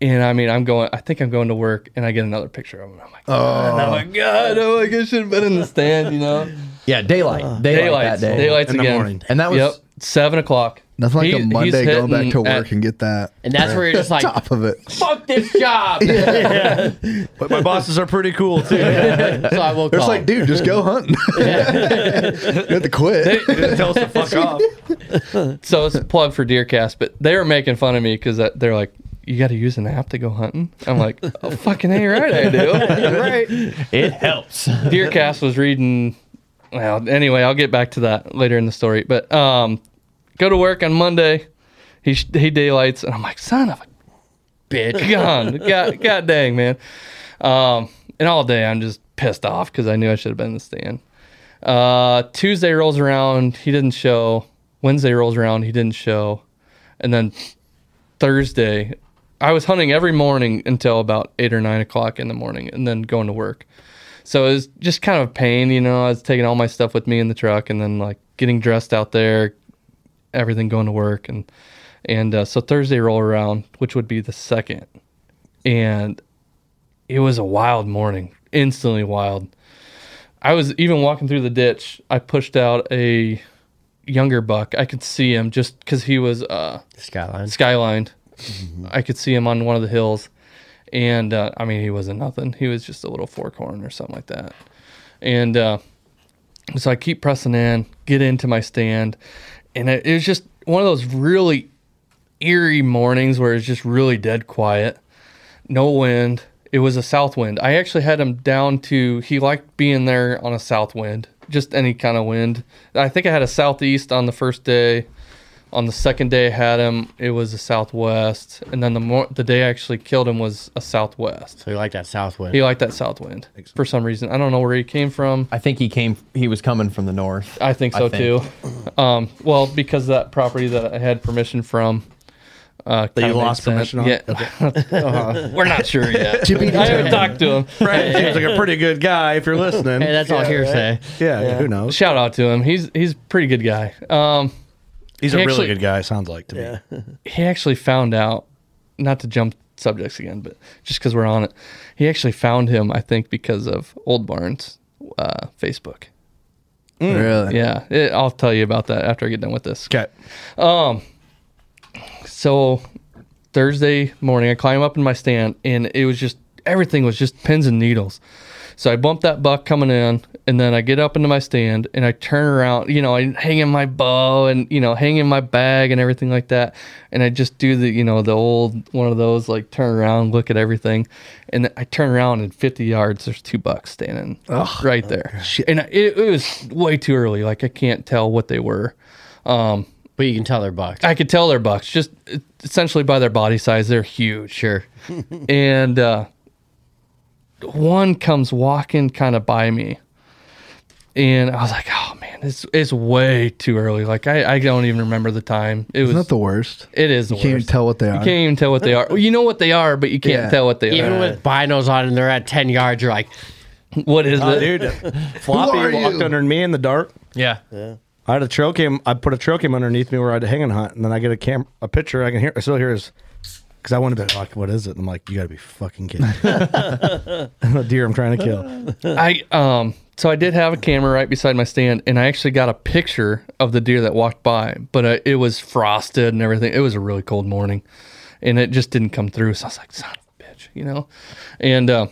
[SPEAKER 7] and I mean, I'm going. I think I'm going to work, and I get another picture of him. I'm like, oh, my god, oh my god, should have been in the stand, you know?
[SPEAKER 4] Yeah, daylight. daylight
[SPEAKER 7] Daylights,
[SPEAKER 4] that day.
[SPEAKER 7] daylights
[SPEAKER 1] Uh, In the
[SPEAKER 7] again.
[SPEAKER 1] morning.
[SPEAKER 4] And that was
[SPEAKER 7] yep, seven o'clock.
[SPEAKER 2] Nothing like
[SPEAKER 7] He-
[SPEAKER 2] a
[SPEAKER 7] he's
[SPEAKER 2] Monday going back
[SPEAKER 7] hitting
[SPEAKER 2] to work
[SPEAKER 7] at-
[SPEAKER 2] and get that
[SPEAKER 3] And that's where you're just like,
[SPEAKER 2] top of it.
[SPEAKER 3] fuck this job.
[SPEAKER 1] But my bosses are pretty cool too.
[SPEAKER 3] So I woke
[SPEAKER 2] It's
[SPEAKER 3] up.
[SPEAKER 2] like, dude, just go hunting. you have to quit.
[SPEAKER 1] Tell us to fuck off.
[SPEAKER 7] so it's a plug for Deercast, but they were making fun of me because they're like, "You got to use an app to go hunting." I'm like, "Oh fucking a right, I do." right.
[SPEAKER 4] It helps.
[SPEAKER 7] Deercast was reading. Well, anyway, I'll get back to that later in the story. But um, go to work on Monday. He sh- he daylights, and I'm like, son of a bitch, gone. God, God dang, man. Um, and all day I'm just pissed off because I knew I should have been in the stand. Uh, Tuesday rolls around, he didn't show. Wednesday rolls around, he didn't show. And then Thursday, I was hunting every morning until about eight or nine o'clock in the morning, and then going to work. So it was just kind of a pain, you know. I was taking all my stuff with me in the truck and then like getting dressed out there, everything going to work and And uh, so Thursday rolled around, which would be the second. And it was a wild morning, instantly wild. I was even walking through the ditch. I pushed out a younger buck. I could see him just because he was uh,
[SPEAKER 3] skylined.
[SPEAKER 7] Skylined. I could see him on one of the hills, and uh, I mean he wasn't nothing. He was just a little fork horn or something like that. And uh, so I keep pressing in, get into my stand, and it, it was just one of those really eerie mornings where it's just really dead quiet, no wind. It was a south wind. I actually had him down to he liked being there on a south wind, just any kind of wind. I think I had a southeast on the first day. On the second day I had him, it was a southwest, and then the mor- the day I actually killed him was a southwest.
[SPEAKER 3] So he liked that south wind.
[SPEAKER 7] He liked that south wind for some reason. I don't know where he came from.
[SPEAKER 4] I think he came. He was coming from the north.
[SPEAKER 7] I think
[SPEAKER 4] I
[SPEAKER 7] so
[SPEAKER 4] think.
[SPEAKER 7] too. Um, well, because that property that I had permission from. Uh,
[SPEAKER 1] That you
[SPEAKER 7] kinda made
[SPEAKER 1] lost
[SPEAKER 7] sense.
[SPEAKER 1] permission on?
[SPEAKER 7] Yeah.
[SPEAKER 1] Uh-huh.
[SPEAKER 7] We're not sure yet.
[SPEAKER 1] To be
[SPEAKER 7] I haven't
[SPEAKER 1] determined.
[SPEAKER 7] talked to him.
[SPEAKER 1] Right. Seems like a pretty good guy if you're listening.
[SPEAKER 7] Hey, that's all
[SPEAKER 1] Yeah,
[SPEAKER 7] hearsay.
[SPEAKER 1] right. Yeah, who knows?
[SPEAKER 7] Shout out to him. He's he's a pretty good guy. Um,
[SPEAKER 1] He's a
[SPEAKER 7] he
[SPEAKER 1] really
[SPEAKER 7] actually-
[SPEAKER 1] good guy, it sounds like to me.
[SPEAKER 7] he actually found out not to jump subjects again but just because we're on it he actually found him i think because of old barnes uh, facebook
[SPEAKER 2] Mm. Really?
[SPEAKER 7] yeah it, i'll tell you about that after i get done with this okay um so thursday morning i climb up in my stand and it was just everything was just pins and needles so i bumped that buck coming in and then i get up into my stand and i turn around you know i hang in my bow and you know hang in my bag and everything like that and i just do the you know the old one of those like turn around look at everything and i turn around and 50 yards there's two bucks standing
[SPEAKER 1] Ugh.
[SPEAKER 7] right there and I, it, it was way too early like i can't tell what they were um
[SPEAKER 3] but you can tell they're bucks
[SPEAKER 7] i could tell they're bucks just uh, essentially by their body size they're huge sure and uh one comes walking kind of by me and i was like oh man it's it's way too early like i i don't even remember the time it was
[SPEAKER 2] Isn't that the worst?
[SPEAKER 7] it is the
[SPEAKER 2] You can't even
[SPEAKER 7] worst.
[SPEAKER 2] tell what they
[SPEAKER 7] you
[SPEAKER 2] are.
[SPEAKER 7] can't even tell what they are well, you know what they are but you can't
[SPEAKER 2] Yeah.
[SPEAKER 7] tell what they are
[SPEAKER 3] Even with binos on and they're at 10 yards, you're like,
[SPEAKER 7] what is
[SPEAKER 1] Oh,
[SPEAKER 7] it
[SPEAKER 1] dude, Floppy walked under me in the dark.
[SPEAKER 3] yeah.
[SPEAKER 6] Yeah.
[SPEAKER 1] I had a trail cam. I put a trail cam underneath me where I'd hang and hunt, and then I get a cam, a picture. I can hear. I still hear his. Because I went to bed like, what is it? And I'm like, you gotta be fucking kidding. me." the deer I'm trying to kill.
[SPEAKER 7] I um so I did have a camera right beside my stand, and I actually got a picture of the deer that walked by, but uh, it was frosted and everything. It was a really cold morning, and it just didn't come through. So I was like, "Son of a bitch," you know. And uh,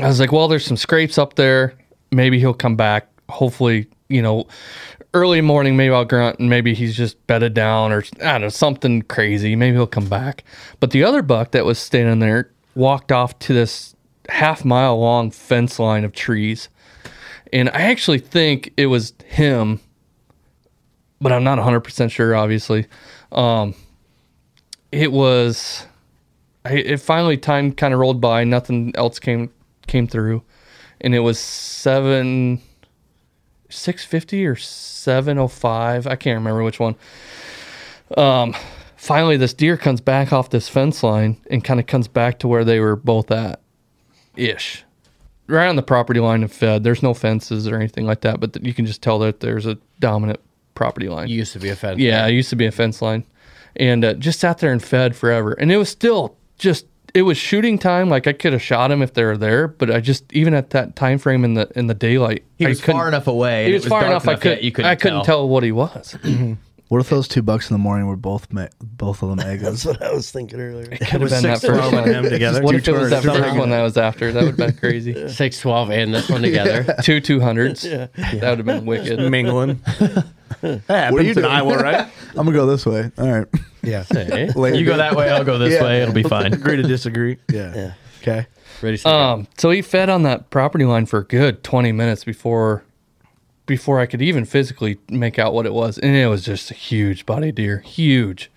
[SPEAKER 7] I was like, "Well, there's some scrapes up there. Maybe he'll come back. Hopefully, you know, early morning. Maybe I'll grunt, and maybe he's just bedded down, or I don't know, something crazy. Maybe he'll come back." But the other buck that was standing there walked off to this half mile long fence line of trees. And I actually think it was him, but I'm not 100% sure, obviously. Um, it was, I, it finally, time kind of rolled by. Nothing else came, came through. And it was seven, 650 or 705. I can't remember which one um, finally this deer comes back off this fence line and kind of comes back to where they were both at ish right on the property line of fed there's no fences or anything like that but you can just tell that there's a dominant property line
[SPEAKER 3] Used to be a fence.
[SPEAKER 7] yeah, it used to be a fence line, and uh, just sat there and fed forever. And it was still just it was shooting time. Like I could have shot him if they were there, but I just even at that time frame in the in the daylight,
[SPEAKER 4] He
[SPEAKER 7] I
[SPEAKER 4] was far
[SPEAKER 7] couldn't-
[SPEAKER 4] enough away.
[SPEAKER 7] He
[SPEAKER 4] and
[SPEAKER 7] was,
[SPEAKER 4] it was
[SPEAKER 7] far
[SPEAKER 4] dark
[SPEAKER 7] enough. I
[SPEAKER 4] enough
[SPEAKER 7] could
[SPEAKER 4] that you couldn't
[SPEAKER 7] I couldn't
[SPEAKER 4] tell.
[SPEAKER 7] tell what he was.
[SPEAKER 2] What if those two bucks in the morning were both ma- both of them egos?
[SPEAKER 6] That's what I was thinking earlier.
[SPEAKER 7] Could have
[SPEAKER 1] was
[SPEAKER 7] been that
[SPEAKER 1] six
[SPEAKER 7] first
[SPEAKER 1] of 'em and
[SPEAKER 7] one.
[SPEAKER 1] him together.
[SPEAKER 7] What
[SPEAKER 1] Two
[SPEAKER 7] if it was that
[SPEAKER 1] tourists.
[SPEAKER 7] first one that was after? That would have been crazy.
[SPEAKER 3] 612 and this one together.
[SPEAKER 7] Two two hundreds. That would have been wicked.
[SPEAKER 1] Mingling. That happens in Iowa, right?
[SPEAKER 2] I'm gonna go this way. All right.
[SPEAKER 1] Yeah.
[SPEAKER 3] Hey.
[SPEAKER 2] Later.
[SPEAKER 4] You go that way. I'll go this way. It'll be fine.
[SPEAKER 1] Agree to disagree. Yeah.
[SPEAKER 6] Yeah.
[SPEAKER 1] Okay.
[SPEAKER 3] Ready, set, go.
[SPEAKER 7] Um, so he fed on that property line for a good twenty minutes before before I could even physically make out what it was, and it was just a huge body deer, huge,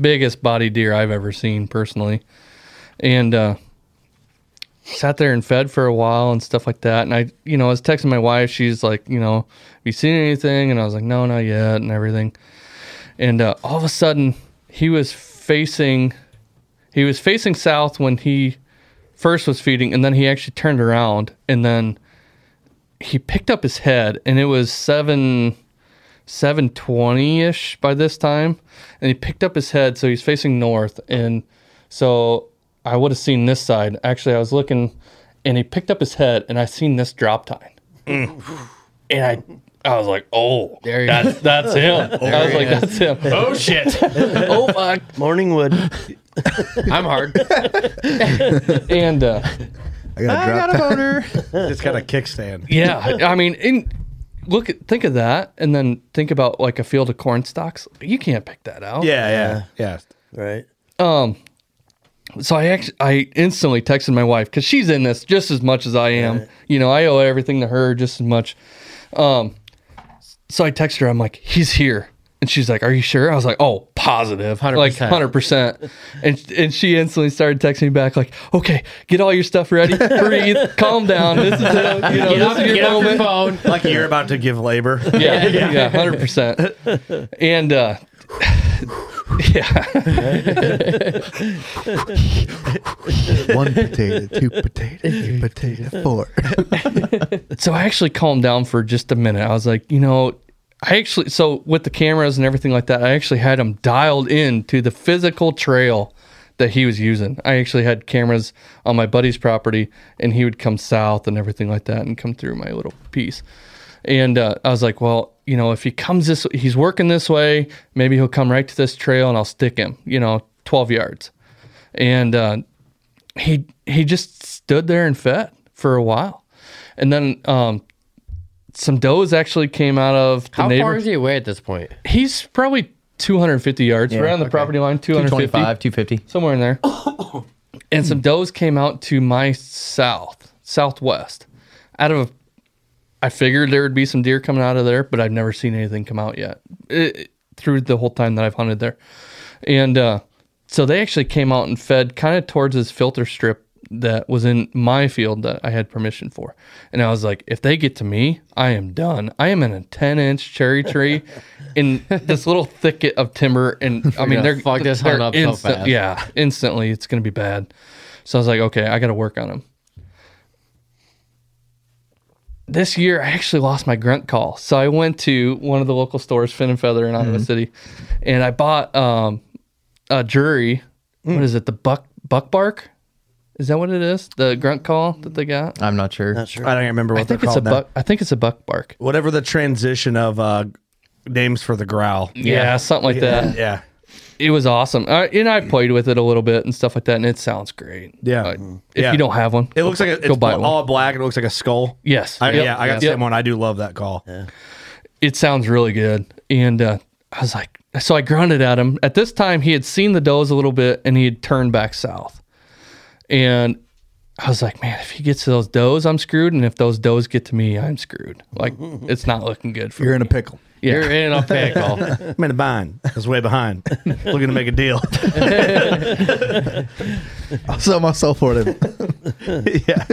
[SPEAKER 7] biggest body deer I've ever seen personally, and uh, sat there and fed for a while and stuff like that. And I, you know, I was texting my wife. She's like, you know, have you seen anything? And I was like, no, not yet, and everything. And uh, all of a sudden, he was facing he was facing south when he first was feeding and then he actually turned around and then he picked up his head and it was seven 720 ish by this time. And he picked up his head, so he's facing north. And so I would have seen this side. Actually, I was looking and he picked up his head, and I seen this drop time. Mm. And I, I was like, oh,
[SPEAKER 3] There you
[SPEAKER 7] that's,
[SPEAKER 3] go.
[SPEAKER 7] that's him. I
[SPEAKER 3] There
[SPEAKER 7] was
[SPEAKER 3] he
[SPEAKER 7] like,
[SPEAKER 3] is.
[SPEAKER 7] that's him. Oh, shit. oh, fuck.
[SPEAKER 6] Morning wood.
[SPEAKER 7] I'm hard. and uh,
[SPEAKER 2] I got a drop.
[SPEAKER 4] boner.
[SPEAKER 1] it's got a kickstand.
[SPEAKER 7] yeah, I mean, in, look, at, think of that, and then think about like a field of corn stalks. You can't pick that out.
[SPEAKER 1] Yeah, yeah, yeah.
[SPEAKER 6] Right.
[SPEAKER 7] Um. So I actually I instantly texted my wife because she's in this just as much as I am. You know, I owe everything to her just as much. Um. So I texted her. I'm like, he's here. And she's like, "Are you sure?" I was like, "Oh, positive, 100%. like
[SPEAKER 3] 100%.
[SPEAKER 7] hundred percent." And and she instantly started texting me back, like, "Okay, get all your stuff ready, breathe, calm down. This is it. You
[SPEAKER 3] Get
[SPEAKER 7] know, this
[SPEAKER 3] off,
[SPEAKER 7] is your
[SPEAKER 3] get off your
[SPEAKER 7] moment."
[SPEAKER 3] phone.
[SPEAKER 1] Like you're about to give labor.
[SPEAKER 7] yeah, yeah, hundred percent. And uh, yeah,
[SPEAKER 2] One potato, two potato, three potato, four.
[SPEAKER 7] so I actually calmed down for just a minute. I was like, you know, I actually so with the cameras and everything like that, I actually had him dialed in to the physical trail that he was using. I actually had cameras on my buddy's property, and he would come south and everything like that, and come through my little piece. And uh, I was like, well, you know, if he comes this, he's working this way. Maybe he'll come right to this trail, and I'll stick him. You know, twelve yards. And uh, he he just stood there and fed for a while, and then um, some does actually came out of the
[SPEAKER 3] How
[SPEAKER 7] neighbor.
[SPEAKER 3] far is he away at this point?
[SPEAKER 7] He's probably 250 yards right on the property line, 250,
[SPEAKER 4] 225, 250.
[SPEAKER 7] somewhere in there. and some does came out to my south, southwest, out of. I figured there would be some deer coming out of there, but I've never seen anything come out yet eh, through the whole time that I've hunted there. And uh, so they actually came out and fed kind of towards this filter strip that was in my field that I had permission for. And I was like, if they get to me, I am done. I am in a 10 inch cherry tree in this little thicket of timber. And I mean,
[SPEAKER 3] gonna
[SPEAKER 7] they're
[SPEAKER 3] fuck this
[SPEAKER 7] they're
[SPEAKER 3] hunt up so fast.
[SPEAKER 7] Yeah, instantly it's going to be bad. So I was like, okay, I got to work on him. This year, I actually lost my grunt call. So I went to one of the local stores, Fin and Feather in Iowa
[SPEAKER 1] Mm-hmm.
[SPEAKER 7] City, and I bought um, a jury.
[SPEAKER 1] Mm.
[SPEAKER 7] What is it? The buck buck bark? Is that what it is? The grunt call that they got?
[SPEAKER 4] I'm not sure.
[SPEAKER 6] Not sure.
[SPEAKER 1] I don't remember what
[SPEAKER 7] I think
[SPEAKER 1] they're
[SPEAKER 7] it's a
[SPEAKER 1] called now.
[SPEAKER 7] buck. I think it's a buck bark.
[SPEAKER 1] Whatever the transition of uh, names for the growl.
[SPEAKER 7] Yeah, something like that.
[SPEAKER 1] Yeah.
[SPEAKER 7] It was awesome, I, and I played with it a little bit and stuff like that, and it sounds great.
[SPEAKER 1] Yeah.
[SPEAKER 7] Like,
[SPEAKER 1] Mhm.
[SPEAKER 7] if
[SPEAKER 1] Yeah.
[SPEAKER 7] you don't have one,
[SPEAKER 1] It looks like a, it's
[SPEAKER 7] go buy one.
[SPEAKER 1] all black. and It looks like a skull.
[SPEAKER 7] Yes.
[SPEAKER 1] I,
[SPEAKER 7] Yep.
[SPEAKER 1] Yeah, I got the
[SPEAKER 7] Yep.
[SPEAKER 1] same one. I do love that call.
[SPEAKER 7] it sounds really good. And uh, I was like, so I grunted at him. At this time, he had seen the does a little bit and he had turned back south. And I was like, man, if he gets to those does, I'm screwed. And if those does get to me, I'm screwed. Like, it's not looking good for
[SPEAKER 2] You're
[SPEAKER 7] me.
[SPEAKER 2] in a pickle.
[SPEAKER 7] Yeah.
[SPEAKER 3] You're in a pickle.
[SPEAKER 1] I'm in a bind. I was way behind. Looking to make a deal.
[SPEAKER 2] I'll sell myself for it.
[SPEAKER 1] yeah.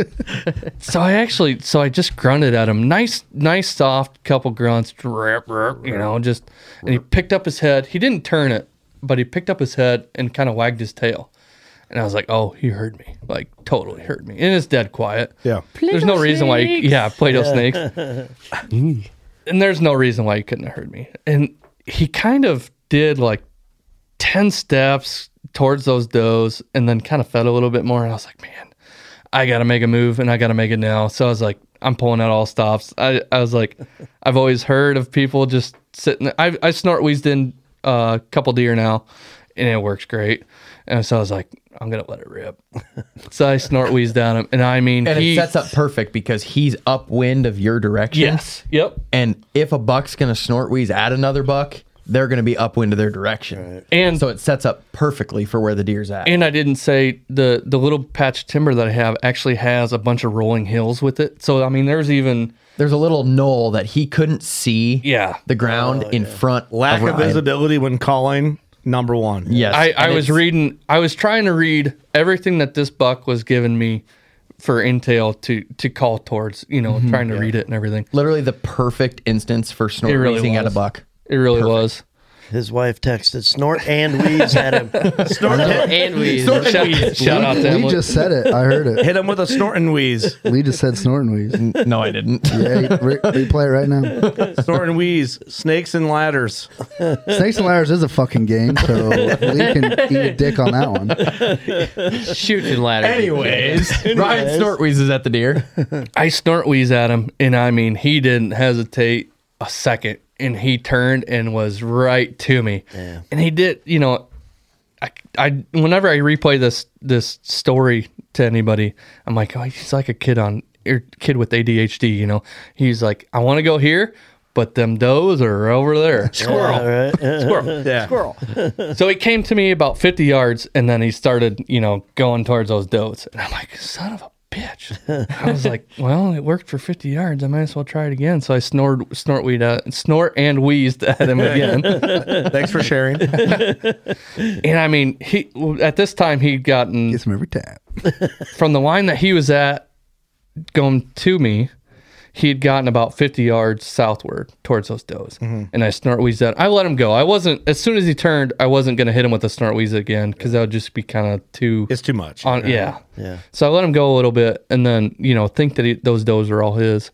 [SPEAKER 7] so I actually, so I just grunted at him. Nice, nice, soft couple grunts. drip, drip, You know, just, and he picked up his head. He didn't turn it, but he picked up his head and kind of wagged his tail. And I was like, oh, he heard me. Like, totally heard me. And it's dead quiet.
[SPEAKER 1] Yeah.
[SPEAKER 7] There's no reason why, he, yeah, Play Doh snakes. and there's no reason why he couldn't have heard me. And he kind of did like 10 steps towards those does and then kind of fed a little bit more. And I was like, man, I got to make a move and I got to make it now. So I was like, I'm pulling out all stops. I, I was like, I've always heard of people just sitting there. I, I snort wheezed in uh, a couple deer now and it works great. And so I was like, I'm going to let it rip. so I snort wheezed down him. And I mean,
[SPEAKER 4] And
[SPEAKER 7] he,
[SPEAKER 4] it sets up perfect because he's upwind of your direction.
[SPEAKER 7] Yes. Yep.
[SPEAKER 4] And if a buck's going to snort wheeze at another buck, they're going to be upwind of their direction.
[SPEAKER 7] And
[SPEAKER 4] So it sets up perfectly for where the deer's at.
[SPEAKER 7] And I didn't say the the little patch of timber that I have actually has a bunch of rolling hills with it. So I mean, there's even
[SPEAKER 4] There's a little knoll that he couldn't see
[SPEAKER 7] yeah.
[SPEAKER 4] the ground in front.
[SPEAKER 1] Oh, Lack of
[SPEAKER 4] Ryan.
[SPEAKER 1] visibility when calling, number one.
[SPEAKER 4] Yes.
[SPEAKER 7] I, I
[SPEAKER 4] And
[SPEAKER 7] was
[SPEAKER 4] it's-
[SPEAKER 7] reading. I was trying to read everything that this buck was giving me for intel to to call towards. You know,
[SPEAKER 4] Mm-hmm.
[SPEAKER 7] trying to read it and everything.
[SPEAKER 4] literally the perfect instance for snort
[SPEAKER 7] It really
[SPEAKER 4] wheezing at a
[SPEAKER 7] was.
[SPEAKER 4] buck.
[SPEAKER 7] It really was.
[SPEAKER 6] His wife texted snort and wheeze at him.
[SPEAKER 1] Snort and wheeze. Snort and wheeze. Shout out to
[SPEAKER 2] Lee
[SPEAKER 1] Emily.
[SPEAKER 2] just said it. I heard it.
[SPEAKER 1] Hit him with a snort and wheeze.
[SPEAKER 2] Lee just said snort and wheeze.
[SPEAKER 4] No, I didn't.
[SPEAKER 2] Yeah, re- replay it right now.
[SPEAKER 1] Snort and wheeze. Snakes and ladders.
[SPEAKER 2] Snakes and Ladders is a fucking game, so Lee can eat a dick on that one.
[SPEAKER 3] Shooting ladder.
[SPEAKER 4] Anyways, Ryan Snort wheezes at the deer.
[SPEAKER 7] I snort wheeze at him, and I mean, he didn't hesitate a second, and he turned and was right to me. And he did, you know, I, I whenever I replay this this story to anybody, I'm like, oh, he's like a kid on or kid with ADHD, you know. He's like, I want to go here, but them does are over there. Squirrel, squirrel,
[SPEAKER 1] Yeah.
[SPEAKER 7] squirrel. so he came to me about 50 yards, and then he started, you know, going towards those does, and I'm like, son of a bitch. I was like, well, it worked for 50 yards. I might as well try it again. So I snored, snort weed, at, snort and wheezed at him again.
[SPEAKER 1] Thanks for sharing.
[SPEAKER 7] And I mean, he at this time he'd gotten
[SPEAKER 2] gets him every time
[SPEAKER 7] from the line that he was at going to me. He had gotten about 50 yards southward towards those does, and I snort wheezed at. I let him go. I wasn't as soon as he turned. I wasn't going to hit him with a snort wheeze again because that would just be kind of too.
[SPEAKER 1] It's too much.
[SPEAKER 7] On, yeah.
[SPEAKER 6] Yeah.
[SPEAKER 7] So I let him go a little bit, and then you know think that he, those does are all his,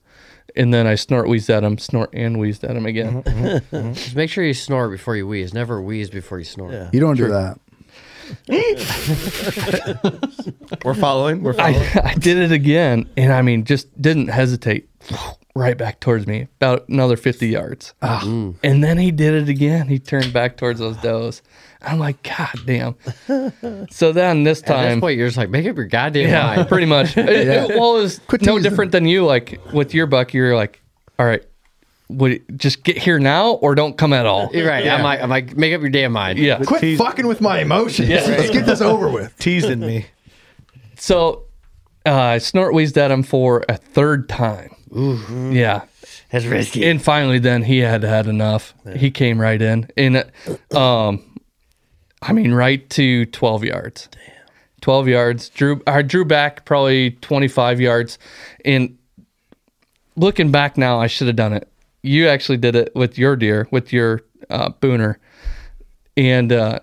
[SPEAKER 7] and then I snort wheezed at him, snort and wheezed at him again.
[SPEAKER 3] Mm-hmm. Just make sure you snore before you wheeze. Never wheeze before you snore.
[SPEAKER 2] You don't do that.
[SPEAKER 1] We're following. We're following.
[SPEAKER 7] I, I did it again, and I mean, just didn't hesitate. Right back towards me, about another fifty yards,
[SPEAKER 3] Ah.
[SPEAKER 7] and then he did it again. He turned back towards those does. I'm like, God damn! So then this
[SPEAKER 3] At this
[SPEAKER 7] time,
[SPEAKER 3] point, you're just like, make up your goddamn
[SPEAKER 7] yeah,
[SPEAKER 3] mind.
[SPEAKER 7] pretty much. It, it- well, it was no different than you. Like with your buck, you're like, all right, would just get here now or don't come at all.
[SPEAKER 3] You're right. I'm like, I'm like, make up your damn mind.
[SPEAKER 7] Yeah.
[SPEAKER 4] Quit fucking with my emotions. Let's get this over with.
[SPEAKER 1] Teasing me.
[SPEAKER 7] So uh, I snort wheezed at him for a third time. Yeah.
[SPEAKER 3] That's risky.
[SPEAKER 7] And finally, then he had had enough. He came right in, and uh, um, I mean, right to twelve yards. Damn. Twelve yards. Drew. I drew back probably twenty-five yards, and looking back now, I should have done it. You actually did it with your deer, with your uh, booner, and uh,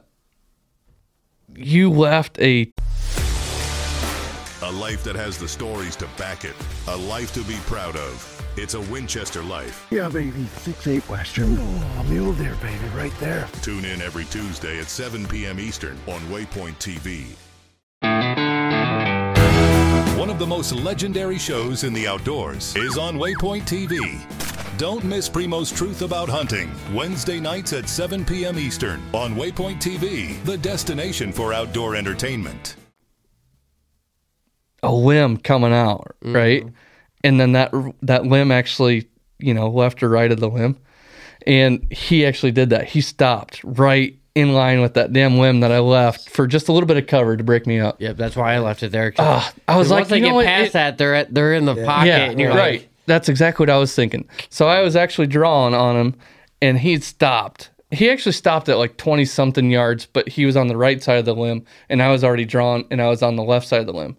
[SPEAKER 7] you left a
[SPEAKER 11] A life that has the stories to back it. A life to be proud of. It's a Winchester life.
[SPEAKER 12] Yeah, baby. Six eight Western. Oh, mule deer, baby, right there.
[SPEAKER 11] Tune in every Tuesday at 7 p.m. Eastern on Waypoint TV. One of the most legendary shows in the outdoors is on Waypoint TV. Don't miss Primo's Truth About Hunting, Wednesday nights at 7 p.m. Eastern on Waypoint TV, the destination for outdoor entertainment.
[SPEAKER 7] a limb coming out, right? And then that that limb actually, you know, left or right of the limb, and he actually did that. He stopped right in line with that damn limb that I left for just a little bit of cover to break me up.
[SPEAKER 3] Yep, that's why I left it there.
[SPEAKER 7] Ah, I was like,
[SPEAKER 3] once they
[SPEAKER 7] you know
[SPEAKER 3] get
[SPEAKER 7] what,
[SPEAKER 3] past
[SPEAKER 7] it-
[SPEAKER 3] that, they're at, they're in the pocket, and you're
[SPEAKER 7] right.
[SPEAKER 3] like,
[SPEAKER 7] That's exactly what I was thinking. So I was actually drawing on him, and he'd stopped. He actually stopped at like twenty something yards, but he was on the right side of the limb, and I was already drawn, and I was on the left side of the limb,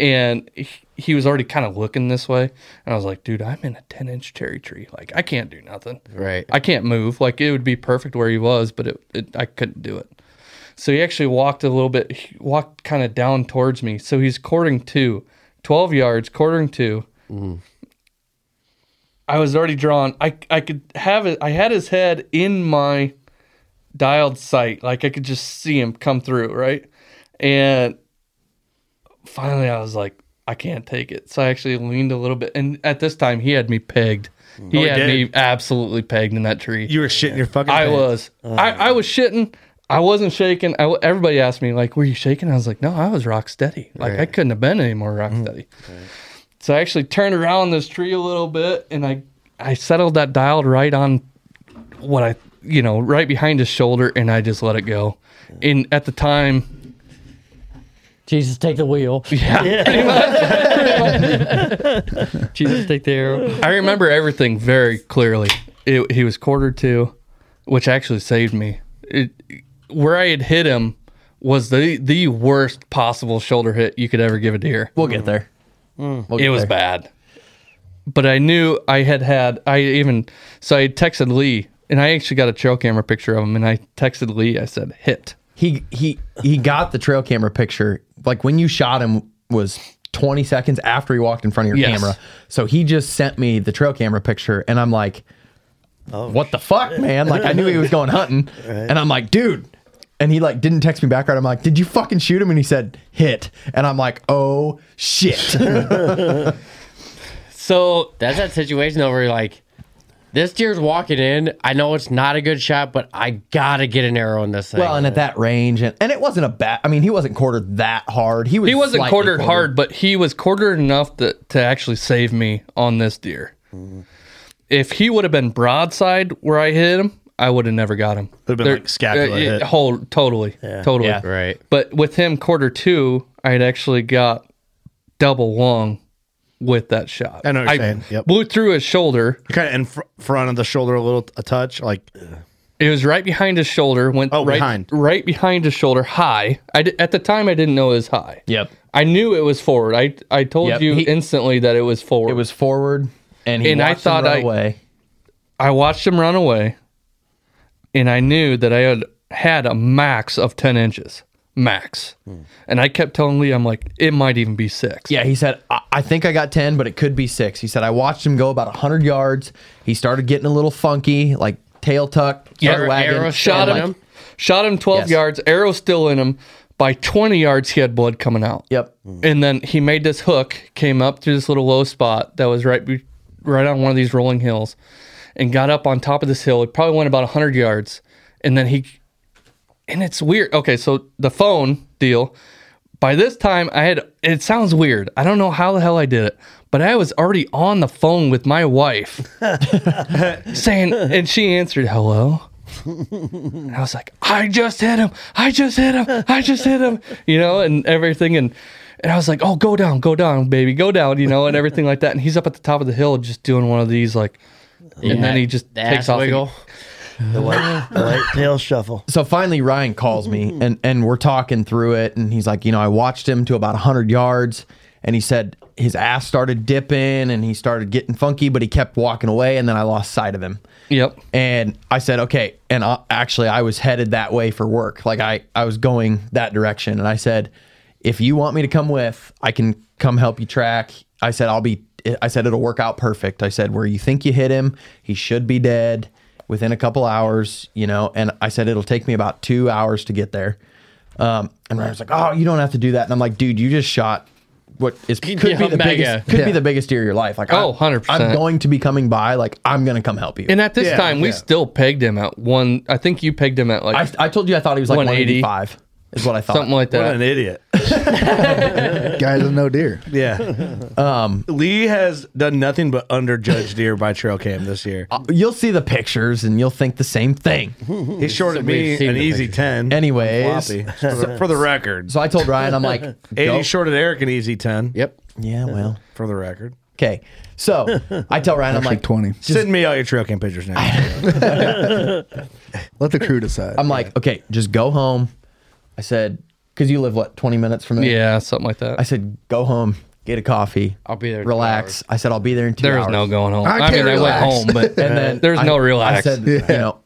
[SPEAKER 7] and he, he was already kind of looking this way, and I was like, dude, I'm in a ten inch cherry tree, like I can't do nothing,
[SPEAKER 3] right.
[SPEAKER 7] I can't move. Like it would be perfect where he was, but it, it I couldn't do it. So he actually walked a little bit, he walked kind of down towards me. So he's quartering two, 12 yards, quartering two. I was already drawn. I, I could have it. I had his head in my dialed sight. Like I could just see him come through. Right. And finally I was like, I can't take it. So I actually leaned a little bit. And at this time he had me pegged. He
[SPEAKER 1] Oh, he
[SPEAKER 7] had
[SPEAKER 1] did?
[SPEAKER 7] me absolutely pegged in that tree.
[SPEAKER 1] You were shitting your fucking
[SPEAKER 7] I
[SPEAKER 1] pants.
[SPEAKER 7] was. I, I was shitting. I wasn't shaking. I, everybody asked me, like, were you shaking? I was like, no, I was rock steady. Like, I
[SPEAKER 3] Right.
[SPEAKER 7] couldn't have been any more rock
[SPEAKER 1] Mm-hmm.
[SPEAKER 7] steady. So I actually turned around this tree a little bit and I, I settled that dialed right on what I, you know, right behind his shoulder and I just let it go. And at the time,
[SPEAKER 3] Jesus, take the wheel.
[SPEAKER 7] Jesus, take the arrow. I remember everything very clearly. It, he was quarter two, which actually saved me. It, where I had hit him was the the worst possible shoulder hit you could ever give a deer.
[SPEAKER 4] We'll get there. We'll get
[SPEAKER 7] it was
[SPEAKER 4] there.
[SPEAKER 7] bad. But I knew I had had I even so I texted Lee and I actually got a trail camera picture of him, and I texted Lee. I said, "Hit."
[SPEAKER 4] He he he got the trail camera picture. Like when you shot him was 20 seconds after he walked in front of your
[SPEAKER 7] Yes.
[SPEAKER 4] camera. So he just sent me the trail camera picture and I'm like, what the fuck, man? Like I knew he was going hunting.
[SPEAKER 6] Right.
[SPEAKER 4] And I'm like, dude. And he like didn't text me back right. I'm like, did you fucking shoot him? And he said, hit. And I'm like, oh shit.
[SPEAKER 3] So that's that situation though where you're like, this deer's walking in. I know it's not a good shot, but I gotta get an arrow in this thing.
[SPEAKER 4] Well, and at that range, and, and it wasn't a bad. I mean, he wasn't quartered that hard. He was.
[SPEAKER 7] He wasn't
[SPEAKER 4] slightly
[SPEAKER 7] quartered hard, but he was quartered enough to, to actually save me on this deer. If he would have been broadside where I hit him, I would have never got him.
[SPEAKER 1] Would have been like scapula hit.
[SPEAKER 7] uh, Whole, totally, totally,
[SPEAKER 3] Yeah. Right.
[SPEAKER 7] But with him quarter two, I had actually got double long with that shot.
[SPEAKER 1] I know what you're saying. Yep.
[SPEAKER 7] Blew through his shoulder.
[SPEAKER 1] Kind of in fr- front of the shoulder a little, a touch. Like
[SPEAKER 7] It was right behind his shoulder. Went
[SPEAKER 1] Oh,
[SPEAKER 7] right,
[SPEAKER 1] behind.
[SPEAKER 7] right behind his shoulder, high. I di- at the time I didn't know it was high.
[SPEAKER 4] Yep.
[SPEAKER 7] I knew it was forward. I I told
[SPEAKER 4] Yep,
[SPEAKER 7] you
[SPEAKER 4] he-
[SPEAKER 7] instantly that it was forward. It
[SPEAKER 4] was forward, and he watched him run away.
[SPEAKER 7] I watched him run away, and I knew that I had had a max of ten inches, max. And I kept telling Lee, I'm like, it might even be six.
[SPEAKER 4] Yeah, he said, I, I think I got 10, but it could be six. He said, I watched him go about 100 yards. He started getting a little funky, like tail tuck, started
[SPEAKER 7] Arrow-
[SPEAKER 4] wagging,
[SPEAKER 7] arrow
[SPEAKER 4] and,
[SPEAKER 7] shot
[SPEAKER 4] like,
[SPEAKER 7] him, shot him 12
[SPEAKER 4] Yes.
[SPEAKER 7] yards, arrow still in him. By 20 yards, he had blood coming out.
[SPEAKER 4] Yep.
[SPEAKER 7] And then he made this hook, came up through this little low spot that was right, be- right on one of these rolling hills, and got up on top of this hill. It probably went about 100 yards, and then he, and it's weird. Okay, so the phone deal. By this time, I had. It sounds weird. I don't know how the hell I did it, but I was already on the phone with my wife, saying, and she answered, "Hello." And I was like, I just hit him. I just hit him. I just hit him. You know, and everything. And and I was like, oh, go down, go down, baby, go down. You know, and everything like that. And he's up at the top of the hill, just doing one of these, like, and then he just
[SPEAKER 3] The ass
[SPEAKER 7] takes off. and-
[SPEAKER 3] wiggle.
[SPEAKER 6] The white, the white tail shuffle.
[SPEAKER 4] So finally, Ryan calls me and, and we're talking through it. And he's like, you know, I watched him to about 100 yards. And he said his ass started dipping and he started getting funky, but he kept walking away. And then I lost sight of him.
[SPEAKER 7] Yep.
[SPEAKER 4] And I said, okay. And I, actually, I was headed that way for work. Like I, I was going that direction. And I said, if you want me to come with, I can come help you track. I said, I'll be, I said, it'll work out perfect. I said, where you think you hit him, he should be dead within a couple hours, you know. And I said, it'll take me about two hours to get there. Um, and Ryan was like, oh, you don't have to do that. And I'm like, dude, you just shot what is could
[SPEAKER 3] Yeah,
[SPEAKER 4] be the
[SPEAKER 3] mega.
[SPEAKER 4] biggest could
[SPEAKER 3] Yeah.
[SPEAKER 4] be the biggest deer of your life. Like
[SPEAKER 7] Oh,
[SPEAKER 4] I'm- I'm
[SPEAKER 7] 100%.
[SPEAKER 4] going to be coming by. Like I'm gonna come help you.
[SPEAKER 7] And at this time, we still pegged him at one. I think you pegged him at like
[SPEAKER 4] I, I told you I thought he was like
[SPEAKER 7] 180.
[SPEAKER 4] 185 is what I thought.
[SPEAKER 7] something like that.
[SPEAKER 1] idiot.
[SPEAKER 2] Guys with no deer.
[SPEAKER 1] Yeah.
[SPEAKER 4] Um,
[SPEAKER 1] Lee has done nothing but underjudge deer by trail cam this year.
[SPEAKER 7] Uh,
[SPEAKER 4] you'll see the pictures and you'll think the same thing.
[SPEAKER 1] He shorted me
[SPEAKER 4] Somebody's seen
[SPEAKER 1] an
[SPEAKER 4] the
[SPEAKER 1] easy 10.
[SPEAKER 4] Anyways,
[SPEAKER 1] Floppy. So- for the record.
[SPEAKER 4] So I told Ryan, I'm like,
[SPEAKER 1] and
[SPEAKER 4] go-
[SPEAKER 1] he shorted Eric an easy 10.
[SPEAKER 3] Yep.
[SPEAKER 4] yeah, well,
[SPEAKER 1] For the record.
[SPEAKER 4] okay. So I tell Ryan, I'm
[SPEAKER 2] Actually,
[SPEAKER 4] like,
[SPEAKER 2] 20.
[SPEAKER 1] Send me all your trail cam pictures now.
[SPEAKER 2] Let the crew decide.
[SPEAKER 4] I'm like, okay, just go home. I said, because you live what 20 minutes from there.
[SPEAKER 7] Yeah, something like that.
[SPEAKER 4] I said, go home, get a coffee.
[SPEAKER 3] I'll be there in two
[SPEAKER 4] Relax. I said, I'll be there in two
[SPEAKER 7] There
[SPEAKER 4] hours.
[SPEAKER 7] was no going home.
[SPEAKER 2] I
[SPEAKER 7] I, mean,
[SPEAKER 2] can't
[SPEAKER 7] I
[SPEAKER 2] relax.
[SPEAKER 7] went home, but
[SPEAKER 4] and then
[SPEAKER 7] there's
[SPEAKER 4] I-
[SPEAKER 7] no relax.
[SPEAKER 4] I said, you know,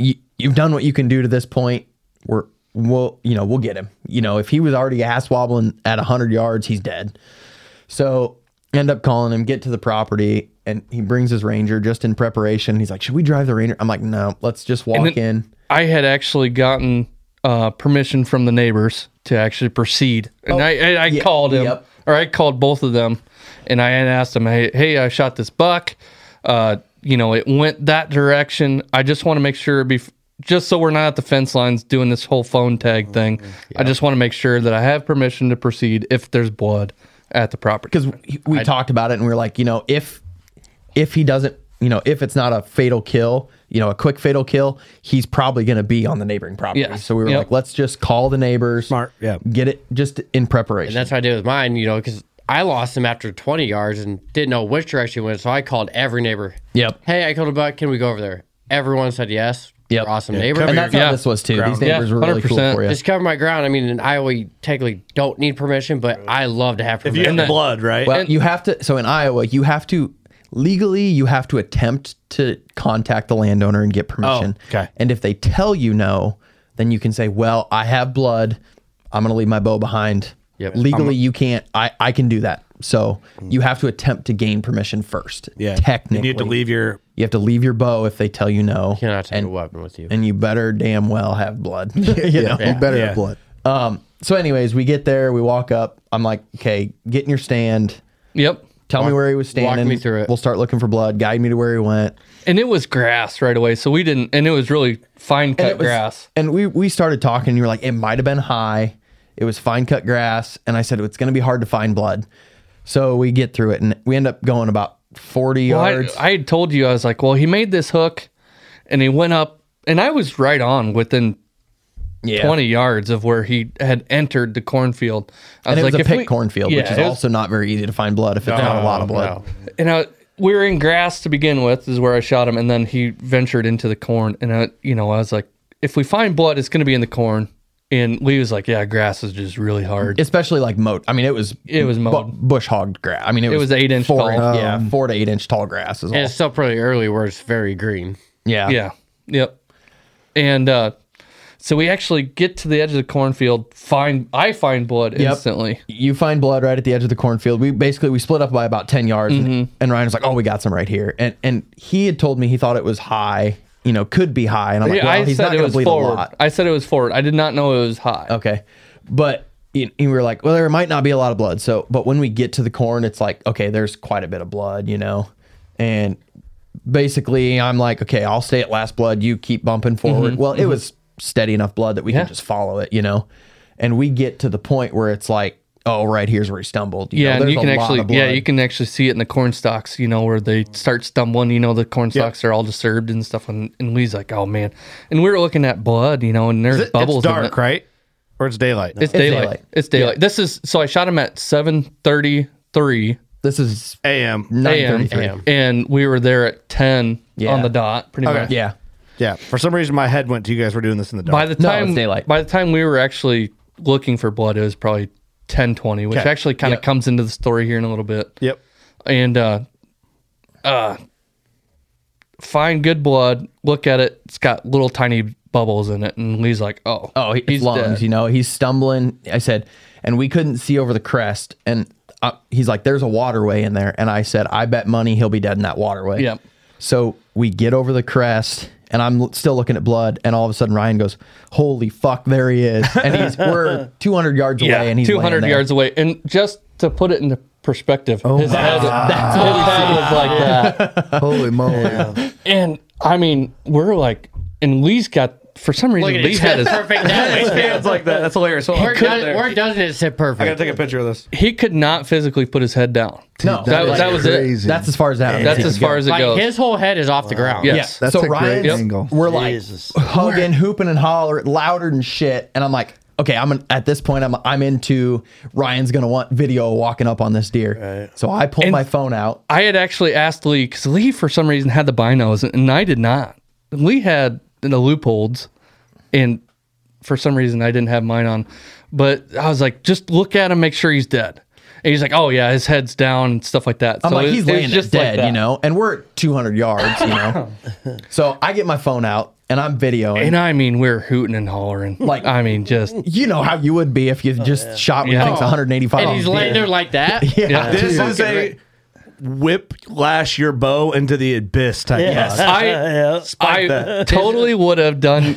[SPEAKER 4] you, you've done what you can do to this point. We're we'll you know we'll get him. You know, if he was already ass wobbling at hundred yards, he's dead. So end up calling him, get to the property, and he brings his ranger just in preparation. He's like, should we drive the ranger? I'm like, no, let's just walk
[SPEAKER 7] then-
[SPEAKER 4] in.
[SPEAKER 7] I had actually gotten uh, permission from the neighbors to actually proceed, and I, I, I called him,
[SPEAKER 4] Oh, yep.
[SPEAKER 7] or I called both of them, and I had asked them, "Hey, hey, I shot this buck. Uh, you know, it went that direction. I just want to make sure, bef- just so we're not at the fence lines doing this whole phone
[SPEAKER 4] Mm-hmm,
[SPEAKER 7] tag thing. I just want to make sure that I have permission to proceed if there's blood at the property.
[SPEAKER 4] because we talked about it and we were like, you know, if if he doesn't, you know, if it's not a fatal kill, you know, a quick fatal kill, he's probably going to be on the neighboring property.
[SPEAKER 3] Yeah.
[SPEAKER 4] So we were
[SPEAKER 7] Yep.
[SPEAKER 4] like, let's just call the neighbors, smart,
[SPEAKER 1] yeah,
[SPEAKER 4] get it just in preparation.
[SPEAKER 3] And that's what I did with mine, you know, because I lost him after 20 yards and didn't know which direction he went. So I called every neighbor.
[SPEAKER 4] Yep.
[SPEAKER 3] Hey, I killed a buck. Can we go over there? Everyone said yes.
[SPEAKER 4] Yep.
[SPEAKER 3] Awesome neighbor.
[SPEAKER 4] and
[SPEAKER 3] And
[SPEAKER 4] that's
[SPEAKER 3] that's-
[SPEAKER 4] how
[SPEAKER 7] yeah.
[SPEAKER 4] this was too. These
[SPEAKER 7] Ground-
[SPEAKER 4] neighbors
[SPEAKER 7] yeah,
[SPEAKER 4] were really cool
[SPEAKER 7] 100%.
[SPEAKER 4] for you.
[SPEAKER 3] Just cover my ground. I mean, in Iowa, you technically don't need permission, but I love to have
[SPEAKER 1] If you
[SPEAKER 3] permission.
[SPEAKER 1] have blood, right?
[SPEAKER 4] well, you have to. So in Iowa, you have to Legally, you have to attempt to contact the landowner and get permission. okay. And if they tell you no, then you can say, "Well, I have blood. I'm going to leave my bow behind."
[SPEAKER 3] Yep.
[SPEAKER 4] Legally,
[SPEAKER 3] I'm-
[SPEAKER 4] you can't. I I can do that. So you have to attempt to gain permission first.
[SPEAKER 1] Yeah.
[SPEAKER 4] Technically,
[SPEAKER 1] And you have to leave your-
[SPEAKER 4] You have to leave your bow if they tell you no. You
[SPEAKER 3] cannot take a weapon with you.
[SPEAKER 4] And you better damn well have blood.
[SPEAKER 3] Yeah, you better have Yeah.
[SPEAKER 4] blood. Um. So, anyways, we get there. We walk up. I'm like, okay, get in your stand.
[SPEAKER 7] Yep.
[SPEAKER 4] Tell me
[SPEAKER 7] Walk-
[SPEAKER 4] where he was
[SPEAKER 7] walk
[SPEAKER 4] standing.
[SPEAKER 7] me through it.
[SPEAKER 4] We'll start looking for blood. Guide me to where he went.
[SPEAKER 7] And it was grass right away, so we didn't. And it was really fine
[SPEAKER 4] And
[SPEAKER 7] cut
[SPEAKER 4] it was-
[SPEAKER 7] grass.
[SPEAKER 4] And we we started talking. And you were like, it might have been high. It was fine cut grass. And I said it's going to be hard to find blood. So we get through it, and we end up going about forty
[SPEAKER 7] Well, I-
[SPEAKER 4] yards.
[SPEAKER 7] I, had told you, I was like, well, he made this hook and he went up, and I was right on within 20 yards of where he had entered the cornfield. I
[SPEAKER 4] and it was a
[SPEAKER 7] if
[SPEAKER 4] pick
[SPEAKER 7] we-
[SPEAKER 4] cornfield,
[SPEAKER 7] Yeah,
[SPEAKER 4] which is
[SPEAKER 7] it was-
[SPEAKER 4] also not very easy to find blood if it's not a lot of blood.
[SPEAKER 7] And I, we were in grass to begin with, is where I shot him, and then he ventured into the corn. And I, you know, I was like, if we find blood, it's going to be in the corn. And Lee was like, yeah, grass is just really hard.
[SPEAKER 4] Especially like moat. I mean, it was
[SPEAKER 7] it was
[SPEAKER 4] bu-
[SPEAKER 7] mowed.
[SPEAKER 4] bush hog grass. I mean, it,
[SPEAKER 7] It was eight inch
[SPEAKER 4] four,
[SPEAKER 7] tall.
[SPEAKER 4] yeah,
[SPEAKER 7] Um,
[SPEAKER 4] four to eight inch tall grass is all.
[SPEAKER 3] And it's still pretty early where it's very green.
[SPEAKER 4] Yeah.
[SPEAKER 7] Yeah. Yep. And uh, so we actually get to the edge of the cornfield. Find I find blood
[SPEAKER 4] Yep.
[SPEAKER 7] instantly.
[SPEAKER 4] You find blood right at the edge of the cornfield. We basically we split up by about ten yards,
[SPEAKER 7] Mm-hmm.
[SPEAKER 4] and, and Ryan was like, "Oh, we got some right here." And and he had told me he thought it was high, you know, could be high, and I'm like,
[SPEAKER 7] Yeah,
[SPEAKER 4] "Well,
[SPEAKER 7] I
[SPEAKER 4] he's
[SPEAKER 7] said
[SPEAKER 4] not
[SPEAKER 7] it
[SPEAKER 4] going to
[SPEAKER 7] was
[SPEAKER 4] bleed
[SPEAKER 7] forward.
[SPEAKER 4] a lot." Uh,
[SPEAKER 7] I said it was forward. I did not know it was high.
[SPEAKER 4] Okay, but you, you were like, "Well, there might not be a lot of blood." So, but when we get to the corn, it's like, okay, there's quite a bit of blood, you know, and basically I'm like, okay, I'll stay at last blood. You keep
[SPEAKER 7] Mm-hmm.
[SPEAKER 4] bumping forward.
[SPEAKER 1] Mhm,
[SPEAKER 4] well, it
[SPEAKER 1] mhm.
[SPEAKER 4] was steady enough blood that we can just follow it, you know, and we get to the point where it's like. Oh, right here's where he stumbled. you know,
[SPEAKER 7] yeah, and
[SPEAKER 4] there's
[SPEAKER 7] you
[SPEAKER 4] a
[SPEAKER 7] can
[SPEAKER 4] lot
[SPEAKER 7] actually
[SPEAKER 4] of
[SPEAKER 7] yeah
[SPEAKER 4] blood.
[SPEAKER 7] you can actually see it in the corn stalks. You know where they start stumbling. You know the corn stalks are all disturbed and stuff. And, and Lee's like, oh man. And we were looking at blood. You know, and there's
[SPEAKER 5] It's
[SPEAKER 7] bubbles. in
[SPEAKER 5] dark,
[SPEAKER 7] it.
[SPEAKER 5] right? Or it's daylight.
[SPEAKER 7] It's daylight. It's daylight. This is so I shot him at seven thirty three.
[SPEAKER 4] This is
[SPEAKER 5] a.m.
[SPEAKER 7] a.m.
[SPEAKER 5] 9:33.
[SPEAKER 7] and we were there at ten
[SPEAKER 5] Yeah.
[SPEAKER 7] on the dot, pretty
[SPEAKER 5] Okay.
[SPEAKER 7] much.
[SPEAKER 5] Yeah. Yeah. For some reason, my head went to you guys were doing this in the dark.
[SPEAKER 7] By the time by the time we were actually looking for blood, it was probably ten twenty, which
[SPEAKER 5] Okay.
[SPEAKER 7] actually kind of
[SPEAKER 5] Yep.
[SPEAKER 7] comes into the story here in a little bit.
[SPEAKER 5] Yep.
[SPEAKER 7] And uh, uh, find good blood. Look at it. It's got little tiny bubbles in it, and Lee's like, "Oh,
[SPEAKER 4] Oh, he- his lungs, you know, he's stumbling. I said, and we couldn't see over the crest. And uh, he's like, there's a waterway in there. And I said, I bet money he'll be dead in that waterway.
[SPEAKER 7] Yep.
[SPEAKER 4] So we get over the crest and I'm l- still looking at blood. And all of a sudden Ryan goes, holy fuck, there he is. And he's, we're 200 yards away and he's
[SPEAKER 7] two
[SPEAKER 4] 200
[SPEAKER 7] hundred yards away." And just to put it into perspective, his head, his head was like that.
[SPEAKER 2] Holy moly!
[SPEAKER 7] And I mean, we're like, and Lee's got for some reason
[SPEAKER 3] at
[SPEAKER 7] Lee
[SPEAKER 3] his
[SPEAKER 7] had his
[SPEAKER 3] perfect
[SPEAKER 7] his
[SPEAKER 3] hand.
[SPEAKER 1] like that. That's hilarious.
[SPEAKER 3] Where, does, where doesn't it sit perfect?
[SPEAKER 1] I gotta take a picture of this.
[SPEAKER 7] He could not physically put his head down.
[SPEAKER 4] No,
[SPEAKER 7] that, was
[SPEAKER 4] is
[SPEAKER 7] that was
[SPEAKER 4] crazy.
[SPEAKER 7] it.
[SPEAKER 4] That's as far as that.
[SPEAKER 7] That's as far as it
[SPEAKER 3] like,
[SPEAKER 7] goes.
[SPEAKER 3] His whole head is off the ground.
[SPEAKER 7] Yes.
[SPEAKER 4] Yeah. so Ryan's, We're like hugging, hooping, and hollering louder than shit. And I'm like, okay, I'm an, at this point, I'm I'm into Ryan's gonna want video walking up on this deer. So I pull my phone out.
[SPEAKER 7] I had actually asked Lee because Lee for some reason had the binos and I did not. Lee had the loopholes, and for some reason I didn't have mine on. But I was like, just look at him, make sure he's dead. And he's like, oh yeah, his head's down and stuff like that.
[SPEAKER 4] I'm
[SPEAKER 7] So
[SPEAKER 4] like,
[SPEAKER 7] it-
[SPEAKER 4] he's
[SPEAKER 7] it was
[SPEAKER 4] laying there
[SPEAKER 7] just like
[SPEAKER 4] dead,
[SPEAKER 7] that.
[SPEAKER 4] you know, and we're at 200 yards, you know. so I get my phone out and I'm videoing.
[SPEAKER 7] And I mean, we're hooting and hollering. Like, I mean, just
[SPEAKER 4] you know how you would be if you just shot when
[SPEAKER 7] Yeah.
[SPEAKER 4] you think's
[SPEAKER 7] Oh.
[SPEAKER 4] 185.
[SPEAKER 3] And he's
[SPEAKER 4] on
[SPEAKER 3] laying
[SPEAKER 4] deer.
[SPEAKER 3] there like that.
[SPEAKER 4] Yeah.
[SPEAKER 1] This
[SPEAKER 4] dude.
[SPEAKER 1] is a whip lash your bow into the abyss type.
[SPEAKER 7] Yes.
[SPEAKER 1] thought.
[SPEAKER 7] I, I
[SPEAKER 1] that.
[SPEAKER 7] totally would have done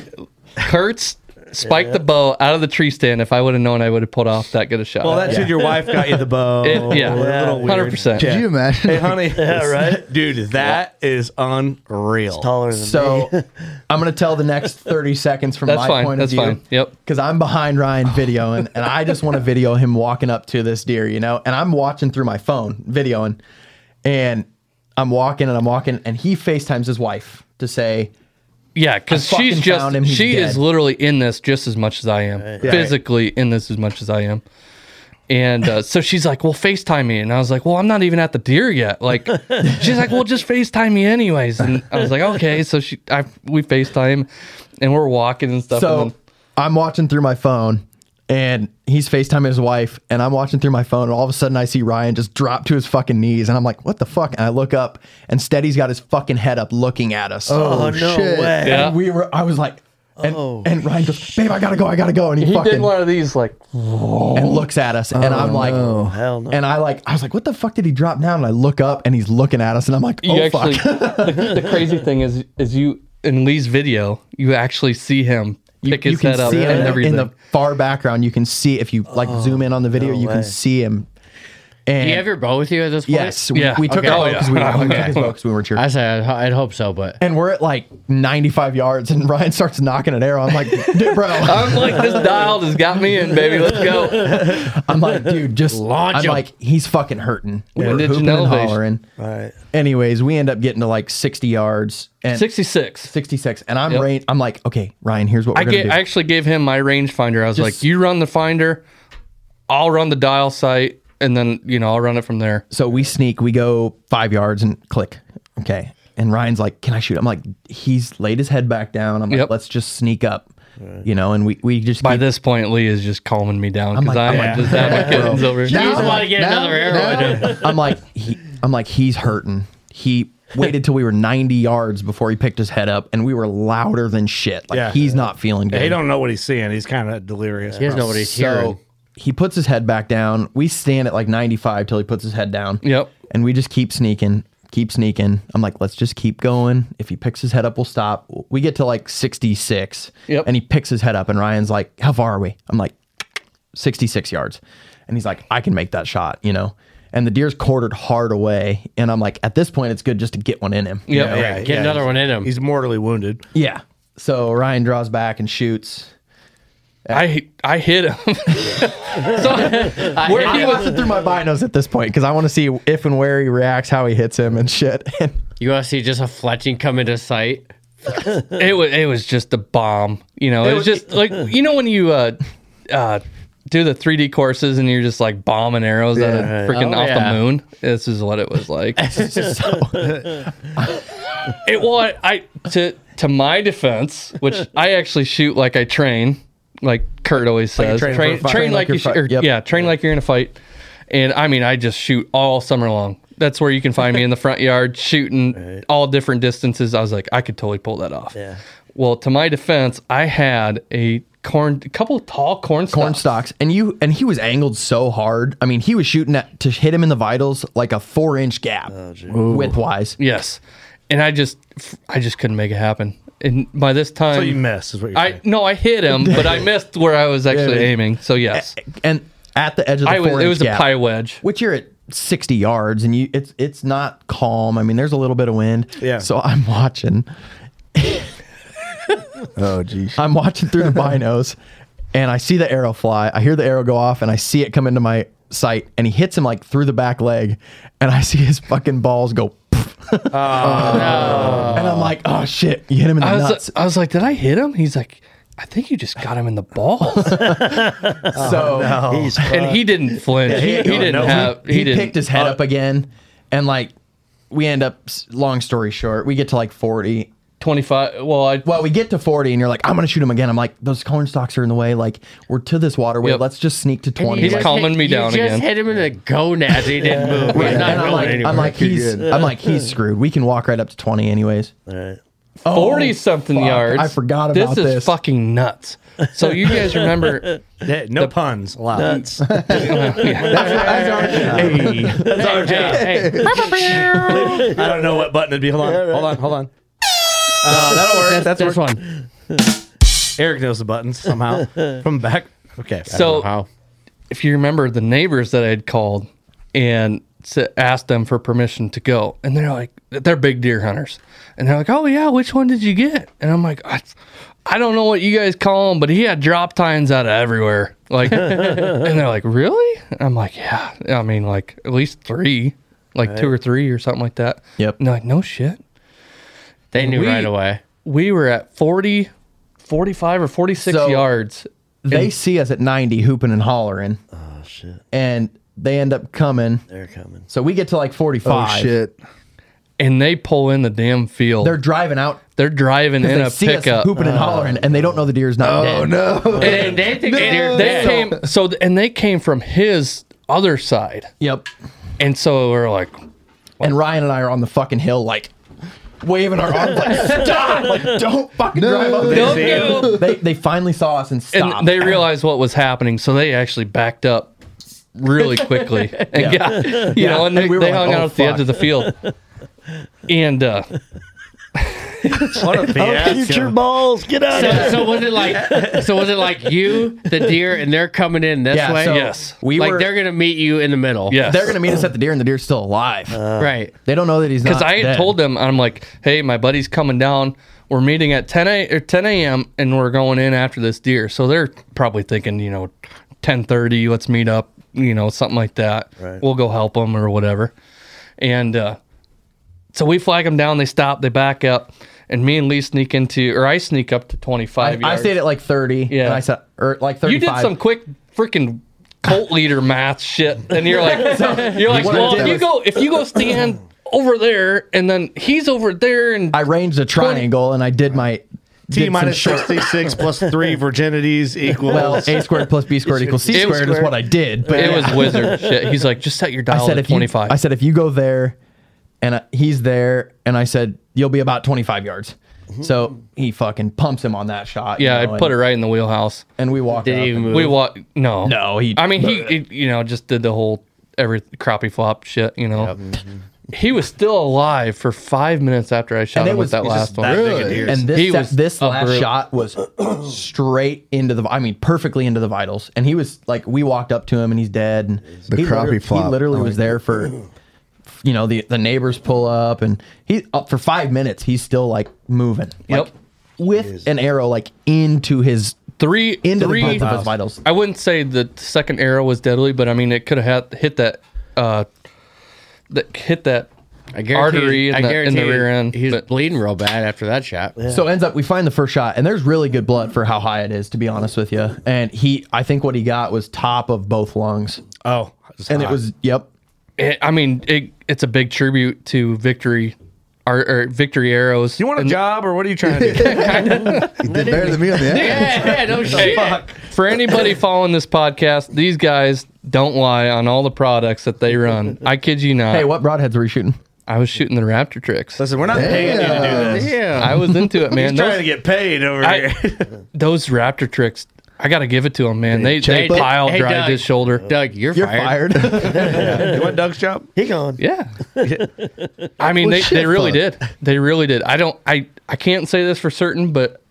[SPEAKER 7] Kurtz spike the bow out of the tree stand if I would have known I would have pulled off that good a shot.
[SPEAKER 1] Well, that's who your wife got you the bow.
[SPEAKER 7] It- yeah.
[SPEAKER 1] A
[SPEAKER 4] Oh,
[SPEAKER 1] little weird.
[SPEAKER 7] 100%. Could you
[SPEAKER 2] imagine?
[SPEAKER 1] Hey, honey.
[SPEAKER 7] Yeah, right?
[SPEAKER 1] Dude, that is unreal. It's
[SPEAKER 6] taller
[SPEAKER 4] So I'm gonna tell the next 30 seconds from
[SPEAKER 1] That's
[SPEAKER 4] my
[SPEAKER 1] fine,
[SPEAKER 4] point
[SPEAKER 1] that's
[SPEAKER 4] of view.
[SPEAKER 1] fine,
[SPEAKER 7] Yep.
[SPEAKER 4] Because I'm behind Ryan videoing, and I just want to video him walking up to this deer, you know. And I'm watching through my phone, videoing, and I'm walking and I'm walking, and he FaceTimes his wife to say,
[SPEAKER 7] Yeah, because
[SPEAKER 4] I fucking
[SPEAKER 7] she's
[SPEAKER 4] found
[SPEAKER 7] just
[SPEAKER 4] him, he's
[SPEAKER 7] she is
[SPEAKER 4] dead.
[SPEAKER 7] literally in this just as much as I am,
[SPEAKER 4] Yeah.
[SPEAKER 7] physically in this as much as I am. And uh, so she's like, "Well, Facetime me," and I was like, "Well, I'm not even at the deer yet." Like, she's like, "Well, just Facetime me anyways," and I was like, "Okay." So she, I, we Facetime, and we're walking and stuff.
[SPEAKER 4] So
[SPEAKER 7] and
[SPEAKER 4] I'm watching through my phone, and he's FaceTiming his wife, and I'm watching through my phone, and all of a sudden I see Ryan just drop to his fucking knees, and I'm like, what the fuck? And I look up, and Steady's got his fucking head up looking at us.
[SPEAKER 6] Oh, Oh, no shit. way.
[SPEAKER 4] And
[SPEAKER 6] Yeah.
[SPEAKER 4] we were, I was like, and, and Ryan goes, babe, I gotta go, I gotta go. And he,
[SPEAKER 7] He
[SPEAKER 4] fucking
[SPEAKER 7] did one of these like
[SPEAKER 4] and looks at us, and
[SPEAKER 7] Oh,
[SPEAKER 4] I'm like,
[SPEAKER 7] no. Hell no.
[SPEAKER 4] and I like, I was like, what the fuck did he drop down? And I look up, and he's looking at us, and I'm like,
[SPEAKER 7] you
[SPEAKER 4] oh
[SPEAKER 7] actually
[SPEAKER 4] fuck.
[SPEAKER 7] the, the crazy thing is is you in Lee's video you actually see him pick his
[SPEAKER 4] you can
[SPEAKER 7] head up
[SPEAKER 4] see him
[SPEAKER 7] and
[SPEAKER 4] in the-
[SPEAKER 7] everything.
[SPEAKER 4] in the far background. You can see if you like zoom in on the video,
[SPEAKER 3] no
[SPEAKER 4] you
[SPEAKER 3] way.
[SPEAKER 4] can see him.
[SPEAKER 3] Do
[SPEAKER 4] And
[SPEAKER 3] you have your bow with you at this point?
[SPEAKER 4] Yes, we- we took
[SPEAKER 7] Oh,
[SPEAKER 4] our bow 'cause we- we took his bow 'cause we weren't sure.
[SPEAKER 3] I said, I'd, ho- I'd hope so, but
[SPEAKER 4] and we're at like 95 yards, and Ryan starts knocking an arrow. I'm like, dude, bro.
[SPEAKER 7] I'm like this dialed has got me in, baby. Let's go.
[SPEAKER 4] I'm like, dude, just launch. I'm
[SPEAKER 7] him.
[SPEAKER 4] like, he's fucking hurting. We
[SPEAKER 7] Yeah.
[SPEAKER 4] were
[SPEAKER 7] Indigenous
[SPEAKER 4] hooping and
[SPEAKER 7] elevation.
[SPEAKER 4] hollering. Right. Anyways, we end up getting to like 60 yards and
[SPEAKER 7] 66.
[SPEAKER 4] 66, and I'm
[SPEAKER 7] Yep.
[SPEAKER 4] range. I'm like, okay, Ryan, here's what we're
[SPEAKER 7] I
[SPEAKER 4] gonna
[SPEAKER 7] get.
[SPEAKER 4] do.
[SPEAKER 7] I actually gave him my range finder. I was
[SPEAKER 4] Just-
[SPEAKER 7] like, "You run the finder, I'll run the dial sight, and then you know I'll run it from there."
[SPEAKER 4] So we sneak, we go five yards and click. Okay. And Ryan's like, Can I shoot? I'm like, he's laid his head back down. I'm like, let's just sneak up. You know, and we, we just
[SPEAKER 7] By this point, Lee is just calming me down
[SPEAKER 4] I'm
[SPEAKER 7] because
[SPEAKER 4] like,
[SPEAKER 7] I'm,
[SPEAKER 4] I'm like,
[SPEAKER 7] just having
[SPEAKER 4] bro.
[SPEAKER 7] kittens over here.
[SPEAKER 4] Now You just I'm wanna
[SPEAKER 3] like, get now- another arrow
[SPEAKER 4] now- I'm like, he, I'm like, he's hurting. He waited till we were 90 yards before he picked his head up, and we were louder than shit. Like
[SPEAKER 1] Yeah.
[SPEAKER 4] he's not feeling good.
[SPEAKER 1] He don't know what he's seeing. He's kind of delirious. probably.
[SPEAKER 4] He puts his head back down. We stand at like 95 till he puts his head down.
[SPEAKER 7] Yep.
[SPEAKER 4] And we just keep sneaking, keep sneaking. I'm like, let's just keep going. If he picks his head up, we'll stop. We get to like 66.
[SPEAKER 7] Yep.
[SPEAKER 4] And he picks his head up, and Ryan's like, how far are we? I'm like, 66 yards. And he's like, I can make that shot, you know? And the deer's quartered hard away. And I'm like, at this point, it's good just to get one in him. you
[SPEAKER 3] Yep.
[SPEAKER 4] know?
[SPEAKER 3] Yeah, Get yeah, another he's- one in him.
[SPEAKER 1] He's mortally wounded.
[SPEAKER 4] Yeah. So Ryan draws back and shoots.
[SPEAKER 7] I I hit him. so
[SPEAKER 4] Where
[SPEAKER 7] where he was,
[SPEAKER 4] through my binos at this point because I want to see if and where he reacts, how he hits him, and shit. And
[SPEAKER 3] you want to see just a fletching come into sight?
[SPEAKER 7] it was it was just a bomb. You know,
[SPEAKER 3] It
[SPEAKER 7] it, was,
[SPEAKER 3] was-
[SPEAKER 7] just like you know when you uh uh do the 3D courses and you're just like bombing arrows at a
[SPEAKER 3] Yeah, right.
[SPEAKER 7] freaking
[SPEAKER 3] Oh,
[SPEAKER 7] off
[SPEAKER 3] yeah.
[SPEAKER 7] the moon. This is what it was like.
[SPEAKER 4] So-
[SPEAKER 7] it well I to to my defense, which I actually shoot like I train, like Kurt always
[SPEAKER 3] Like you're
[SPEAKER 7] says,
[SPEAKER 3] training
[SPEAKER 7] train,
[SPEAKER 3] for a fight.
[SPEAKER 7] train like, you
[SPEAKER 3] Train like
[SPEAKER 7] sh-
[SPEAKER 3] you're
[SPEAKER 7] or,
[SPEAKER 3] fi- yep.
[SPEAKER 7] yeah, train like you're in a fight. And I mean, I just shoot all summer long. That's where you can find me in the front yard shooting all different distances. I was like, I could totally pull that off. Yeah. Well, to my defense, I had a corn, a couple tall corn stalks.
[SPEAKER 4] corn stalks, and you and he was angled so hard. I mean, he was shooting at to hit him in the vitals like a four inch gap width wise.
[SPEAKER 7] Yes, and I just I just couldn't make it happen. And by this time,
[SPEAKER 1] So you missed, is what you're
[SPEAKER 7] I no, I hit him, but I missed where I was actually
[SPEAKER 4] Yeah.
[SPEAKER 7] aiming. So yes,
[SPEAKER 4] And at the edge of the
[SPEAKER 7] I was-
[SPEAKER 4] four
[SPEAKER 7] it
[SPEAKER 4] inch
[SPEAKER 7] was a
[SPEAKER 4] gap,
[SPEAKER 7] pie wedge,
[SPEAKER 4] which you're at sixty yards, and you it's it's not calm. I mean, there's a little bit of wind.
[SPEAKER 7] Yeah.
[SPEAKER 4] So I'm watching.
[SPEAKER 2] Oh, geez.
[SPEAKER 4] I'm watching through the binos and I see the arrow fly. I hear the arrow go off and I see it come into my sight and he hits him like through the back leg and I see his fucking balls go.
[SPEAKER 7] Oh,
[SPEAKER 4] And I'm like, oh shit, you hit him in the
[SPEAKER 7] I was,
[SPEAKER 4] nuts.
[SPEAKER 7] I was like, did I hit him? He's like, I think you just got him in the balls.
[SPEAKER 4] Uh, so
[SPEAKER 7] He's and he didn't flinch.
[SPEAKER 4] Yeah,
[SPEAKER 7] he, he didn't
[SPEAKER 4] no,
[SPEAKER 7] have.
[SPEAKER 4] He,
[SPEAKER 7] He, didn't. Uh,
[SPEAKER 4] picked his head up again and like we end up, s- long story short, we get to like 40.
[SPEAKER 7] 25 well I
[SPEAKER 4] well we get to 40 and you're like I'm gonna shoot him again I'm like those corn stalks are in the way like we're to this waterway
[SPEAKER 3] Yep.
[SPEAKER 4] let's just sneak to 20
[SPEAKER 3] He's
[SPEAKER 4] like-
[SPEAKER 3] calming me down again. hit him in the gonads. He didn't move.
[SPEAKER 4] Right.
[SPEAKER 3] He's not
[SPEAKER 4] And I'm
[SPEAKER 3] going
[SPEAKER 4] like,
[SPEAKER 3] anywhere.
[SPEAKER 4] I'm like he's I'm like he's screwed. We can walk right up to 20 anyways. Oh,
[SPEAKER 7] 40 something
[SPEAKER 4] fuck.
[SPEAKER 7] yards.
[SPEAKER 4] I forgot about
[SPEAKER 7] This
[SPEAKER 4] this.
[SPEAKER 7] is fucking nuts. So you guys remember
[SPEAKER 1] Yeah, no puns allowed.
[SPEAKER 7] Nuts.
[SPEAKER 1] That's our job. I don't know what button it'd be. Hold on. Hold on. Hold on. Uh, that'll work. That's,
[SPEAKER 3] This
[SPEAKER 1] one. Eric knows the buttons somehow from back. Okay.
[SPEAKER 7] So if you remember the neighbors that I had called and s- asked them for permission to go, and they're like, they're big deer hunters, and they're like, oh yeah, which one did you get? And I'm like, I, I don't know what you guys call him, but he had drop tines out of everywhere. Like, and they're like, really? And I'm like, yeah. I mean, like at least three, like two
[SPEAKER 3] Right.
[SPEAKER 7] or three or something like that. Yep. And they're like, no shit.
[SPEAKER 3] They knew right away.
[SPEAKER 7] We were at 40, 45 or 46
[SPEAKER 4] So,
[SPEAKER 7] yards.
[SPEAKER 4] They
[SPEAKER 7] And-
[SPEAKER 4] see us at 90 hooping and hollering. Oh shit. And they end up coming. They're coming.
[SPEAKER 2] Oh,
[SPEAKER 7] Oh,
[SPEAKER 4] So we get to like 45.
[SPEAKER 7] And they pull in the damn field.
[SPEAKER 4] They're driving out
[SPEAKER 7] They're driving in
[SPEAKER 4] they
[SPEAKER 7] a
[SPEAKER 4] see
[SPEAKER 7] pickup,
[SPEAKER 4] us hooping and hollering, and they don't know the deer's not
[SPEAKER 7] Oh,
[SPEAKER 4] dead.
[SPEAKER 7] no. And they think the deer's They came so th- and they came from his other side.
[SPEAKER 4] Yep.
[SPEAKER 7] And so we're like,
[SPEAKER 4] and Ryan and I are on the fucking hill, like waving our arms, like stop, like don't fucking drive up.
[SPEAKER 7] Don't
[SPEAKER 4] there."
[SPEAKER 7] do.
[SPEAKER 4] They they finally saw us and stopped.
[SPEAKER 7] and they realized what was happening, so they actually backed up really quickly and
[SPEAKER 4] Yeah.
[SPEAKER 7] got you
[SPEAKER 4] Yeah.
[SPEAKER 7] know, and they,
[SPEAKER 4] And we were
[SPEAKER 7] they
[SPEAKER 4] like,
[SPEAKER 7] hung
[SPEAKER 4] "Oh,
[SPEAKER 7] out at the
[SPEAKER 4] fuck."
[SPEAKER 7] edge of the field. And uh Oh,
[SPEAKER 3] What a
[SPEAKER 1] Oh,
[SPEAKER 6] Future balls, get out of
[SPEAKER 3] So,
[SPEAKER 6] here.
[SPEAKER 3] so was it like so was it like you the deer and they're coming in this
[SPEAKER 4] Yeah,
[SPEAKER 3] way?
[SPEAKER 4] so Yes. we
[SPEAKER 3] like
[SPEAKER 4] were-
[SPEAKER 3] they're gonna meet you in the middle.
[SPEAKER 4] They're gonna meet us at the deer, and the deer's still alive.
[SPEAKER 3] Right.
[SPEAKER 4] They don't know that he's not.
[SPEAKER 7] Uh. Because I had
[SPEAKER 4] dead.
[SPEAKER 7] told them, I'm like, hey, my buddy's coming down. We're meeting at 10 a, or 10 a.m. and we're going in after this deer. So they're probably thinking, you know, 10:30. Let's meet up. You know, something like that.
[SPEAKER 6] Right.
[SPEAKER 7] We'll go help them or whatever. And uh, so we flag them down. They stop. They back up. And me and Lee sneak into, or I sneak up to 25.
[SPEAKER 4] I
[SPEAKER 7] yards.
[SPEAKER 4] stayed at like thirty. Yeah. And I said, or like
[SPEAKER 7] You
[SPEAKER 4] thirty-five.
[SPEAKER 7] did some quick freaking cult leader math shit, and you're like, you're like,
[SPEAKER 4] What I
[SPEAKER 7] well,
[SPEAKER 4] did
[SPEAKER 7] if you
[SPEAKER 4] was-
[SPEAKER 7] go, if you go stand over there, and then he's over there, and
[SPEAKER 4] I ranged a triangle, and I did my did
[SPEAKER 5] T
[SPEAKER 4] some
[SPEAKER 5] minus
[SPEAKER 4] short-
[SPEAKER 5] 66 plus 3 virginities equals.
[SPEAKER 4] Well, a squared plus b squared equals c
[SPEAKER 7] It was
[SPEAKER 4] squared is
[SPEAKER 7] squared.
[SPEAKER 4] what I did. But
[SPEAKER 7] it was wizard shit. He's like, just set your dial
[SPEAKER 4] I said
[SPEAKER 7] to
[SPEAKER 4] if you-
[SPEAKER 7] 25.
[SPEAKER 4] I said if you go there, and I, he's there, and I said you'll be about twenty five yards.
[SPEAKER 5] Mm-hmm.
[SPEAKER 4] So he fucking pumps him on that shot. you
[SPEAKER 7] yeah,
[SPEAKER 4] know,
[SPEAKER 7] I put
[SPEAKER 4] and-
[SPEAKER 7] it right in the wheelhouse.
[SPEAKER 4] And we walked. up and-
[SPEAKER 7] We walked. No,
[SPEAKER 4] No, he-
[SPEAKER 7] I mean, he, he, you know, just did the whole every crappie flop shit. You know, he was still alive for five minutes after I shot
[SPEAKER 4] And
[SPEAKER 7] him
[SPEAKER 4] it was
[SPEAKER 7] with that last one.
[SPEAKER 4] And this,
[SPEAKER 7] he
[SPEAKER 4] se-
[SPEAKER 7] was
[SPEAKER 4] this
[SPEAKER 7] a
[SPEAKER 4] last
[SPEAKER 7] brute.
[SPEAKER 4] shot was straight into the. I mean, perfectly into the vitals. And he was like, we walked up to him, and he's dead. And
[SPEAKER 2] The
[SPEAKER 4] he
[SPEAKER 2] crappie
[SPEAKER 4] literally- He
[SPEAKER 2] flop.
[SPEAKER 4] literally
[SPEAKER 2] Oh my
[SPEAKER 4] was there for, you know, the the neighbors pull up, and he up for five minutes. He's still like moving. Like,
[SPEAKER 7] Yep.
[SPEAKER 4] With an arrow like into his
[SPEAKER 7] three
[SPEAKER 4] into
[SPEAKER 7] three
[SPEAKER 4] the both of his vitals.
[SPEAKER 7] I wouldn't say the second arrow was deadly, but I mean it could have hit that, uh, that hit that
[SPEAKER 3] I guarantee,
[SPEAKER 7] artery in
[SPEAKER 3] I
[SPEAKER 7] the, in the
[SPEAKER 3] guarantee
[SPEAKER 7] rear end.
[SPEAKER 3] He was
[SPEAKER 7] but-
[SPEAKER 3] bleeding real bad after that shot.
[SPEAKER 4] So ends up we find the first shot, and there's really good blood for how high it is, to be honest with you. And he, I think what he got was top of both lungs,
[SPEAKER 1] Oh,
[SPEAKER 4] and it was yep.
[SPEAKER 7] it, I mean, it, it's a big tribute to victory, or, or victory arrows. You
[SPEAKER 1] want a job or what are you trying to do?
[SPEAKER 2] He did better than me on the end.
[SPEAKER 3] yeah, no shit.
[SPEAKER 7] For anybody following this podcast, these guys don't lie on all the products that they run. I kid you not.
[SPEAKER 4] Hey, what broadheads were you shooting?
[SPEAKER 7] I was shooting the Raptor tricks.
[SPEAKER 1] Listen, we're not paying you to do this.
[SPEAKER 7] I was into it, man.
[SPEAKER 1] He's trying
[SPEAKER 7] Those,
[SPEAKER 1] to get paid over
[SPEAKER 7] I-
[SPEAKER 1] here.
[SPEAKER 7] those Raptor tricks, I got to give it to them, man. They, they
[SPEAKER 3] Hey,
[SPEAKER 7] pile
[SPEAKER 3] Doug.
[SPEAKER 7] drive his shoulder.
[SPEAKER 3] Doug, you're,
[SPEAKER 4] You're
[SPEAKER 3] fired.
[SPEAKER 4] fired.
[SPEAKER 1] you want Doug's job?
[SPEAKER 6] He gone.
[SPEAKER 7] Yeah. I mean,
[SPEAKER 4] Well,
[SPEAKER 7] they,
[SPEAKER 4] shit,
[SPEAKER 7] they really
[SPEAKER 4] fuck.
[SPEAKER 7] did. They really did. I don't, I, I can't say this for certain, but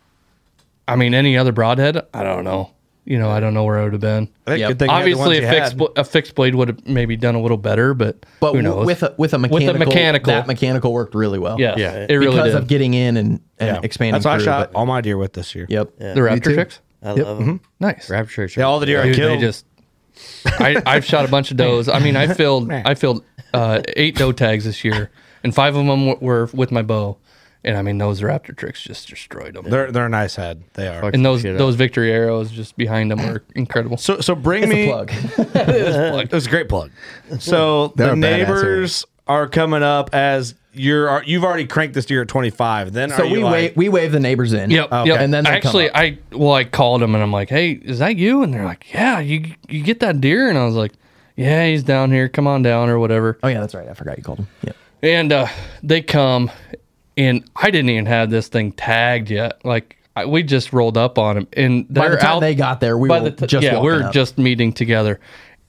[SPEAKER 7] I mean, any other broadhead, I don't know. You know, I don't know where I would have been.
[SPEAKER 1] I think
[SPEAKER 4] Yep.
[SPEAKER 1] good thing you had the
[SPEAKER 7] Obviously,
[SPEAKER 1] ones
[SPEAKER 7] a
[SPEAKER 1] you
[SPEAKER 7] fixed,
[SPEAKER 1] had.
[SPEAKER 7] bl- a fixed blade would have maybe done a little better, but,
[SPEAKER 4] But
[SPEAKER 7] who knows?
[SPEAKER 4] with a with a
[SPEAKER 7] With
[SPEAKER 4] mechanical,
[SPEAKER 7] a mechanical.
[SPEAKER 4] that mechanical worked really well.
[SPEAKER 7] yeah,
[SPEAKER 1] Yeah.
[SPEAKER 7] it really
[SPEAKER 4] because
[SPEAKER 7] did.
[SPEAKER 4] of getting in and, and
[SPEAKER 1] Yeah.
[SPEAKER 4] expanding.
[SPEAKER 1] That's why I
[SPEAKER 4] through,
[SPEAKER 1] shot
[SPEAKER 4] but-
[SPEAKER 1] all my deer with this year.
[SPEAKER 4] yep.
[SPEAKER 7] the
[SPEAKER 2] Me
[SPEAKER 7] Raptor
[SPEAKER 2] too.
[SPEAKER 7] tricks?
[SPEAKER 6] I love him.
[SPEAKER 7] Nice.
[SPEAKER 3] Raptor tricks.
[SPEAKER 1] Yeah, all the deer I
[SPEAKER 7] Dude, they
[SPEAKER 1] killed.
[SPEAKER 7] just I, I've shot a bunch of does. I mean, I filled I filled uh, eight doe tags this year, and five of them w- were with my bow. And I mean, those raptor tricks just destroyed them.
[SPEAKER 1] They're they're a nice head. They are.
[SPEAKER 7] and those those victory arrows just behind them were incredible.
[SPEAKER 1] So so bring
[SPEAKER 4] It's
[SPEAKER 1] me.
[SPEAKER 4] a plug.
[SPEAKER 1] It was a great plug. So
[SPEAKER 2] They're
[SPEAKER 1] the
[SPEAKER 2] a badass
[SPEAKER 1] neighbors are coming up as you're you've already cranked this deer at 25. Then
[SPEAKER 4] so
[SPEAKER 1] are you
[SPEAKER 4] we
[SPEAKER 1] like,
[SPEAKER 4] wave we wave the neighbors in.
[SPEAKER 7] Yep. yep.
[SPEAKER 4] And then they
[SPEAKER 7] actually,
[SPEAKER 4] come up.
[SPEAKER 7] I well, I called them and I'm like, "Hey, is that you?" And they're like, "Yeah, you you get that deer?" And I was like, "Yeah, he's down here. Come on down or whatever."
[SPEAKER 4] oh yeah, that's right. I forgot you called him. Yep.
[SPEAKER 7] And uh, they come, and I didn't even have this thing tagged yet. Like I, we just rolled up on them, and they're
[SPEAKER 4] By the time
[SPEAKER 7] out.
[SPEAKER 4] they got there, we
[SPEAKER 7] by
[SPEAKER 4] were
[SPEAKER 7] the ti-
[SPEAKER 4] just
[SPEAKER 7] yeah,
[SPEAKER 4] walking
[SPEAKER 7] we're
[SPEAKER 4] up.
[SPEAKER 7] just meeting together.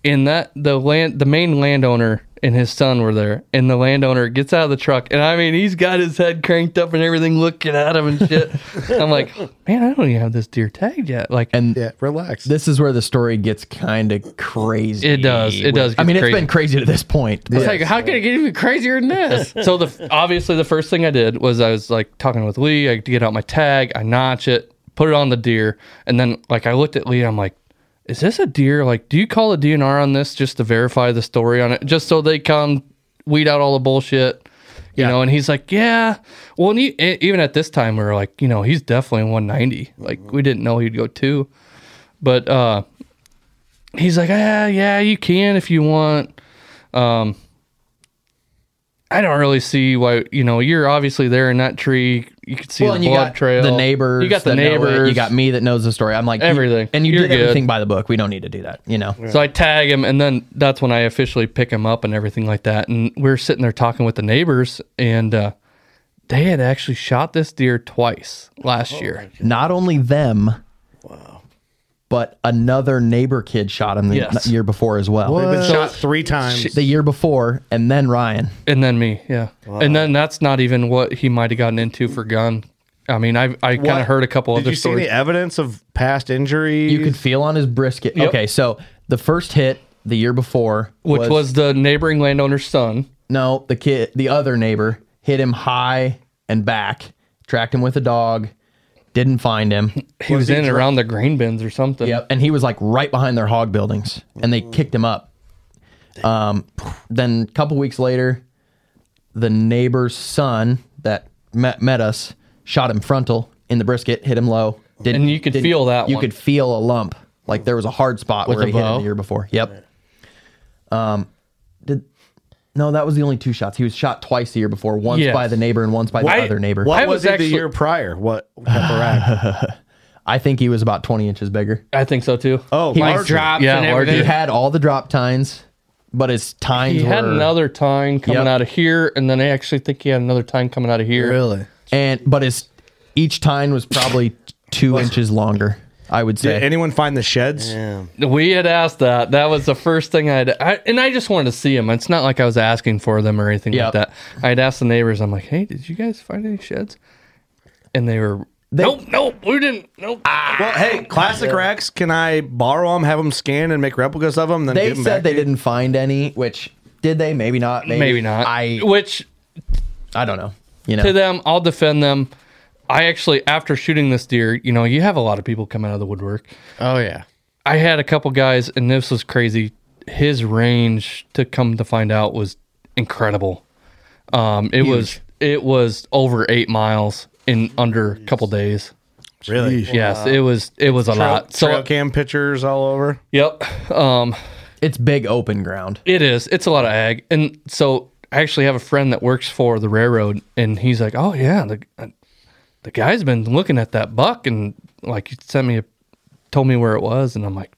[SPEAKER 7] And that the land, the main landowner and his son were there, and the landowner gets out of the truck, and I mean, he's got his head cranked up and everything, looking at him and shit. I'm like, man, I don't even have this deer tagged yet. Like,
[SPEAKER 4] and
[SPEAKER 1] relax.
[SPEAKER 4] this is where the story gets kind of crazy.
[SPEAKER 7] It does. It does
[SPEAKER 4] I
[SPEAKER 7] get
[SPEAKER 4] mean,
[SPEAKER 7] crazy.
[SPEAKER 4] it's been crazy to this point.
[SPEAKER 3] It's like how can it get even crazier than this?
[SPEAKER 7] so the obviously the first thing I did was I was like talking with Lee. I get out my tag, I notch it, put it on the deer, and then like I looked at Lee. I'm like, is this a deer? Like, do you call a DNR on this just to verify the story on it, just so they come weed out all the bullshit? You know, and he's like, yeah. Well, and he, e- even at this time, we were like, you know, he's definitely 190. Like, we didn't know he'd go two, but uh, he's like, ah, yeah, you can if you want. Um, I don't really see why, you know, you're obviously there in that tree. you could see
[SPEAKER 4] well,
[SPEAKER 7] the
[SPEAKER 4] and you
[SPEAKER 7] blood
[SPEAKER 4] got
[SPEAKER 7] trail.
[SPEAKER 4] the neighbors.
[SPEAKER 7] You got the
[SPEAKER 4] that know it.
[SPEAKER 7] neighbors.
[SPEAKER 4] You got me that knows the story. I'm like you-
[SPEAKER 7] Everything.
[SPEAKER 4] and you
[SPEAKER 7] You're
[SPEAKER 4] did everything
[SPEAKER 7] good.
[SPEAKER 4] by the book. We don't need to do that. You know.
[SPEAKER 7] So I tag him, and then that's when I officially pick him up and everything like that. And we were sitting there talking with the neighbors, and uh, they had actually shot this deer twice last year.
[SPEAKER 4] Not only them, but another neighbor kid shot him the
[SPEAKER 7] Yes.
[SPEAKER 4] year before as well.
[SPEAKER 7] They've been What? shot
[SPEAKER 4] three times. The year before, and then Ryan.
[SPEAKER 7] And then me, yeah. And then that's not even what he might have gotten into for gun. I mean, I I kind
[SPEAKER 4] What?
[SPEAKER 7] of heard a couple
[SPEAKER 4] Did
[SPEAKER 7] other
[SPEAKER 4] you see
[SPEAKER 7] stories.
[SPEAKER 4] any
[SPEAKER 7] evidence of past injuries?
[SPEAKER 4] You could feel on his brisket.
[SPEAKER 7] Yep.
[SPEAKER 4] Okay, so the first hit the year before,
[SPEAKER 7] Which was the neighboring landowner's son.
[SPEAKER 4] No, the kid, the other neighbor, hit him high and back, tracked him with a dog, didn't find him.
[SPEAKER 7] He was, in and around the grain bins or something.
[SPEAKER 4] Yep, and he was like right behind their hog buildings, and they kicked him up. Um, then a couple weeks later, the neighbor's son that met, met us shot him frontal in the brisket, hit him low. Didn't,
[SPEAKER 7] And you could
[SPEAKER 4] didn't-
[SPEAKER 7] feel that
[SPEAKER 4] You
[SPEAKER 7] one.
[SPEAKER 4] could feel a lump, like there was a hard spot
[SPEAKER 7] With
[SPEAKER 4] where
[SPEAKER 7] a
[SPEAKER 4] he hit him
[SPEAKER 7] bow?
[SPEAKER 4] the year before. Yep. Um, did no, that was the only two shots. He was shot twice the year before, once
[SPEAKER 1] Yes.
[SPEAKER 4] by the neighbor and once by
[SPEAKER 1] What-
[SPEAKER 4] the other neighbor.
[SPEAKER 1] What was, it the year prior? What?
[SPEAKER 4] I think he was about 20 inches bigger.
[SPEAKER 7] I think so too.
[SPEAKER 4] Oh,
[SPEAKER 7] He, like, larger. drops Yeah, and everything. larger.
[SPEAKER 4] He had all the drop tines, but his tines
[SPEAKER 7] He
[SPEAKER 4] were
[SPEAKER 7] had another tine coming
[SPEAKER 4] Yep.
[SPEAKER 7] out of here, and then I actually think he had another tine coming out of here.
[SPEAKER 4] Really? And but his each tine was probably 2 inches longer, I would say.
[SPEAKER 7] Did
[SPEAKER 4] anyone find the sheds?
[SPEAKER 7] We had asked that. That was the first thing I'd, I and I just wanted to see them. It's not like I was asking for them or anything like that. I'd asked the neighbors. I'm like, hey, did you guys find any sheds? And they were nope, nope, we didn't. Nope.
[SPEAKER 4] Ah,
[SPEAKER 1] Well, hey, classic racks. Can I borrow them, have them scanned, and make replicas of them? Then
[SPEAKER 4] They
[SPEAKER 1] give 'em
[SPEAKER 4] said
[SPEAKER 1] back?
[SPEAKER 4] they didn't find any, which did they? Maybe not.
[SPEAKER 7] maybe, not.
[SPEAKER 4] I
[SPEAKER 7] which
[SPEAKER 4] I don't know. You know.
[SPEAKER 7] to them, I'll defend them. I actually, after shooting this deer, you know, you have a lot of people come out of the woodwork.
[SPEAKER 3] Oh yeah.
[SPEAKER 7] I had a couple guys, and this was crazy. His range to come to find out was incredible. Um, it was it was over eight miles in under a couple days.
[SPEAKER 1] Really?
[SPEAKER 7] Yes, it was it was a
[SPEAKER 1] Trail-
[SPEAKER 7] lot. Uh, So
[SPEAKER 1] trail cam pictures all over.
[SPEAKER 7] Yep. Um,
[SPEAKER 4] it's big open ground.
[SPEAKER 7] It is. It's a lot of ag, and so I actually have a friend that works for the railroad, and he's like, "Oh yeah, the the guy's been looking at that buck, and like he sent me a, told me where it was, and I'm like,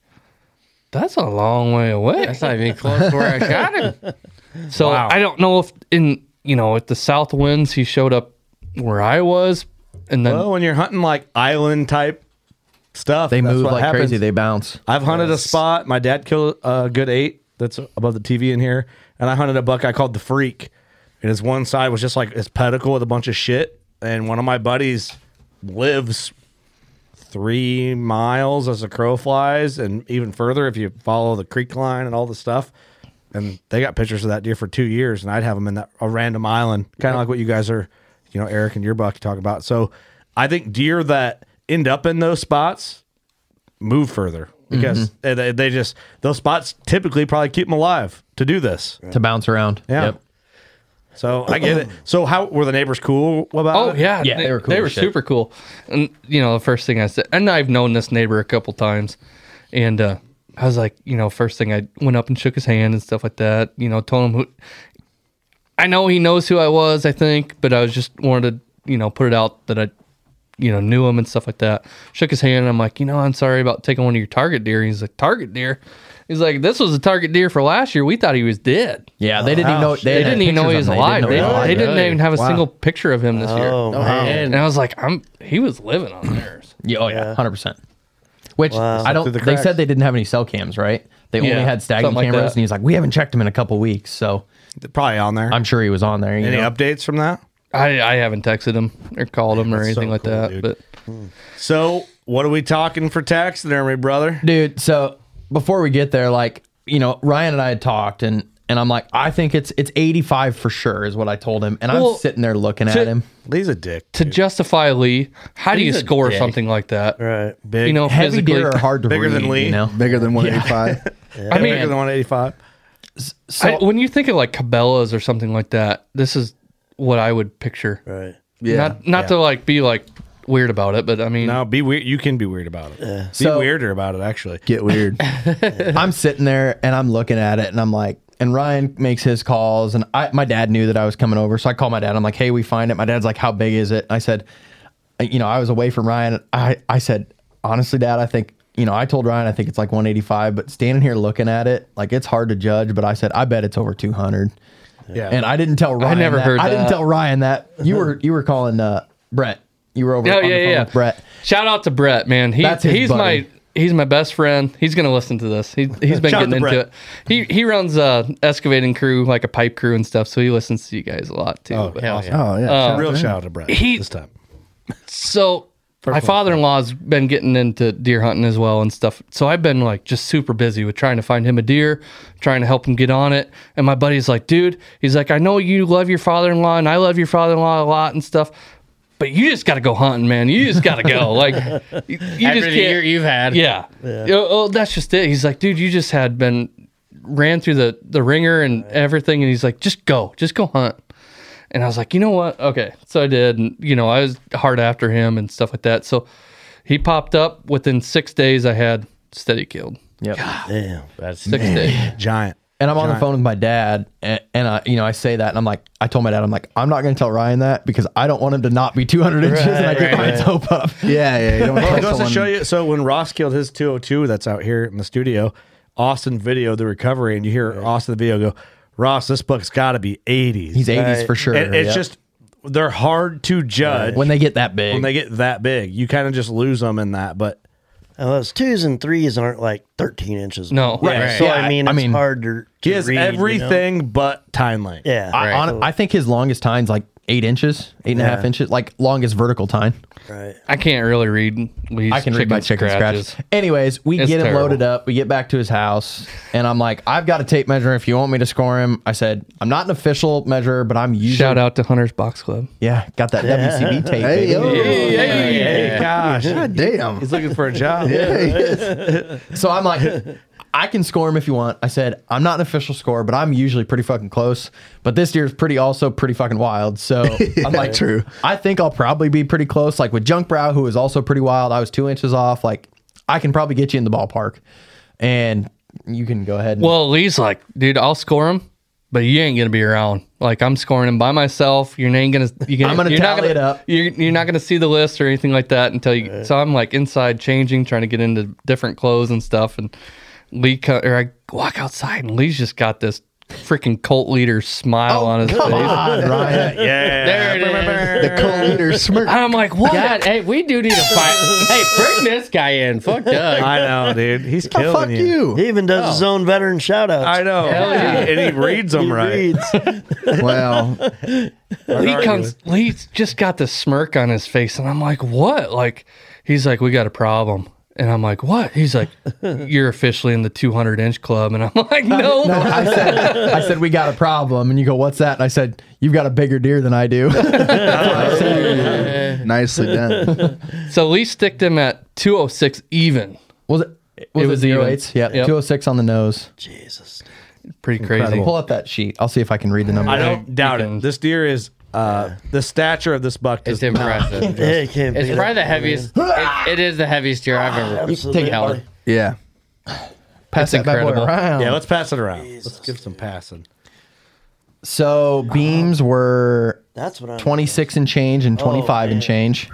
[SPEAKER 7] that's a long way away.
[SPEAKER 3] That's not even close to where I got
[SPEAKER 7] him. So I don't know if in you know at the south winds he showed up where I was, and then
[SPEAKER 1] well, when you're hunting like island type stuff,
[SPEAKER 4] They
[SPEAKER 1] that's
[SPEAKER 4] move
[SPEAKER 1] what
[SPEAKER 4] like
[SPEAKER 1] happens.
[SPEAKER 4] crazy. They bounce.
[SPEAKER 1] I've hunted a spot. My dad killed a good eight that's above the TV in here, and I hunted a buck I called the freak, and his one side was just like his pedicle with a bunch of shit. And one of my buddies lives three miles as a crow flies, and even further if you follow the creek line and all the stuff. And they got pictures of that deer for two years, and I'd have them in that a random island, kind of like what you guys are, you know, Eric and your buck talk about. So I think deer that end up in those spots move further because
[SPEAKER 7] Mm-hmm.
[SPEAKER 1] they- they, they just those spots typically probably keep them alive to do this
[SPEAKER 4] to bounce around.
[SPEAKER 1] Yeah. So I get it. So how were the neighbors cool about
[SPEAKER 7] Oh
[SPEAKER 1] it?
[SPEAKER 7] yeah, they, they were super cool. And you know, the first thing I said, and I've known this neighbor a couple times, and uh, I was like, you know, first thing I went up and shook his hand and stuff like that. You know, told him who. I know he knows who I was, I think, but I was just wanted to, you know, put it out that I, you know, knew him and stuff like that. Shook his hand. And I'm like, you know, I'm sorry about taking one of your target deer. He's like, target deer. He's like, this was a target deer for last year. We thought he was dead.
[SPEAKER 4] Yeah, they didn't even know- they
[SPEAKER 7] They,
[SPEAKER 4] had
[SPEAKER 7] didn't even know he
[SPEAKER 4] pictures
[SPEAKER 7] was
[SPEAKER 4] of him. They
[SPEAKER 7] alive.
[SPEAKER 4] didn't
[SPEAKER 7] They,
[SPEAKER 4] know he was
[SPEAKER 7] they
[SPEAKER 4] alive.
[SPEAKER 7] didn't even have a
[SPEAKER 4] Wow.
[SPEAKER 7] single picture of him this year.
[SPEAKER 4] Oh, wow.
[SPEAKER 7] And I was like, I'm. He was living on theirs.
[SPEAKER 4] Yeah, oh yeah, hundred percent. Which
[SPEAKER 7] Wow.
[SPEAKER 4] I
[SPEAKER 7] Through
[SPEAKER 4] don't.
[SPEAKER 7] the
[SPEAKER 4] they
[SPEAKER 7] cracks.
[SPEAKER 4] said they didn't have any cell cams, right? They only
[SPEAKER 7] Yeah,
[SPEAKER 4] had stagging
[SPEAKER 7] something like
[SPEAKER 4] cameras,
[SPEAKER 7] that.
[SPEAKER 4] and he's like, "We haven't checked him in a couple weeks, so
[SPEAKER 1] probably on there."
[SPEAKER 4] I'm sure he was on there. You
[SPEAKER 7] Any
[SPEAKER 4] know?
[SPEAKER 1] updates from that?
[SPEAKER 7] I, I haven't texted him or called him or
[SPEAKER 1] That's so
[SPEAKER 7] anything like
[SPEAKER 1] cool,
[SPEAKER 7] that.
[SPEAKER 1] dude.
[SPEAKER 7] But
[SPEAKER 1] So what are we talking for taxidermy, brother?
[SPEAKER 4] dude so before we get there like you know ryan and i had talked and and i'm like i think it's it's 85 for sure is what i told him and i'm
[SPEAKER 7] Well,
[SPEAKER 4] sitting there looking
[SPEAKER 7] to-
[SPEAKER 4] at him
[SPEAKER 1] lee's a dick
[SPEAKER 7] to justify Lee, how do you
[SPEAKER 4] He's a
[SPEAKER 7] score
[SPEAKER 4] dick.
[SPEAKER 7] something like that?
[SPEAKER 1] Right,
[SPEAKER 4] Big-
[SPEAKER 7] You know,
[SPEAKER 4] Heavy
[SPEAKER 7] Oh, physically
[SPEAKER 4] deer are hard to Bigger than read, Lee. you know?
[SPEAKER 2] Bigger than 185.
[SPEAKER 7] I mean,
[SPEAKER 1] bigger than 185.
[SPEAKER 7] I- when you think of like Cabela's or something like that, this is what I would picture.
[SPEAKER 6] Right.
[SPEAKER 1] Yeah.
[SPEAKER 7] Not not to
[SPEAKER 1] Yeah.
[SPEAKER 7] like be like weird about it, but I mean,
[SPEAKER 1] No, be weird. You can be weird about it. be
[SPEAKER 4] So-
[SPEAKER 1] weirder about it, actually.
[SPEAKER 2] Get weird.
[SPEAKER 4] i'm sitting there and i'm looking at it and i'm like And Ryan makes his calls, and I, my dad knew that I was coming over, so I called my dad. I'm like, "Hey, we find it." My dad's like, "How big is it?" I said, I- "You know, I was away from Ryan. I I said, honestly, Dad, I think you know, I told Ryan I think it's like 185, but standing here looking at it, like it's hard to judge. But I said, I bet it's over 200.
[SPEAKER 1] Yeah.
[SPEAKER 4] And I didn't tell
[SPEAKER 1] I
[SPEAKER 4] Ryan.
[SPEAKER 1] never
[SPEAKER 4] that.
[SPEAKER 1] heard
[SPEAKER 4] I didn't
[SPEAKER 1] that.
[SPEAKER 4] tell Ryan that you were you were calling uh, Brett. You were over.
[SPEAKER 7] Oh
[SPEAKER 4] on the
[SPEAKER 7] yeah,
[SPEAKER 4] phone
[SPEAKER 7] yeah.
[SPEAKER 4] with Brett.
[SPEAKER 7] Shout out to Brett, man. He,
[SPEAKER 4] That's his
[SPEAKER 7] he's
[SPEAKER 4] buddy.
[SPEAKER 7] my he's my best friend. He's gonna listen to this. He he's been
[SPEAKER 4] Shout out
[SPEAKER 7] getting
[SPEAKER 4] to
[SPEAKER 7] into
[SPEAKER 4] Brett.
[SPEAKER 7] it. He he runs a excavating crew, like a pipe crew and stuff. So he listens to you guys a lot too.
[SPEAKER 1] Oh,
[SPEAKER 7] But-
[SPEAKER 1] hell yeah.
[SPEAKER 7] Um,
[SPEAKER 1] Oh, yeah. Shout out Real to him. shout out to Brett
[SPEAKER 7] He,
[SPEAKER 1] this time.
[SPEAKER 7] So my father in law's been getting into deer hunting as well and stuff. So I've been like just super busy with trying to find him a deer, trying to help him get on it. And my buddy's like, dude, he's like, I know you love your father in law and I love your father in law a lot and stuff. But you just got to go hunting, man. You just got to go. Like, you
[SPEAKER 3] After
[SPEAKER 7] just
[SPEAKER 3] the
[SPEAKER 7] can't-
[SPEAKER 3] year you've had.
[SPEAKER 7] Yeah. Oh, oh, that's just it. He's like, dude, you just had been ran through the the ringer and everything, and he's like, just go, just go hunt. And I was like, you know what? Okay, so I did, and you know, I was hard after him and stuff like that. So he popped up within six days. I had steady killed.
[SPEAKER 4] Yep.
[SPEAKER 6] Damn.
[SPEAKER 7] That's six days.
[SPEAKER 1] Giant.
[SPEAKER 4] And I'm on the
[SPEAKER 7] Giant.
[SPEAKER 4] phone with my dad, and, and I, you know, I say that, and I'm like, I told my dad, I'm like, I'm not going to tell Ryan that because I don't want him to not be 200 inches, and I
[SPEAKER 1] Right,
[SPEAKER 4] get
[SPEAKER 1] right,
[SPEAKER 4] my
[SPEAKER 1] right.
[SPEAKER 4] hope up.
[SPEAKER 1] well, it goes to show you. So when Ross killed his 202, that's out here in the studio, Austin video the recovery, and you hear Austin the video go, Ross, this buck's got to be 80s.
[SPEAKER 4] He's 80s for sure,
[SPEAKER 1] And it's
[SPEAKER 4] yep.
[SPEAKER 1] just they're hard to judge
[SPEAKER 4] When they get that big.
[SPEAKER 1] When they get that big, you kind of just lose them in that. But
[SPEAKER 6] Well, those twos and threes aren't like 13 inches.
[SPEAKER 1] No.
[SPEAKER 6] long.
[SPEAKER 1] Right.
[SPEAKER 6] So,
[SPEAKER 1] Yeah,
[SPEAKER 6] I mean,
[SPEAKER 1] I
[SPEAKER 6] it's
[SPEAKER 1] mean,
[SPEAKER 6] hard to.
[SPEAKER 1] he
[SPEAKER 6] to
[SPEAKER 1] has
[SPEAKER 6] read, you know?
[SPEAKER 1] everything but time length.
[SPEAKER 6] Yeah.
[SPEAKER 4] I, hon- I think his longest time's like eight inches, eight and a half
[SPEAKER 7] Yeah.
[SPEAKER 4] inches, like longest vertical time.
[SPEAKER 6] Right.
[SPEAKER 7] I can't really read. Lee's
[SPEAKER 4] I can read my chicken scratches. Anyways, we
[SPEAKER 7] It's
[SPEAKER 4] get him
[SPEAKER 7] terrible.
[SPEAKER 4] loaded up. We get back to his house, and I'm like, I've got a tape measure. If you want me to score him, I said, I'm not an official measure, but I'm using.
[SPEAKER 7] Shout out to Hunter's Box Club.
[SPEAKER 4] Yeah, got that
[SPEAKER 7] Yeah.
[SPEAKER 4] WCB tape.
[SPEAKER 7] Hey,
[SPEAKER 4] baby.
[SPEAKER 7] yo. Hey, hey,
[SPEAKER 1] hey, gosh. God
[SPEAKER 4] damn.
[SPEAKER 1] He's looking for a job.
[SPEAKER 4] so I'm like, I can score him if you want. I said, I'm not an official scorer, but I'm usually pretty fucking close. But this year's pretty also pretty fucking wild. So I'm like,
[SPEAKER 2] True.
[SPEAKER 4] I think I'll probably be pretty close. Like with Junk Brow, who is also pretty wild, I was two inches off. Like I can probably get you in the ballpark. And you can go ahead and
[SPEAKER 7] Well, Lee's like, dude, I'll score him, but you ain't gonna be around. Like I'm scoring him by myself. You're ain't gonna. You
[SPEAKER 4] I'm gonna
[SPEAKER 7] you're not
[SPEAKER 4] tally it up.
[SPEAKER 7] You're, you're not gonna see the list or anything like that until you. So I'm like inside changing, trying to get into different clothes and stuff. And Lee, co- or I walk outside, and Lee's just got this freaking cult leader smile on his
[SPEAKER 4] Oh, come
[SPEAKER 7] face.
[SPEAKER 4] on, Ryan.
[SPEAKER 1] yeah,
[SPEAKER 7] there it is.
[SPEAKER 2] The cult leader smirk.
[SPEAKER 7] I'm like, what?
[SPEAKER 3] God, hey, we do need to fight. hey, bring this guy in. Fuck Doug.
[SPEAKER 1] I know, dude. He's killing
[SPEAKER 6] fuck
[SPEAKER 1] you.
[SPEAKER 6] He even does his own veteran shout outs.
[SPEAKER 1] I know. And he reads them right.
[SPEAKER 2] Well,
[SPEAKER 7] Lee comes. Lee's just got the smirk on his face, and I'm like, "What?" Like, he's like, "We got a problem," and I'm like, "What?" He's like, "You're officially in the 200 inch club," and I'm like, "No."
[SPEAKER 4] No, I said, I said we got a problem, and you go, "What's that?" And I said, "You've got a bigger deer than I do."
[SPEAKER 2] Nicely done.
[SPEAKER 7] so Lee sticked him at 206 even.
[SPEAKER 4] Was it? Was it, was
[SPEAKER 7] even.
[SPEAKER 4] 08s? Yep. 206 on the nose.
[SPEAKER 6] Jesus.
[SPEAKER 7] Pretty
[SPEAKER 1] Incredible.
[SPEAKER 4] Pull up that sheet. I'll see if I can read the number.
[SPEAKER 1] I don't doubt it. This deer is uh, the stature of this buck. It's
[SPEAKER 3] impressive. It's probably the heaviest. It, it is the heaviest deer I've ever
[SPEAKER 6] Absolutely.
[SPEAKER 3] held.
[SPEAKER 2] Yeah.
[SPEAKER 4] Pass
[SPEAKER 3] It's
[SPEAKER 4] that bad boy
[SPEAKER 3] incredible.
[SPEAKER 4] around.
[SPEAKER 1] Yeah, let's pass it around. Oh. Let's give some passing.
[SPEAKER 4] So beams were
[SPEAKER 6] That's what I'm-
[SPEAKER 4] 26 and change
[SPEAKER 6] Oh,
[SPEAKER 4] and 25 and change.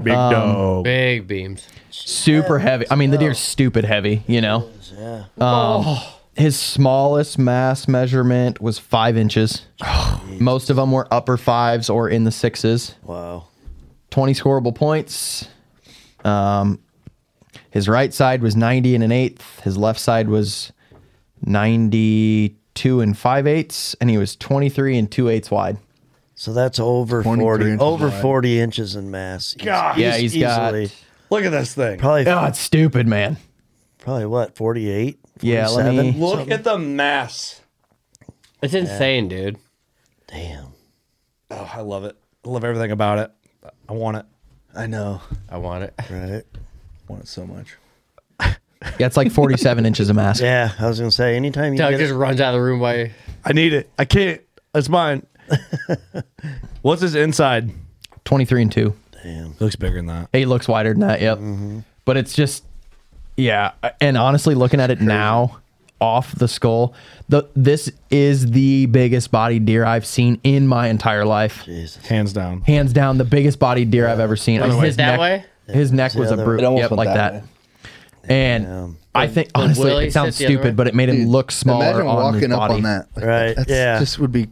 [SPEAKER 1] Big
[SPEAKER 4] Um,
[SPEAKER 1] dog.
[SPEAKER 3] Big beams.
[SPEAKER 4] Super heavy. I mean, the deer's stupid heavy, you know?
[SPEAKER 6] Yeah.
[SPEAKER 4] Um, His smallest mass measurement was five inches. Most of them were upper fives or in the sixes.
[SPEAKER 6] Wow.
[SPEAKER 4] 20 scoreable points. Um, his right side was 90 and an eighth. His left side was 92 and five eighths. And he was 23 and two eighths wide.
[SPEAKER 6] So that's over
[SPEAKER 4] 23
[SPEAKER 6] 40,
[SPEAKER 4] inches
[SPEAKER 6] over
[SPEAKER 4] wide.
[SPEAKER 6] 40 inches in mass. Eas-
[SPEAKER 1] God.
[SPEAKER 4] Yeah, he's got-
[SPEAKER 1] Look at this thing.
[SPEAKER 6] Probably,
[SPEAKER 4] Oh, it's stupid, man.
[SPEAKER 6] probably what, 48?
[SPEAKER 4] Yeah, let
[SPEAKER 6] 47?
[SPEAKER 4] me-
[SPEAKER 1] Look at the mass.
[SPEAKER 3] It's insane, dude.
[SPEAKER 1] Oh, I love it. I love everything about it. I want it.
[SPEAKER 6] I know.
[SPEAKER 3] I want it.
[SPEAKER 6] Right.
[SPEAKER 1] want it so much.
[SPEAKER 4] Yeah, it's like 47 inches of mass.
[SPEAKER 6] Yeah, I was going to say, anytime you
[SPEAKER 3] Doug
[SPEAKER 6] get
[SPEAKER 3] just
[SPEAKER 6] it,
[SPEAKER 3] runs out of the room by
[SPEAKER 1] I need it. I can't. It's mine. What's his inside?
[SPEAKER 4] 23 and two.
[SPEAKER 6] damn.
[SPEAKER 1] Looks bigger than that.
[SPEAKER 4] It looks wider than that. Yep. But it's just, yeah. And honestly, looking at it now, off the skull. The this is the biggest body deer I've seen in my entire life.
[SPEAKER 1] Hands down.
[SPEAKER 4] Hands down, the biggest body deer I've ever seen.
[SPEAKER 3] Was it that
[SPEAKER 4] neck,
[SPEAKER 3] way?
[SPEAKER 4] His neck
[SPEAKER 3] Yeah,
[SPEAKER 4] was a
[SPEAKER 3] the-
[SPEAKER 4] brute.
[SPEAKER 3] It almost
[SPEAKER 4] Yep,
[SPEAKER 3] went
[SPEAKER 4] like
[SPEAKER 3] that
[SPEAKER 4] that. And I think
[SPEAKER 3] Did
[SPEAKER 4] honestly,
[SPEAKER 3] Willie
[SPEAKER 4] it sounds
[SPEAKER 3] sit the other way?
[SPEAKER 4] stupid, but it made him
[SPEAKER 3] Dude,
[SPEAKER 4] look smaller
[SPEAKER 2] Imagine
[SPEAKER 4] on his
[SPEAKER 2] walking up
[SPEAKER 4] body.
[SPEAKER 2] on that. Like, That's, Just would be.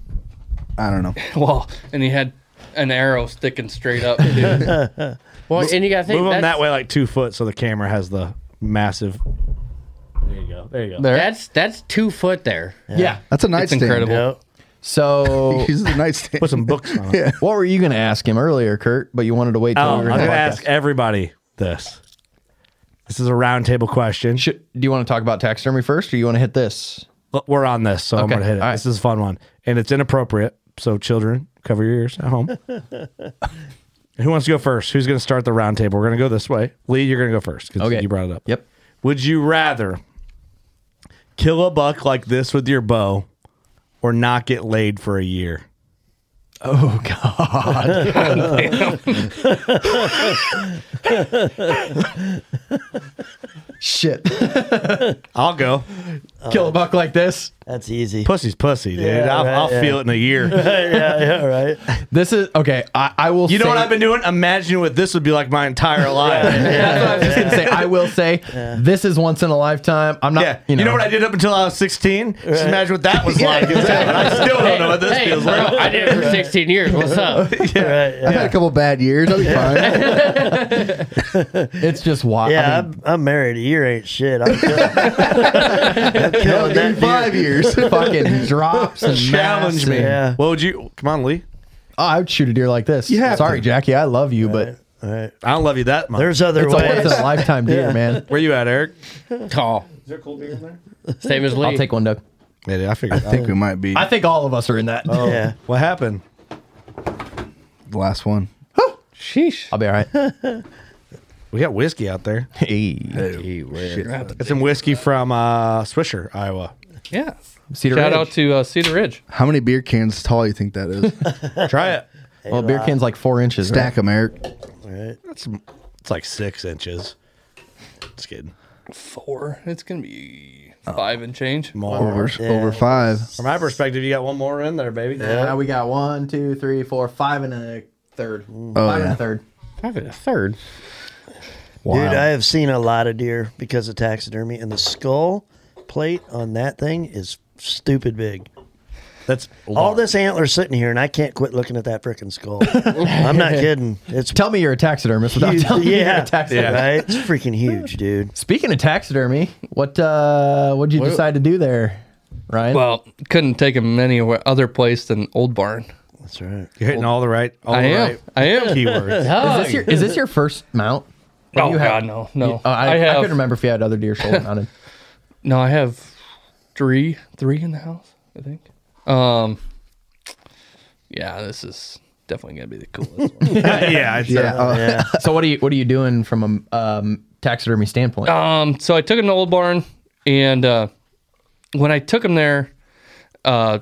[SPEAKER 2] I don't know.
[SPEAKER 4] Well,
[SPEAKER 7] and he had an arrow sticking straight up. Dude.
[SPEAKER 3] Well, and you got to think
[SPEAKER 1] Move them
[SPEAKER 3] that's,
[SPEAKER 1] that way like two foot so the camera has the massive. There you go. There you go.
[SPEAKER 3] That's that's two foot there.
[SPEAKER 4] Yeah.
[SPEAKER 1] That's a It's nightstand. incredible. Yep.
[SPEAKER 4] So
[SPEAKER 2] Use the nightstand.
[SPEAKER 1] Put some books on it.
[SPEAKER 4] What were you going to ask him earlier, Kurt? But you wanted to wait till
[SPEAKER 1] Oh,
[SPEAKER 4] we
[SPEAKER 1] I'm
[SPEAKER 4] were
[SPEAKER 1] going
[SPEAKER 4] gonna
[SPEAKER 1] to ask everybody this. This is a roundtable question.
[SPEAKER 4] do you want to talk about taxidermy first, or you want to hit this?
[SPEAKER 1] We're on this, so I'm
[SPEAKER 4] Okay,
[SPEAKER 1] going to hit it.
[SPEAKER 4] all right.
[SPEAKER 1] This is a fun one, and it's inappropriate. So, children, cover your ears at home. Who wants to go first? Who's going to start the roundtable? We're going to go this way. Lee, you're going to go first because you brought it up.
[SPEAKER 4] Yep.
[SPEAKER 1] Would you rather kill a buck like this with your bow, or not get laid for a year?
[SPEAKER 4] Oh God! Shit.
[SPEAKER 1] I'll go.
[SPEAKER 4] Kill a buck like this.
[SPEAKER 6] That's easy.
[SPEAKER 1] Pussy's pussy, dude.
[SPEAKER 6] Yeah,
[SPEAKER 1] I'll,
[SPEAKER 6] right,
[SPEAKER 1] I'll
[SPEAKER 6] yeah.
[SPEAKER 1] feel it in a year.
[SPEAKER 6] yeah, yeah, right.
[SPEAKER 4] This is okay. I, I will.
[SPEAKER 1] You know
[SPEAKER 4] say-
[SPEAKER 1] what I've been doing? Imagining what this would be like my entire life.
[SPEAKER 4] That's what I was just gonna say. I will say this is once in a lifetime. I'm not.
[SPEAKER 1] Yeah.
[SPEAKER 4] You know,
[SPEAKER 1] what I did up until I was 16? Just
[SPEAKER 4] Right.
[SPEAKER 1] imagine what that was like. I still don't know what this
[SPEAKER 3] Hey,
[SPEAKER 1] feels
[SPEAKER 3] bro,
[SPEAKER 1] like.
[SPEAKER 3] I did it for 16 years. What's up?
[SPEAKER 2] I've had a couple bad years. I'll be fine.
[SPEAKER 4] it's just wild.
[SPEAKER 6] Yeah, I'm, I'm married. A year ain't shit. I'm killing, I'm killing that deer.
[SPEAKER 4] fucking drops and
[SPEAKER 1] Challenge
[SPEAKER 4] mass
[SPEAKER 1] me.
[SPEAKER 4] and-
[SPEAKER 1] What would you? Come on, Lee.
[SPEAKER 4] Oh, I would shoot a deer like this. Yeah. Sorry, Jackie. I love you, but
[SPEAKER 1] I don't love you that much.
[SPEAKER 6] There's other
[SPEAKER 4] it's a
[SPEAKER 6] ways.
[SPEAKER 4] once in a lifetime deer, man.
[SPEAKER 1] Where you at, Eric?
[SPEAKER 3] Tall.
[SPEAKER 1] Is there cold beer in there?
[SPEAKER 3] Same as Lee.
[SPEAKER 4] I'll take one, Doug.
[SPEAKER 1] I figured.
[SPEAKER 2] I think we might be
[SPEAKER 4] I think all of us are in that.
[SPEAKER 6] Oh. Yeah.
[SPEAKER 1] What happened?
[SPEAKER 2] the last one.
[SPEAKER 3] Sheesh.
[SPEAKER 4] I'll be all right.
[SPEAKER 1] We got whiskey out there.
[SPEAKER 4] Hey.
[SPEAKER 1] Got some whiskey from uh, Swisher, Iowa.
[SPEAKER 7] yeah.
[SPEAKER 4] Cedar
[SPEAKER 7] Shout
[SPEAKER 4] Ridge.
[SPEAKER 7] out to uh, Cedar Ridge.
[SPEAKER 2] How many beer cans tall you think that is?
[SPEAKER 1] Try it.
[SPEAKER 4] well, beer can's like four inches.
[SPEAKER 2] Stack them, Eric.
[SPEAKER 1] That's, it's like six inches. Just kidding.
[SPEAKER 7] Four. It's gonna be five and change.
[SPEAKER 2] Over over five.
[SPEAKER 1] From my perspective, you got one more in there, baby.
[SPEAKER 4] Right? Now we got one, two, three, four, five and a third. Five and
[SPEAKER 2] yeah.
[SPEAKER 4] a third.
[SPEAKER 3] Five and a third.
[SPEAKER 6] Dude, I have seen a lot of deer because of taxidermy, and the skull plate on that thing is stupid big.
[SPEAKER 1] That's
[SPEAKER 6] All this antler sitting here, and I can't quit looking at that freaking skull. I'm not kidding. It's
[SPEAKER 4] Tell me you're a taxidermist without
[SPEAKER 6] huge.
[SPEAKER 4] telling me you're
[SPEAKER 6] yeah,
[SPEAKER 4] a taxidermist.
[SPEAKER 6] right. It's freaking huge, dude.
[SPEAKER 4] Speaking of taxidermy, what uh what'd you decide to do there, Ryan?
[SPEAKER 7] Well, couldn't take him any other place than Old Barn.
[SPEAKER 6] That's right.
[SPEAKER 1] You're hitting all the right. All
[SPEAKER 7] I
[SPEAKER 1] the
[SPEAKER 7] am.
[SPEAKER 1] right
[SPEAKER 7] I am.
[SPEAKER 1] keywords.
[SPEAKER 4] is this your is this your first mount? Or
[SPEAKER 7] Oh,
[SPEAKER 4] you have-
[SPEAKER 7] God, no, no.
[SPEAKER 4] You- oh, I,
[SPEAKER 7] I
[SPEAKER 4] I
[SPEAKER 7] have-
[SPEAKER 4] couldn't remember if you had other deer shoulder mounted.
[SPEAKER 7] No, I have three, three in the house, I think. Um, yeah, this is definitely gonna be the coolest one.
[SPEAKER 1] yeah, it's,
[SPEAKER 2] Yeah. uh,
[SPEAKER 6] Yeah.
[SPEAKER 4] so what are you what are you doing from a um, taxidermy standpoint?
[SPEAKER 7] Um, so I took him to Old Barn, and uh, when I took him there, uh,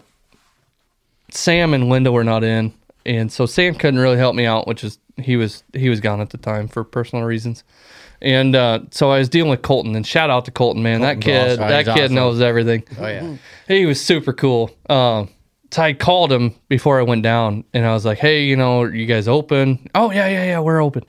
[SPEAKER 7] Sam and Linda were not in, and so Sam couldn't really help me out, which is he was he was gone at the time for personal reasons, and uh, so I was dealing with Colton. And shout out to Colton, man, that kid
[SPEAKER 3] awesome.
[SPEAKER 7] that
[SPEAKER 3] He's
[SPEAKER 7] kid
[SPEAKER 3] awesome.
[SPEAKER 7] knows everything.
[SPEAKER 3] Oh, yeah.
[SPEAKER 7] He was super cool. Um, so I called him before I went down, and I was like, "Hey, you know, are you guys open? Oh yeah, yeah, yeah, we're open.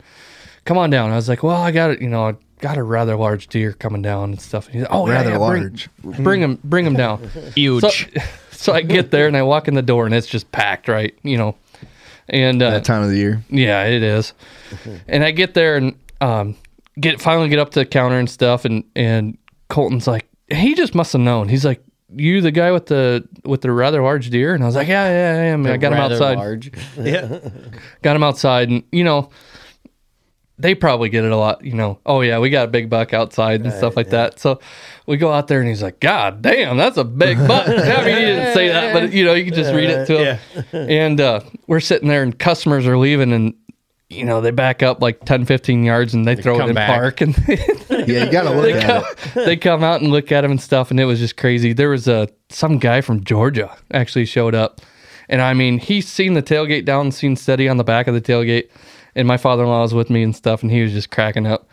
[SPEAKER 7] Come on down." I was like, "Well, I got it. You know, I got a rather large deer coming down and stuff." And he's like, "Oh,
[SPEAKER 2] Rather
[SPEAKER 7] yeah, yeah, bring-
[SPEAKER 2] large.
[SPEAKER 7] Bring him, bring him down."
[SPEAKER 4] Huge.
[SPEAKER 7] So, so I get there and I walk in the door and it's just packed, right? You know, and uh,
[SPEAKER 2] That time of the year.
[SPEAKER 7] yeah, it is. and I get there and um, get finally get up to the counter and stuff, and and Colton's like, he just must have known. He's like, you the guy with the with the rather large deer, and I was like, yeah, yeah, yeah. Man. I got him
[SPEAKER 3] Rather
[SPEAKER 7] outside,
[SPEAKER 3] Large.
[SPEAKER 7] got him outside, and you know, they probably get it a lot. You know, oh yeah, we got a big buck outside and stuff like that. So we go out there, and he's like, God damn, that's a big buck. I mean, he didn't say that, but you know, you can just read it to him
[SPEAKER 1] yeah.
[SPEAKER 7] and uh, we're sitting there and customers are leaving and you know they back up like 10 15 yards and they, throw it
[SPEAKER 3] come
[SPEAKER 7] in
[SPEAKER 3] back.
[SPEAKER 7] park and
[SPEAKER 2] Yeah, you gotta look
[SPEAKER 7] they,
[SPEAKER 2] at
[SPEAKER 7] come,
[SPEAKER 2] it.
[SPEAKER 7] they come out and look at him and stuff and it was just crazy there was a some guy from georgia actually showed up and i mean he's seen the tailgate down seen steady on the back of the tailgate and my father-in-law was with me and stuff and he was just cracking up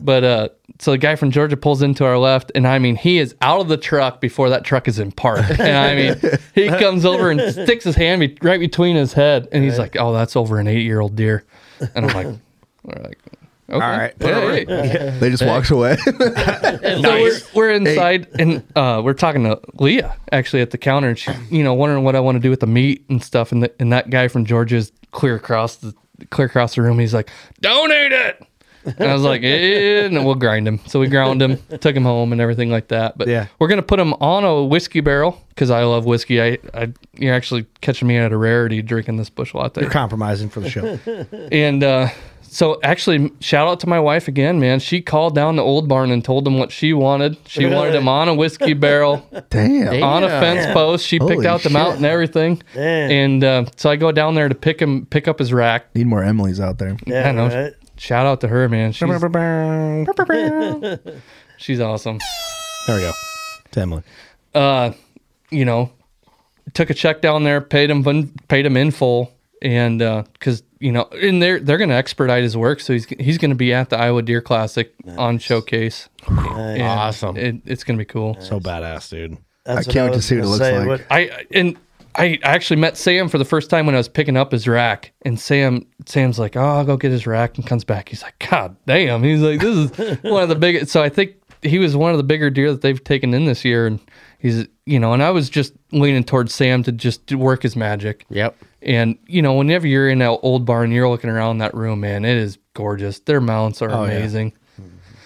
[SPEAKER 7] But uh, so the guy from Georgia pulls into our left, and I mean, he is out of the truck before that truck is in park. And I mean, he comes over and sticks his hand be- right between his head, and he's like, "Oh, that's over an eight-year-old deer," and I'm like, "We're like, okay. all right,
[SPEAKER 2] They just walks away.
[SPEAKER 7] so we're, we're inside and uh, we're talking to Leah actually at the counter, and she's you know wondering what I want to do with the meat and stuff. And, the, and that guy from Georgia's clear across the clear across the room. He's like, "Don't eat it." And I was like, "Eh," and we'll grind him. So we ground him, took him home, and everything like that. But
[SPEAKER 1] Yeah.
[SPEAKER 7] we're gonna put him on a whiskey barrel because I love whiskey. I, I you're actually catching me at a rarity drinking this bush latte.
[SPEAKER 1] You're compromising for the show.
[SPEAKER 7] And uh, so, actually, shout out to my wife again, man. She called down the old barn and told them what she wanted. She wanted him on a whiskey barrel,
[SPEAKER 2] Damn.
[SPEAKER 7] on a
[SPEAKER 2] Damn.
[SPEAKER 7] fence post. She picked
[SPEAKER 2] Holy
[SPEAKER 7] out the
[SPEAKER 2] shit.
[SPEAKER 7] mount and everything. And uh, so I go down there to pick him, pick up his rack.
[SPEAKER 2] Need more Emily's out there.
[SPEAKER 7] I know. Shout out to her, man. She's, she's awesome.
[SPEAKER 1] There we go. To Emily.
[SPEAKER 7] uh, you know, took a check down there, paid him, paid him in full, and because you know, and they're they're going to expedite his work, so he's he's going to be at the Iowa Deer Classic on showcase. And
[SPEAKER 3] Awesome.
[SPEAKER 7] it, it's going to be cool.
[SPEAKER 1] So badass, dude.
[SPEAKER 6] That's I can't what I wait to was see what it gonna looks say. like. What-
[SPEAKER 7] I I- and I actually met Sam for the first time when I was picking up his rack, and Sam Sam's like, "Oh, I'll go get his rack," and comes back. He's like, "God damn!" He's like, "This is one of the biggest." So I think he was one of the bigger deer that they've taken in this year, and he's you know, and I was just leaning towards Sam to just do- work his magic.
[SPEAKER 3] Yep.
[SPEAKER 7] And you know, whenever you're in that old barn, you're looking around that room, man. It is gorgeous. Their mounts are
[SPEAKER 1] Oh, yeah.
[SPEAKER 7] amazing.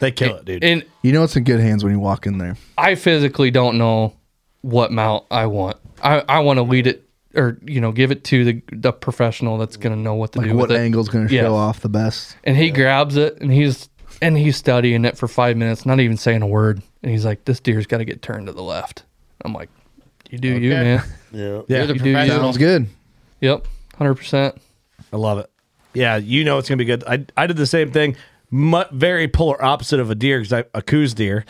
[SPEAKER 1] They kill it, dude.
[SPEAKER 7] And
[SPEAKER 2] You know it's in good hands when you walk in there.
[SPEAKER 7] I physically don't know what mount I want. I, I want to lead it or you know give it to the the professional that's going to know what to
[SPEAKER 2] Like
[SPEAKER 7] do.
[SPEAKER 2] what
[SPEAKER 7] with it.
[SPEAKER 2] angle's going to
[SPEAKER 7] Yeah.
[SPEAKER 2] show off the best?
[SPEAKER 7] And he grabs it and he's and he's studying it for five minutes, not even saying a word. And he's like, "This deer's got to get turned to the left." I'm like, "You do you,
[SPEAKER 1] Okay.
[SPEAKER 7] man."
[SPEAKER 6] Yeah.
[SPEAKER 1] Yeah.
[SPEAKER 7] You do you.
[SPEAKER 2] Sounds good.
[SPEAKER 7] Yep, hundred percent.
[SPEAKER 1] I love it. Yeah, you know it's gonna be good. I I did the same thing. Mu- very polar opposite of a deer because I a coos deer.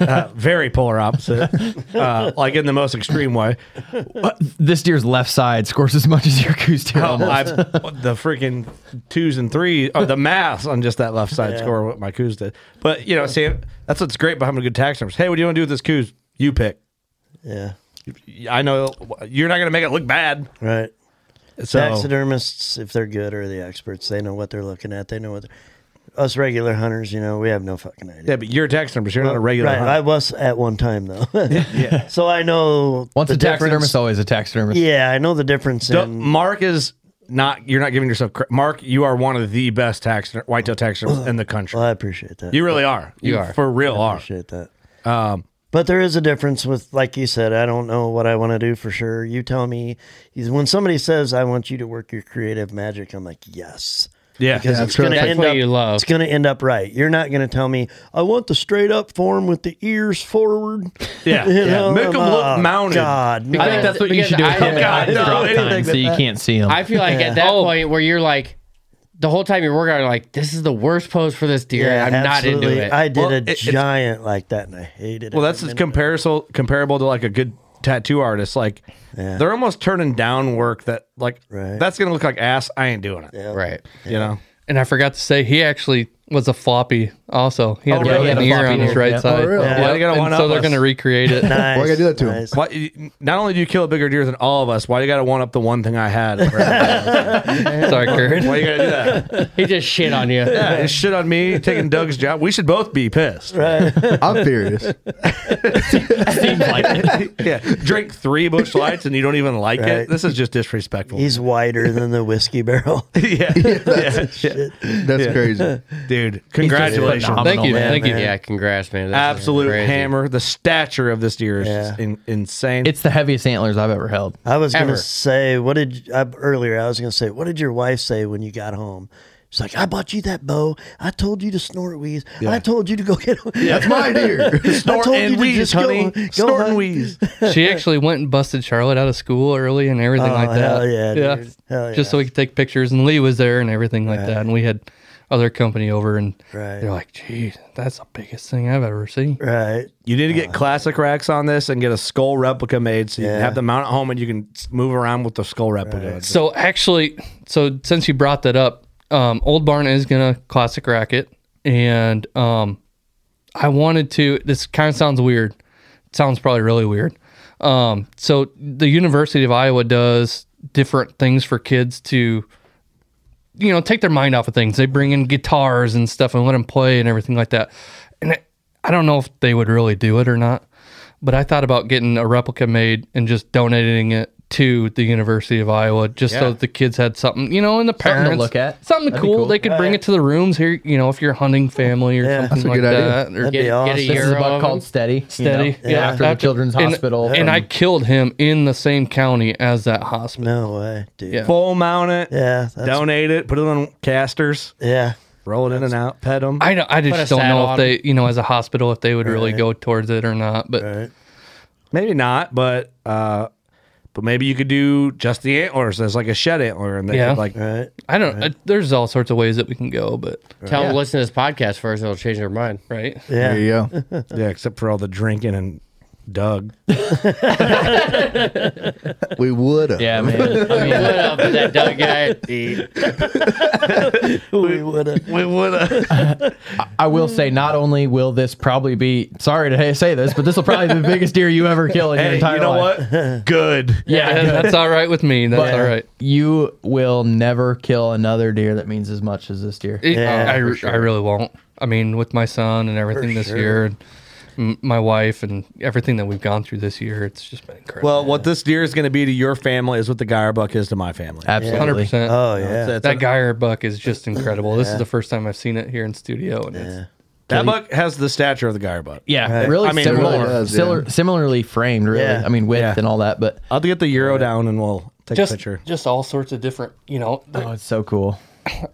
[SPEAKER 1] Uh, very polar opposite, uh, like in the most extreme way.
[SPEAKER 4] Uh, This deer's left side scores as much as your goose deer.
[SPEAKER 1] Um,
[SPEAKER 4] almost.
[SPEAKER 1] I, the freaking twos and threes, or the mass on just that left side
[SPEAKER 4] Yeah.
[SPEAKER 1] score, what my coos did. But you know, Sam, that's what's great about having good tax numbers. Hey, what do you want to do with this coos? You pick.
[SPEAKER 6] Yeah.
[SPEAKER 1] I know you're not going to make it look bad.
[SPEAKER 6] Right.
[SPEAKER 1] So-
[SPEAKER 6] Taxidermists, if they're good, are the experts. They know what they're looking at. They know what. They're, us regular hunters, you know, we have no fucking idea.
[SPEAKER 1] Yeah, but you're a tax numbers. You're not a regular.
[SPEAKER 6] Right,
[SPEAKER 1] hunter.
[SPEAKER 6] I was at one time though. yeah. So I know
[SPEAKER 4] Once
[SPEAKER 6] the
[SPEAKER 4] a taxidermist,
[SPEAKER 6] difference-
[SPEAKER 4] always a taxidermist.
[SPEAKER 6] Yeah, I know the difference
[SPEAKER 1] Don't-
[SPEAKER 6] in
[SPEAKER 1] Mark is not. You're not giving yourself credit. Mark, you are one of the best tax whitetail taxidermists in the country.
[SPEAKER 6] Well, I appreciate that.
[SPEAKER 1] You really are.
[SPEAKER 6] You are.
[SPEAKER 1] for real.
[SPEAKER 6] I
[SPEAKER 1] are
[SPEAKER 6] appreciate that.
[SPEAKER 1] Um,
[SPEAKER 6] But there is a difference with, like you said, I don't know what I want to do for sure. You tell me. When somebody says, I want you to work your creative magic, I'm like, yes.
[SPEAKER 1] Yeah.
[SPEAKER 6] because
[SPEAKER 1] Yeah,
[SPEAKER 6] it's
[SPEAKER 1] that's right.
[SPEAKER 6] going to
[SPEAKER 1] That's
[SPEAKER 6] end
[SPEAKER 1] what
[SPEAKER 6] up.
[SPEAKER 1] you love.
[SPEAKER 6] It's going to end up right. You're not going to tell me I want the straight up form with the ears forward.
[SPEAKER 1] Yeah.
[SPEAKER 6] You
[SPEAKER 1] Yeah.
[SPEAKER 6] know,
[SPEAKER 1] Make 'em
[SPEAKER 6] I'm,
[SPEAKER 1] look
[SPEAKER 6] oh,
[SPEAKER 1] mounted.
[SPEAKER 6] God,
[SPEAKER 1] I think that's what you should do with
[SPEAKER 3] I-
[SPEAKER 1] Oh, God, no,
[SPEAKER 4] Drop
[SPEAKER 1] anything
[SPEAKER 4] time, so you can't see them.
[SPEAKER 3] I feel like at that point where you're like, the whole time you're working, on it, like, this is the worst pose for this deer.
[SPEAKER 6] Yeah,
[SPEAKER 3] I'm not
[SPEAKER 6] absolutely.
[SPEAKER 3] into it.
[SPEAKER 6] I did
[SPEAKER 1] Well, it-
[SPEAKER 6] a
[SPEAKER 1] it's-
[SPEAKER 6] giant like that, and I hated it.
[SPEAKER 1] Well, that's
[SPEAKER 6] every
[SPEAKER 1] just
[SPEAKER 6] minute.
[SPEAKER 1] comparison comparable to like a good tattoo artist. Like they're almost turning down work that like that's gonna look like ass. I ain't doing it.
[SPEAKER 3] Right.
[SPEAKER 1] You know.
[SPEAKER 7] And I forgot to say he actually was a floppy. Also, he
[SPEAKER 1] Oh,
[SPEAKER 7] had a
[SPEAKER 1] really?
[SPEAKER 7] broken
[SPEAKER 1] Yeah,
[SPEAKER 7] ear
[SPEAKER 1] floppy
[SPEAKER 7] on his
[SPEAKER 1] ear.
[SPEAKER 7] right
[SPEAKER 1] Yeah.
[SPEAKER 7] side.
[SPEAKER 1] Oh, really?
[SPEAKER 7] Yep.
[SPEAKER 1] Why they gotta
[SPEAKER 7] And
[SPEAKER 1] one
[SPEAKER 7] so
[SPEAKER 1] up
[SPEAKER 7] they're
[SPEAKER 1] us?
[SPEAKER 7] going to recreate it.
[SPEAKER 6] Nice, Why
[SPEAKER 2] gotta do that to him?
[SPEAKER 6] nice.
[SPEAKER 1] Why, not only do you kill a bigger deer than all of us, why you got to one up the one thing I had?
[SPEAKER 7] Sorry, Kurt.
[SPEAKER 1] Why you got to do that?
[SPEAKER 3] He just shit on you.
[SPEAKER 1] Yeah, it's shit on me taking Doug's job. We should both be pissed.
[SPEAKER 6] Right.
[SPEAKER 2] I'm furious.
[SPEAKER 1] yeah, drink three bush lights and you don't even like it.
[SPEAKER 6] Right.
[SPEAKER 1] This is just disrespectful.
[SPEAKER 6] He's wider than the whiskey barrel.
[SPEAKER 1] yeah, yeah, yeah.
[SPEAKER 2] That's
[SPEAKER 1] Yeah.
[SPEAKER 2] crazy.
[SPEAKER 1] dude.
[SPEAKER 3] He's just
[SPEAKER 1] Congratulations.
[SPEAKER 3] phenomenal, man.
[SPEAKER 6] thank you.
[SPEAKER 3] Yeah, congrats, man. This is
[SPEAKER 1] Absolute
[SPEAKER 3] crazy.
[SPEAKER 1] hammer. The stature of this deer is just in, insane.
[SPEAKER 4] It's the heaviest antlers I've ever held.
[SPEAKER 6] I was
[SPEAKER 4] Ever.
[SPEAKER 6] gonna say, what did I, earlier? I was gonna say, what did your wife say when you got home? She's like, I bought you that bow. I told you to snort wheeze. I told you to go get.
[SPEAKER 2] That's my deer.
[SPEAKER 6] I
[SPEAKER 1] Snort
[SPEAKER 6] told
[SPEAKER 1] and
[SPEAKER 6] you to
[SPEAKER 1] wheeze,
[SPEAKER 6] just
[SPEAKER 1] honey.
[SPEAKER 6] Go, go
[SPEAKER 1] Snort and
[SPEAKER 6] hunt.
[SPEAKER 1] wheeze.
[SPEAKER 7] she actually went and busted Charlotte out of school early and everything
[SPEAKER 6] Oh,
[SPEAKER 7] like that.
[SPEAKER 6] hell yeah, dude. Hell
[SPEAKER 7] Just so we could take pictures, and Lee was there and everything like that. And we had other company over, and
[SPEAKER 6] Right.
[SPEAKER 7] they're like, "Geez, that's the biggest thing I've ever seen."
[SPEAKER 6] Right.
[SPEAKER 1] You need to get classic racks on this and get a skull replica made so you can
[SPEAKER 6] Yeah.
[SPEAKER 1] have them mount at home and you can s- move around with the skull replica.
[SPEAKER 7] So actually, so since you brought that up, um, Old Barn is gonna classic racket, and um, I wanted to. This kind of sounds weird. It sounds probably really weird. Um, so the University of Iowa does different things for kids to, you know, take their mind off of things. They bring in guitars and stuff and let them play and everything like that. And I, I don't know if they would really do it or not, but I thought about getting a replica made and just donating it to the University of Iowa just
[SPEAKER 4] Yeah.
[SPEAKER 7] so that the kids had something, you know, and the
[SPEAKER 4] Something to
[SPEAKER 7] parents
[SPEAKER 4] look at.
[SPEAKER 7] something
[SPEAKER 4] That'd be
[SPEAKER 7] cool.
[SPEAKER 4] cool.
[SPEAKER 7] They could bring it to the rooms here, you know, if you're a hunting family or something
[SPEAKER 4] That's a
[SPEAKER 7] like
[SPEAKER 4] good idea.
[SPEAKER 7] that. Or
[SPEAKER 4] That'd be awesome. This is a buck called Steady, you know?
[SPEAKER 7] Steady.
[SPEAKER 4] Yeah. After the Children's
[SPEAKER 7] and-
[SPEAKER 4] Hospital
[SPEAKER 7] And,
[SPEAKER 4] from-
[SPEAKER 7] I killed him in the same county as that hospital. No way, dude. Yeah.
[SPEAKER 1] Full mount it.
[SPEAKER 6] Yeah.
[SPEAKER 1] Donate it. Put it on casters.
[SPEAKER 6] Yeah.
[SPEAKER 1] Roll it in and out. Pet them.
[SPEAKER 7] I, don't- I just don't know if they, you know, as a hospital, if they would really
[SPEAKER 1] Right.
[SPEAKER 7] go towards it or not. But
[SPEAKER 1] Maybe not, but uh, but maybe you could do just the antlers as like a shed antler, and they
[SPEAKER 7] Yeah.
[SPEAKER 1] could like
[SPEAKER 7] I don't. I, there's all sorts of ways that we can go, but
[SPEAKER 3] Tell them
[SPEAKER 1] Yeah.
[SPEAKER 3] listen to this podcast first, it'll change their mind.
[SPEAKER 7] Right.
[SPEAKER 1] There you go. yeah, except for all the drinking and Doug.
[SPEAKER 2] we would have.
[SPEAKER 3] Yeah, man. I mean, what up with that dumb guy?
[SPEAKER 6] we would have.
[SPEAKER 1] We would
[SPEAKER 4] have. I will say, not only will this probably be sorry to say this, but this will probably be the biggest deer you ever kill in your
[SPEAKER 7] Hey,
[SPEAKER 4] entire
[SPEAKER 7] you know
[SPEAKER 4] life.
[SPEAKER 7] what?
[SPEAKER 1] Good.
[SPEAKER 7] Yeah, that's all right with me. That's all right.
[SPEAKER 4] You will never kill another deer that means as much as this deer.
[SPEAKER 7] It- I, I really won't. I mean, with my son and everything this
[SPEAKER 4] sure.
[SPEAKER 7] year, and m- my wife and everything that we've gone through this year, it's just been incredible.
[SPEAKER 1] Well, what this deer is going to be to your family is what the Geierbuck is to my family.
[SPEAKER 7] hundred percent.
[SPEAKER 6] Oh,
[SPEAKER 1] That's-
[SPEAKER 7] that
[SPEAKER 1] that's-
[SPEAKER 7] Geyer buck is just incredible. This
[SPEAKER 1] Oh, Yeah.
[SPEAKER 7] is the first time I've seen it here in studio, and it's
[SPEAKER 1] that buck has the stature of the Geierbuck.
[SPEAKER 4] Yeah, really
[SPEAKER 1] I mean,
[SPEAKER 4] similar,
[SPEAKER 1] more.
[SPEAKER 4] similar- similarly framed, really.
[SPEAKER 1] Yeah.
[SPEAKER 4] I mean, width
[SPEAKER 1] Yeah.
[SPEAKER 4] and all that, but
[SPEAKER 1] I'll get the euro down and we'll take
[SPEAKER 7] just
[SPEAKER 1] a picture.
[SPEAKER 7] just all sorts of different. You know,
[SPEAKER 4] Oh, it's so cool.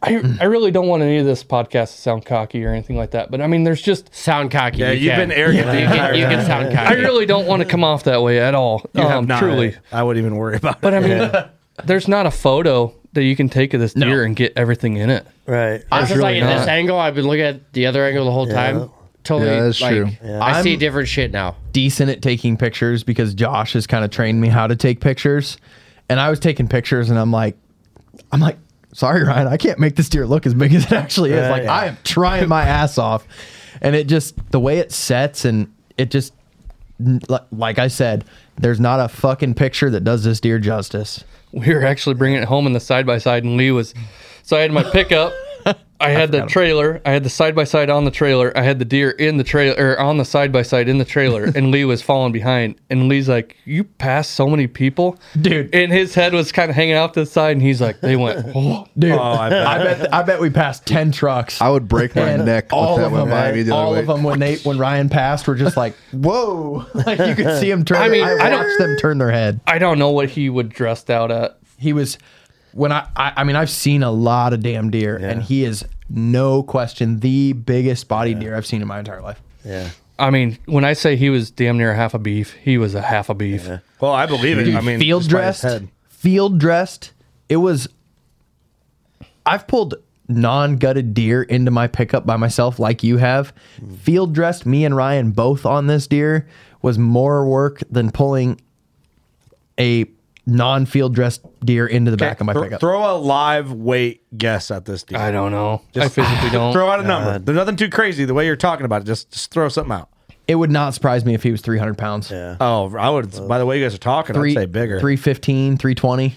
[SPEAKER 7] I I really don't want any of this podcast to sound cocky or anything like that, but I mean, there's just sound cocky.
[SPEAKER 1] Yeah, you you've can. been arrogant the
[SPEAKER 7] you,
[SPEAKER 1] entire
[SPEAKER 7] can, you can
[SPEAKER 1] time.
[SPEAKER 7] sound
[SPEAKER 1] Yeah.
[SPEAKER 7] cocky. I really don't want to come off that way at all.
[SPEAKER 1] You have
[SPEAKER 7] um,
[SPEAKER 1] not.
[SPEAKER 7] truly,
[SPEAKER 1] I wouldn't even worry about it.
[SPEAKER 7] But I mean, there's not a photo that you can take of this deer and get everything in it.
[SPEAKER 6] Right.
[SPEAKER 3] I was
[SPEAKER 7] There's
[SPEAKER 3] just like
[SPEAKER 7] really
[SPEAKER 3] in this
[SPEAKER 7] not.
[SPEAKER 3] angle, I've been looking at the other angle the whole time. Totally,
[SPEAKER 4] Yeah, that's
[SPEAKER 3] like,
[SPEAKER 4] true.
[SPEAKER 3] I see
[SPEAKER 4] I'm-
[SPEAKER 3] different shit now.
[SPEAKER 4] decent at taking pictures because Josh has kind of trained me how to take pictures. And I was taking pictures and I'm like, I'm like, sorry, Ryan, I can't make this deer look as big as it actually is.
[SPEAKER 1] Right.
[SPEAKER 4] Like, I am trying my ass off. And it just, the way it sets and it just, n- li- like I said, there's not a fucking picture that does this deer justice.
[SPEAKER 7] we were actually bringing it home in the side by side, and Lee was. So I had my pickup. I had the trailer. I had the side by side on the trailer. I had the deer in the trailer or on the side by side in the trailer, and Lee was falling behind. And Lee's like, "You passed so many people,
[SPEAKER 4] dude."
[SPEAKER 7] And his head was kind of hanging out to the side, and he's like, "They went, oh,
[SPEAKER 4] Dude, I, bet. I bet we passed ten trucks.
[SPEAKER 2] I would break my
[SPEAKER 4] And
[SPEAKER 2] neck
[SPEAKER 4] all
[SPEAKER 2] if that
[SPEAKER 4] of
[SPEAKER 2] went
[SPEAKER 4] them,
[SPEAKER 2] by me the other
[SPEAKER 4] all
[SPEAKER 2] way.
[SPEAKER 4] of them when they when Ryan passed were just like, whoa! Like you could see them turn.
[SPEAKER 7] I
[SPEAKER 4] I
[SPEAKER 7] mean,
[SPEAKER 4] mean,
[SPEAKER 7] I don't-
[SPEAKER 4] watched them turn their head.
[SPEAKER 7] I don't know what he would dressed out at.
[SPEAKER 4] He was when I I, I mean I've seen a lot of damn deer, and he is no question the biggest bodied deer I've seen in my entire life.
[SPEAKER 6] Yeah.
[SPEAKER 7] I mean, when I say he was damn near a half a beef, he was a half a beef.
[SPEAKER 1] Well, I believe it.
[SPEAKER 4] Dude,
[SPEAKER 1] I mean,
[SPEAKER 4] field
[SPEAKER 1] despite his
[SPEAKER 4] dressed,
[SPEAKER 1] head.
[SPEAKER 4] field dressed. It was. I've pulled non-gutted deer into my pickup by myself, like you have. Field dressed, me and Ryan both on this deer was more work than pulling a non-field dressed deer into the back of my
[SPEAKER 1] Thro-
[SPEAKER 4] pickup.
[SPEAKER 1] Throw a live weight guess at this deer.
[SPEAKER 7] I don't know. I physically don't.
[SPEAKER 1] Throw out a number.
[SPEAKER 4] God.
[SPEAKER 1] There's nothing too crazy. The way you're talking about it, just, just throw something out.
[SPEAKER 4] It would not surprise me if he was 300 pounds. Yeah.
[SPEAKER 1] Oh, I would. By the way, you guys are talking.
[SPEAKER 4] Three-
[SPEAKER 1] I'd say bigger.
[SPEAKER 4] 315, 320.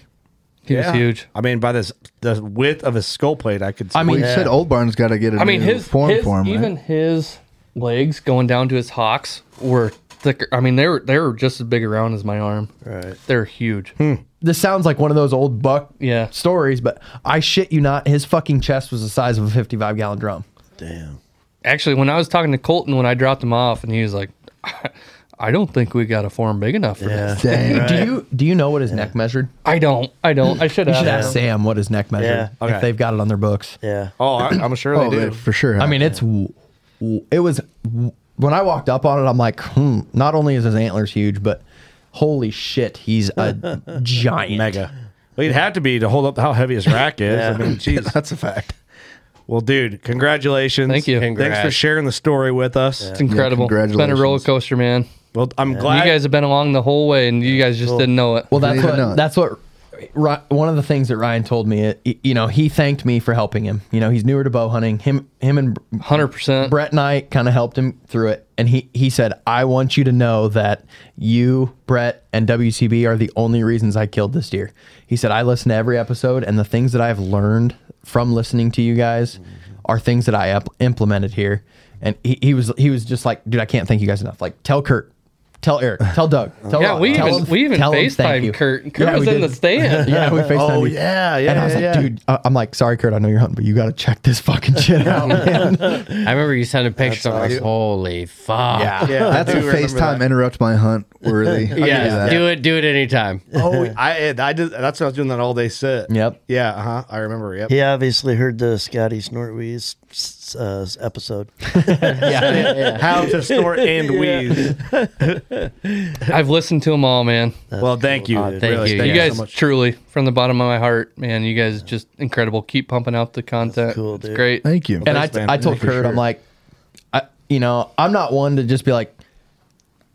[SPEAKER 7] He was huge.
[SPEAKER 1] I mean, by this the width of his skull plate, I could.
[SPEAKER 4] I
[SPEAKER 2] mean, you said Old Barn's got to get a
[SPEAKER 7] I mean,
[SPEAKER 2] new
[SPEAKER 7] his,
[SPEAKER 2] form
[SPEAKER 7] his-
[SPEAKER 2] for him.
[SPEAKER 7] even his legs going down to his hocks were thicker. I mean, they were they were just as big around as my arm. Right, they're huge.
[SPEAKER 2] Hmm.
[SPEAKER 4] This sounds like one of those old buck
[SPEAKER 7] yeah.
[SPEAKER 4] stories, but I shit you not, his fucking chest was the size of a 55 gallon drum.
[SPEAKER 6] Damn.
[SPEAKER 7] Actually, when I was talking to Colton when I dropped him off, and he was like, "I don't think we got a form big enough for this."
[SPEAKER 4] Do you do you know what his neck measured?
[SPEAKER 7] I don't. I don't. I should
[SPEAKER 4] You
[SPEAKER 7] have.
[SPEAKER 4] should ask Sam what his neck measured
[SPEAKER 7] Yeah. Okay.
[SPEAKER 4] if they've got it on their books.
[SPEAKER 6] Yeah.
[SPEAKER 1] Oh, I, I'm sure
[SPEAKER 4] Oh,
[SPEAKER 1] they
[SPEAKER 4] they
[SPEAKER 1] do
[SPEAKER 4] for
[SPEAKER 2] sure.
[SPEAKER 4] I mean, it's w- w- it was w- when I walked up on it, I'm like, hmm. Not only is his antlers huge, but holy shit, he's a giant.
[SPEAKER 1] Mega. Well, you'd have to be to hold up how heavy his rack is.
[SPEAKER 4] Yeah.
[SPEAKER 1] I mean, jeez,
[SPEAKER 2] that's a fact.
[SPEAKER 1] Well, dude, congratulations.
[SPEAKER 7] Thank you.
[SPEAKER 1] Thanks for
[SPEAKER 7] Congrats.
[SPEAKER 1] sharing the story with us.
[SPEAKER 7] It's incredible. it's been a roller coaster, man.
[SPEAKER 1] Well, I'm
[SPEAKER 7] you
[SPEAKER 1] glad-
[SPEAKER 7] guys have been along the whole way, and you guys just didn't know it.
[SPEAKER 4] Well, that's what that's what Ry- one of the things that Ryan told me, it, you know, he thanked me for helping him. You know, he's newer to bow hunting. Him, him, and hundred
[SPEAKER 7] Uh,
[SPEAKER 4] percent Brett and I kind of helped him through it. And he he said, "I want you to know that you, Brett, and WCB are the only reasons I killed this deer." He said, "I listen to every episode, and the things that I've learned from listening to you guys
[SPEAKER 7] Mm-hmm.
[SPEAKER 4] are things that I up- implemented here." And he, he was he was just like, "Dude, I can't thank you guys enough." Like, tell Kurt. Tell Eric. Tell Doug. Tell
[SPEAKER 7] Yeah,
[SPEAKER 4] Rob,
[SPEAKER 7] we
[SPEAKER 4] tell
[SPEAKER 7] even-
[SPEAKER 4] him-
[SPEAKER 7] we even
[SPEAKER 4] tell him
[SPEAKER 7] FaceTimed
[SPEAKER 4] thank you.
[SPEAKER 7] Kurt. Kurt was
[SPEAKER 4] we
[SPEAKER 7] in the stand.
[SPEAKER 4] yeah, we
[SPEAKER 7] Oh,
[SPEAKER 4] FaceTimed you.
[SPEAKER 7] yeah, yeah,
[SPEAKER 4] And I was
[SPEAKER 7] yeah,
[SPEAKER 4] like,
[SPEAKER 7] yeah.
[SPEAKER 4] dude, I- I'm like, sorry, Kurt, I know you're hunting, but you got to check this fucking shit out, man.
[SPEAKER 3] I remember you sending pictures. I'm like, holy fuck.
[SPEAKER 4] Yeah. Yeah,
[SPEAKER 2] That's a FaceTime interrupt my hunt worthy. I can do
[SPEAKER 3] yeah,
[SPEAKER 2] that.
[SPEAKER 3] do it. Do it anytime.
[SPEAKER 1] Oh, I I did. That's what I was doing that all day sit.
[SPEAKER 4] Yep.
[SPEAKER 1] Yeah. Uh huh. I remember. Yep.
[SPEAKER 6] He obviously heard the Scotty Snortweez uh, episode.
[SPEAKER 1] How to snort and wheeze.
[SPEAKER 7] I've listened to them all, man.
[SPEAKER 1] Well, thank
[SPEAKER 4] Uh,
[SPEAKER 1] you.
[SPEAKER 7] thank
[SPEAKER 1] Really,
[SPEAKER 7] you.
[SPEAKER 1] thank
[SPEAKER 7] you
[SPEAKER 1] you so
[SPEAKER 7] guys
[SPEAKER 1] much.
[SPEAKER 7] truly, from the bottom of my heart, man, you guys just incredible. Keep pumping out the content. cool, dude. It's great.
[SPEAKER 4] And I, I told Kurt, I'm like, I, you know, I'm not one to just be like,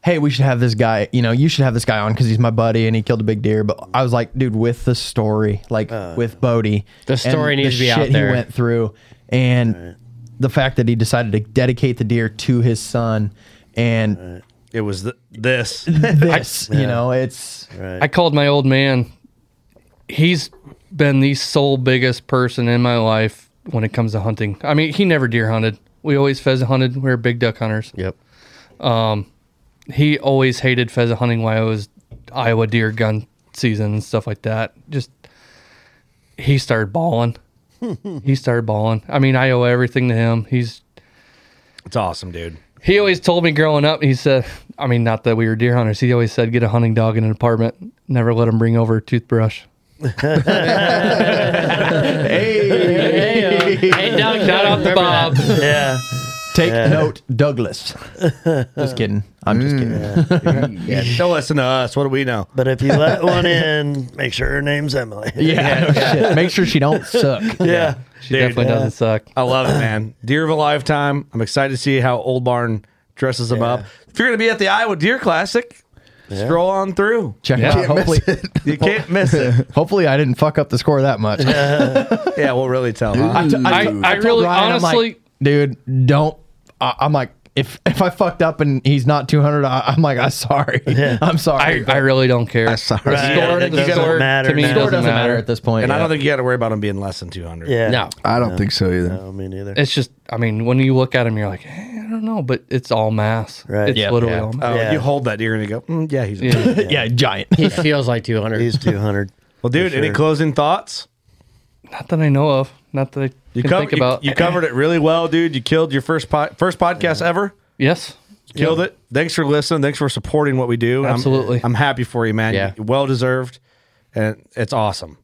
[SPEAKER 4] hey, we should have this guy, you know, you should have this guy on because he's my buddy and he killed a big deer. But I was like, dude, with the story, like with Bodie,
[SPEAKER 3] The
[SPEAKER 4] and
[SPEAKER 3] story needs to be
[SPEAKER 4] shit
[SPEAKER 3] out there.
[SPEAKER 4] He went through and the fact that he decided to dedicate the deer to his son and
[SPEAKER 1] it was th- this,
[SPEAKER 4] this, you know, it's.
[SPEAKER 7] I called my old man. He's been the sole biggest person in my life when it comes to hunting. I mean, he never deer hunted. We always pheasant hunted. We were big duck hunters.
[SPEAKER 3] Yep.
[SPEAKER 7] Um, he always hated pheasant hunting while it was Iowa deer gun season and stuff like that. Just he started bawling. he started bawling. I mean, I owe everything to him. He's
[SPEAKER 1] It's awesome, dude.
[SPEAKER 7] he always told me growing up, he said, I mean, not that we were deer hunters. He always said, get a hunting dog in an apartment. Never let him bring over a toothbrush.
[SPEAKER 4] Hey,
[SPEAKER 3] hey, Doug,
[SPEAKER 7] shout out to Bob.
[SPEAKER 6] Yeah.
[SPEAKER 4] Take
[SPEAKER 6] Yeah.
[SPEAKER 4] note, Douglas. just kidding. I'm just kidding.
[SPEAKER 1] Yeah. Don't listen to us. What do we know?
[SPEAKER 6] But if you let one in, make sure her name's Emily.
[SPEAKER 4] Yeah, no shit. Make sure she don't suck.
[SPEAKER 6] Yeah.
[SPEAKER 7] She definitely doesn't suck.
[SPEAKER 1] I love it, man. Deer of a lifetime. I'm excited to see how Old Barn dresses them up. If you're gonna be at the Iowa Deer Classic, scroll on through.
[SPEAKER 4] Check it out. Hopefully,
[SPEAKER 1] you can't miss it.
[SPEAKER 4] hopefully, I didn't fuck up the score that much.
[SPEAKER 1] yeah, we'll really tell. huh?
[SPEAKER 4] I, t- I,
[SPEAKER 7] Ooh. I- I
[SPEAKER 4] told
[SPEAKER 7] really-
[SPEAKER 4] Ryan, I'm like,
[SPEAKER 7] honestly-
[SPEAKER 4] dude, don't. I, I'm like, if if I fucked up and he's not 200, I, I'm like, I'm sorry. I'm sorry.
[SPEAKER 7] I really don't care.
[SPEAKER 4] sorry.
[SPEAKER 6] Right.
[SPEAKER 7] Score-
[SPEAKER 6] It
[SPEAKER 7] the
[SPEAKER 6] doesn't
[SPEAKER 7] score
[SPEAKER 6] matter
[SPEAKER 7] To me,
[SPEAKER 6] now.
[SPEAKER 7] it
[SPEAKER 6] Score
[SPEAKER 7] doesn't,
[SPEAKER 4] doesn't
[SPEAKER 7] matter.
[SPEAKER 4] matter at this point.
[SPEAKER 1] and I
[SPEAKER 4] yeah.
[SPEAKER 1] don't think you got to worry about him being less than 200.
[SPEAKER 6] Yeah.
[SPEAKER 3] No.
[SPEAKER 2] I don't think so either.
[SPEAKER 6] No, me neither.
[SPEAKER 7] It's just, I mean, when you look at him, you're like, eh, I don't know, but it's all mass.
[SPEAKER 6] Right.
[SPEAKER 7] It's
[SPEAKER 3] Yeah.
[SPEAKER 7] literally
[SPEAKER 3] Yeah.
[SPEAKER 7] all mass.
[SPEAKER 1] Oh,
[SPEAKER 6] Yeah.
[SPEAKER 1] You hold that deer and you go, mm, yeah, he's.
[SPEAKER 7] Yeah.
[SPEAKER 4] yeah, giant.
[SPEAKER 3] He feels like 200.
[SPEAKER 6] He's 200.
[SPEAKER 1] Well, dude, any
[SPEAKER 6] sure.
[SPEAKER 1] closing thoughts?
[SPEAKER 7] Not that I know of. Not that I
[SPEAKER 1] You,
[SPEAKER 7] can
[SPEAKER 1] cov-
[SPEAKER 7] think
[SPEAKER 1] you-
[SPEAKER 7] about.
[SPEAKER 1] you, covered it really well, dude. You killed your first po- first podcast ever.
[SPEAKER 7] Yes.
[SPEAKER 1] Killed it. Thanks for listening. Thanks for supporting what we do. I'm-
[SPEAKER 7] Absolutely.
[SPEAKER 1] I'm, happy for you, man.
[SPEAKER 3] Yeah.
[SPEAKER 1] You- Well deserved, and it's awesome.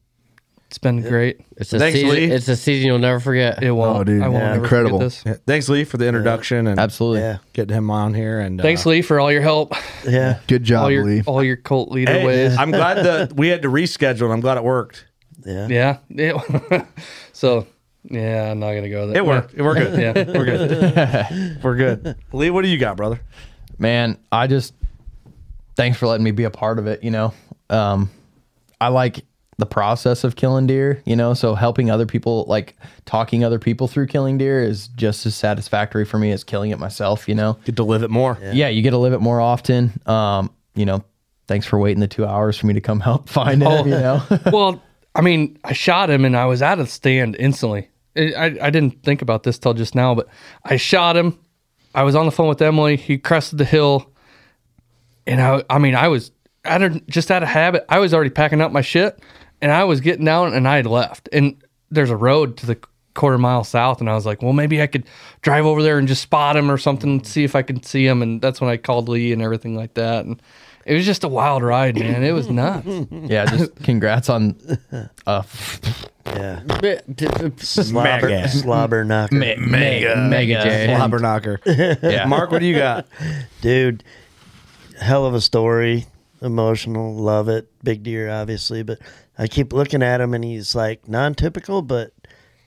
[SPEAKER 7] It's been great.
[SPEAKER 3] It's a
[SPEAKER 1] Thanks,
[SPEAKER 3] season.
[SPEAKER 1] Lee.
[SPEAKER 3] It's a season you'll never forget.
[SPEAKER 7] It won't.
[SPEAKER 2] Oh, dude.
[SPEAKER 7] I won't ever forget
[SPEAKER 2] Incredible.
[SPEAKER 7] This.
[SPEAKER 1] Yeah, Thanks, Lee, for the introduction and
[SPEAKER 4] Absolutely.
[SPEAKER 6] Yeah.
[SPEAKER 1] getting him on here. And uh,
[SPEAKER 7] Thanks, Lee, for all your help.
[SPEAKER 6] Yeah.
[SPEAKER 2] Good job,
[SPEAKER 7] all your
[SPEAKER 2] Lee.
[SPEAKER 7] all your cult leader
[SPEAKER 1] Hey,
[SPEAKER 7] ways.
[SPEAKER 1] I'm glad that we had to reschedule, and I'm glad it worked.
[SPEAKER 6] Yeah.
[SPEAKER 7] Yeah. It- so yeah, I'm not gonna go there.
[SPEAKER 1] It worked. We're good.
[SPEAKER 7] Yeah.
[SPEAKER 1] We're good. We're good. Lee, what do you got, brother?
[SPEAKER 4] man, I just thanks for letting me be a part of it. You know, um, I like the process of killing deer. You know, so helping other people, like talking other people through killing deer, is just as satisfactory for me as killing it myself. You know,
[SPEAKER 1] Get to live it more.
[SPEAKER 4] yeah, you get to live it more often. Um, you know, thanks for waiting the two hours for me to come help find it. you know,
[SPEAKER 7] well, I mean, I shot him and I was out of stand instantly. I, I, I didn't think about this till just now, but I shot him. I was on the phone with Emily. He crested the hill, and I I mean I was I didn't just out of habit. I was already packing up my shit, and I was getting down and I had left. And there's a road to the quarter mile south, and I was like, well, maybe I could drive over there and just spot him or something, see if I can see him. And that's when I called Lee and everything like that. And it was just a wild ride, man. It was nuts.
[SPEAKER 4] yeah, just congrats on. Uh,
[SPEAKER 6] Yeah.
[SPEAKER 1] Mega.
[SPEAKER 6] Slobber, slobber knocker.
[SPEAKER 4] mega, mega,
[SPEAKER 1] Slobber knocker.
[SPEAKER 4] Yeah.
[SPEAKER 1] Mark, what do you got?
[SPEAKER 6] dude hell of a story emotional love it big deer obviously but i keep looking at him and he's like non-typical but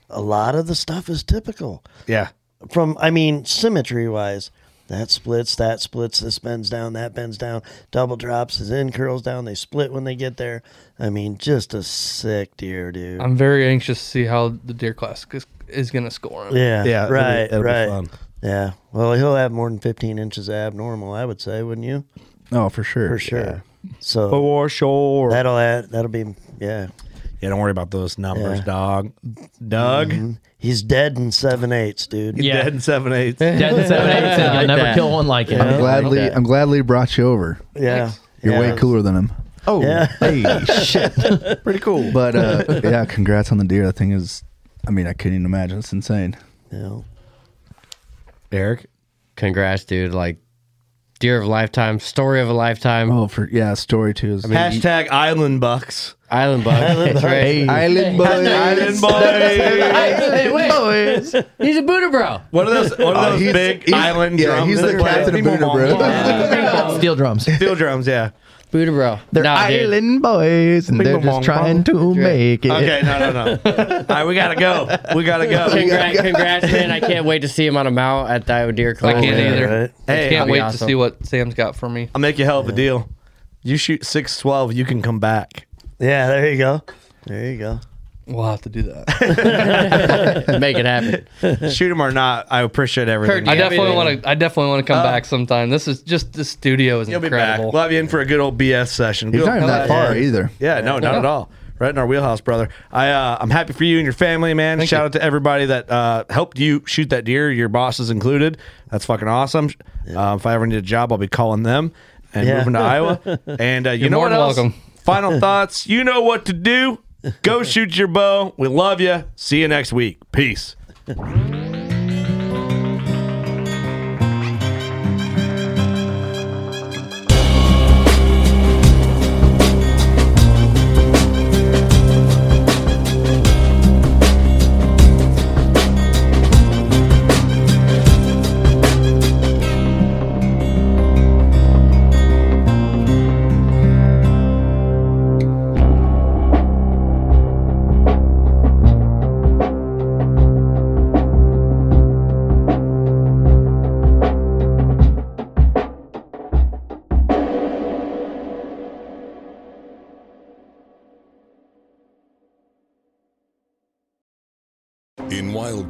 [SPEAKER 6] a lot of the stuff is typical
[SPEAKER 1] Yeah.
[SPEAKER 6] from i mean symmetry wise That splits, that splits, this bends down, that bends down, double drops, his in curls down, they split when they get there. I mean, just a sick deer, dude.
[SPEAKER 7] I'm very anxious to see how the deer classic is, is going to score. him.
[SPEAKER 6] Yeah, right, right. Yeah, well, he'll have more than 15 inches of abnormal, I would say, wouldn't you?
[SPEAKER 2] Oh, for sure.
[SPEAKER 6] For sure. So
[SPEAKER 1] Oh, for sure.
[SPEAKER 6] That'll add. That'll be yeah.
[SPEAKER 1] Yeah, don't worry about those numbers,
[SPEAKER 6] Yeah.
[SPEAKER 1] dog. Doug,
[SPEAKER 6] he's dead in seven eights, dude.
[SPEAKER 1] He's dead in seven eights.
[SPEAKER 4] Dead in seven eighths, and you'll never kill one like it.
[SPEAKER 2] I'm glad Lee. I'm glad Lee brought you over.
[SPEAKER 6] Yeah.
[SPEAKER 2] You're way
[SPEAKER 6] Yeah.
[SPEAKER 2] cooler than him.
[SPEAKER 6] Oh, Yeah.
[SPEAKER 2] hey, shit.
[SPEAKER 1] Pretty cool.
[SPEAKER 2] But uh, yeah, congrats on the deer. That thing is, I mean, I couldn't even imagine. It's insane.
[SPEAKER 6] Yeah.
[SPEAKER 1] Eric,
[SPEAKER 3] congrats, dude! Like deer of a lifetime, story of a lifetime.
[SPEAKER 2] Oh, for yeah, story too. Is,
[SPEAKER 1] Hashtag Island Bucks.
[SPEAKER 3] Island Bucks.
[SPEAKER 1] Island
[SPEAKER 3] That's
[SPEAKER 1] Bucks.
[SPEAKER 3] right.
[SPEAKER 2] Island boys.
[SPEAKER 1] Island
[SPEAKER 3] Hey,
[SPEAKER 1] Boys.
[SPEAKER 3] wait. He's a Buddha bro.
[SPEAKER 1] What are those? What
[SPEAKER 3] Oh,
[SPEAKER 1] are those
[SPEAKER 3] he's-
[SPEAKER 1] big
[SPEAKER 3] he's-
[SPEAKER 1] island
[SPEAKER 3] yeah,
[SPEAKER 1] drums?
[SPEAKER 3] he's the
[SPEAKER 1] that play?
[SPEAKER 3] captain of Buddha, bro.
[SPEAKER 4] Steel drums.
[SPEAKER 1] Steel drums, yeah.
[SPEAKER 3] Buddha bro.
[SPEAKER 4] They're
[SPEAKER 3] Nah, dude.
[SPEAKER 4] island boys, and
[SPEAKER 3] Bing
[SPEAKER 4] they're
[SPEAKER 3] bong
[SPEAKER 4] just
[SPEAKER 3] bong
[SPEAKER 4] trying to make it.
[SPEAKER 1] Okay, no, no, no. All right, we gotta go. We gotta go.
[SPEAKER 3] Congrats, congrats, man! I can't wait to see him on a mount at the Iowa Deer Club.
[SPEAKER 7] I can't either.
[SPEAKER 1] Hey,
[SPEAKER 7] I can't
[SPEAKER 1] that'd be
[SPEAKER 7] wait to
[SPEAKER 1] awesome.
[SPEAKER 7] see what Sam's got for me.
[SPEAKER 1] I'll make you a hell of a deal. You shoot six twelve, you can come back.
[SPEAKER 6] Yeah, there you go. There you go.
[SPEAKER 7] We'll have to do that.
[SPEAKER 3] Make it happen.
[SPEAKER 1] Shoot him or not, I appreciate everything.
[SPEAKER 7] I definitely want to. I definitely want to come back sometime. This is just the studio is
[SPEAKER 1] You'll Uh, be back.
[SPEAKER 7] incredible.
[SPEAKER 1] We'll have you in for a good old BS session.
[SPEAKER 2] He's
[SPEAKER 1] Good
[SPEAKER 2] not
[SPEAKER 1] old-
[SPEAKER 2] even that
[SPEAKER 1] Yeah.
[SPEAKER 2] far either.
[SPEAKER 1] Yeah, no, not at all. Right in our wheelhouse, brother. I uh, I'm happy for you and your family, man. Shout out to everybody that uh, helped you shoot that deer, your bosses included. That's fucking awesome. Uh, if I ever need a job, I'll be calling them and
[SPEAKER 7] Yeah.
[SPEAKER 1] moving to Iowa. And uh, you
[SPEAKER 7] You're
[SPEAKER 1] know
[SPEAKER 7] more
[SPEAKER 1] what
[SPEAKER 7] than
[SPEAKER 1] else?
[SPEAKER 7] welcome.
[SPEAKER 1] Final thoughts. You know what to do. Go shoot your bow. We love you. See you next week. Peace.
[SPEAKER 11] In Wild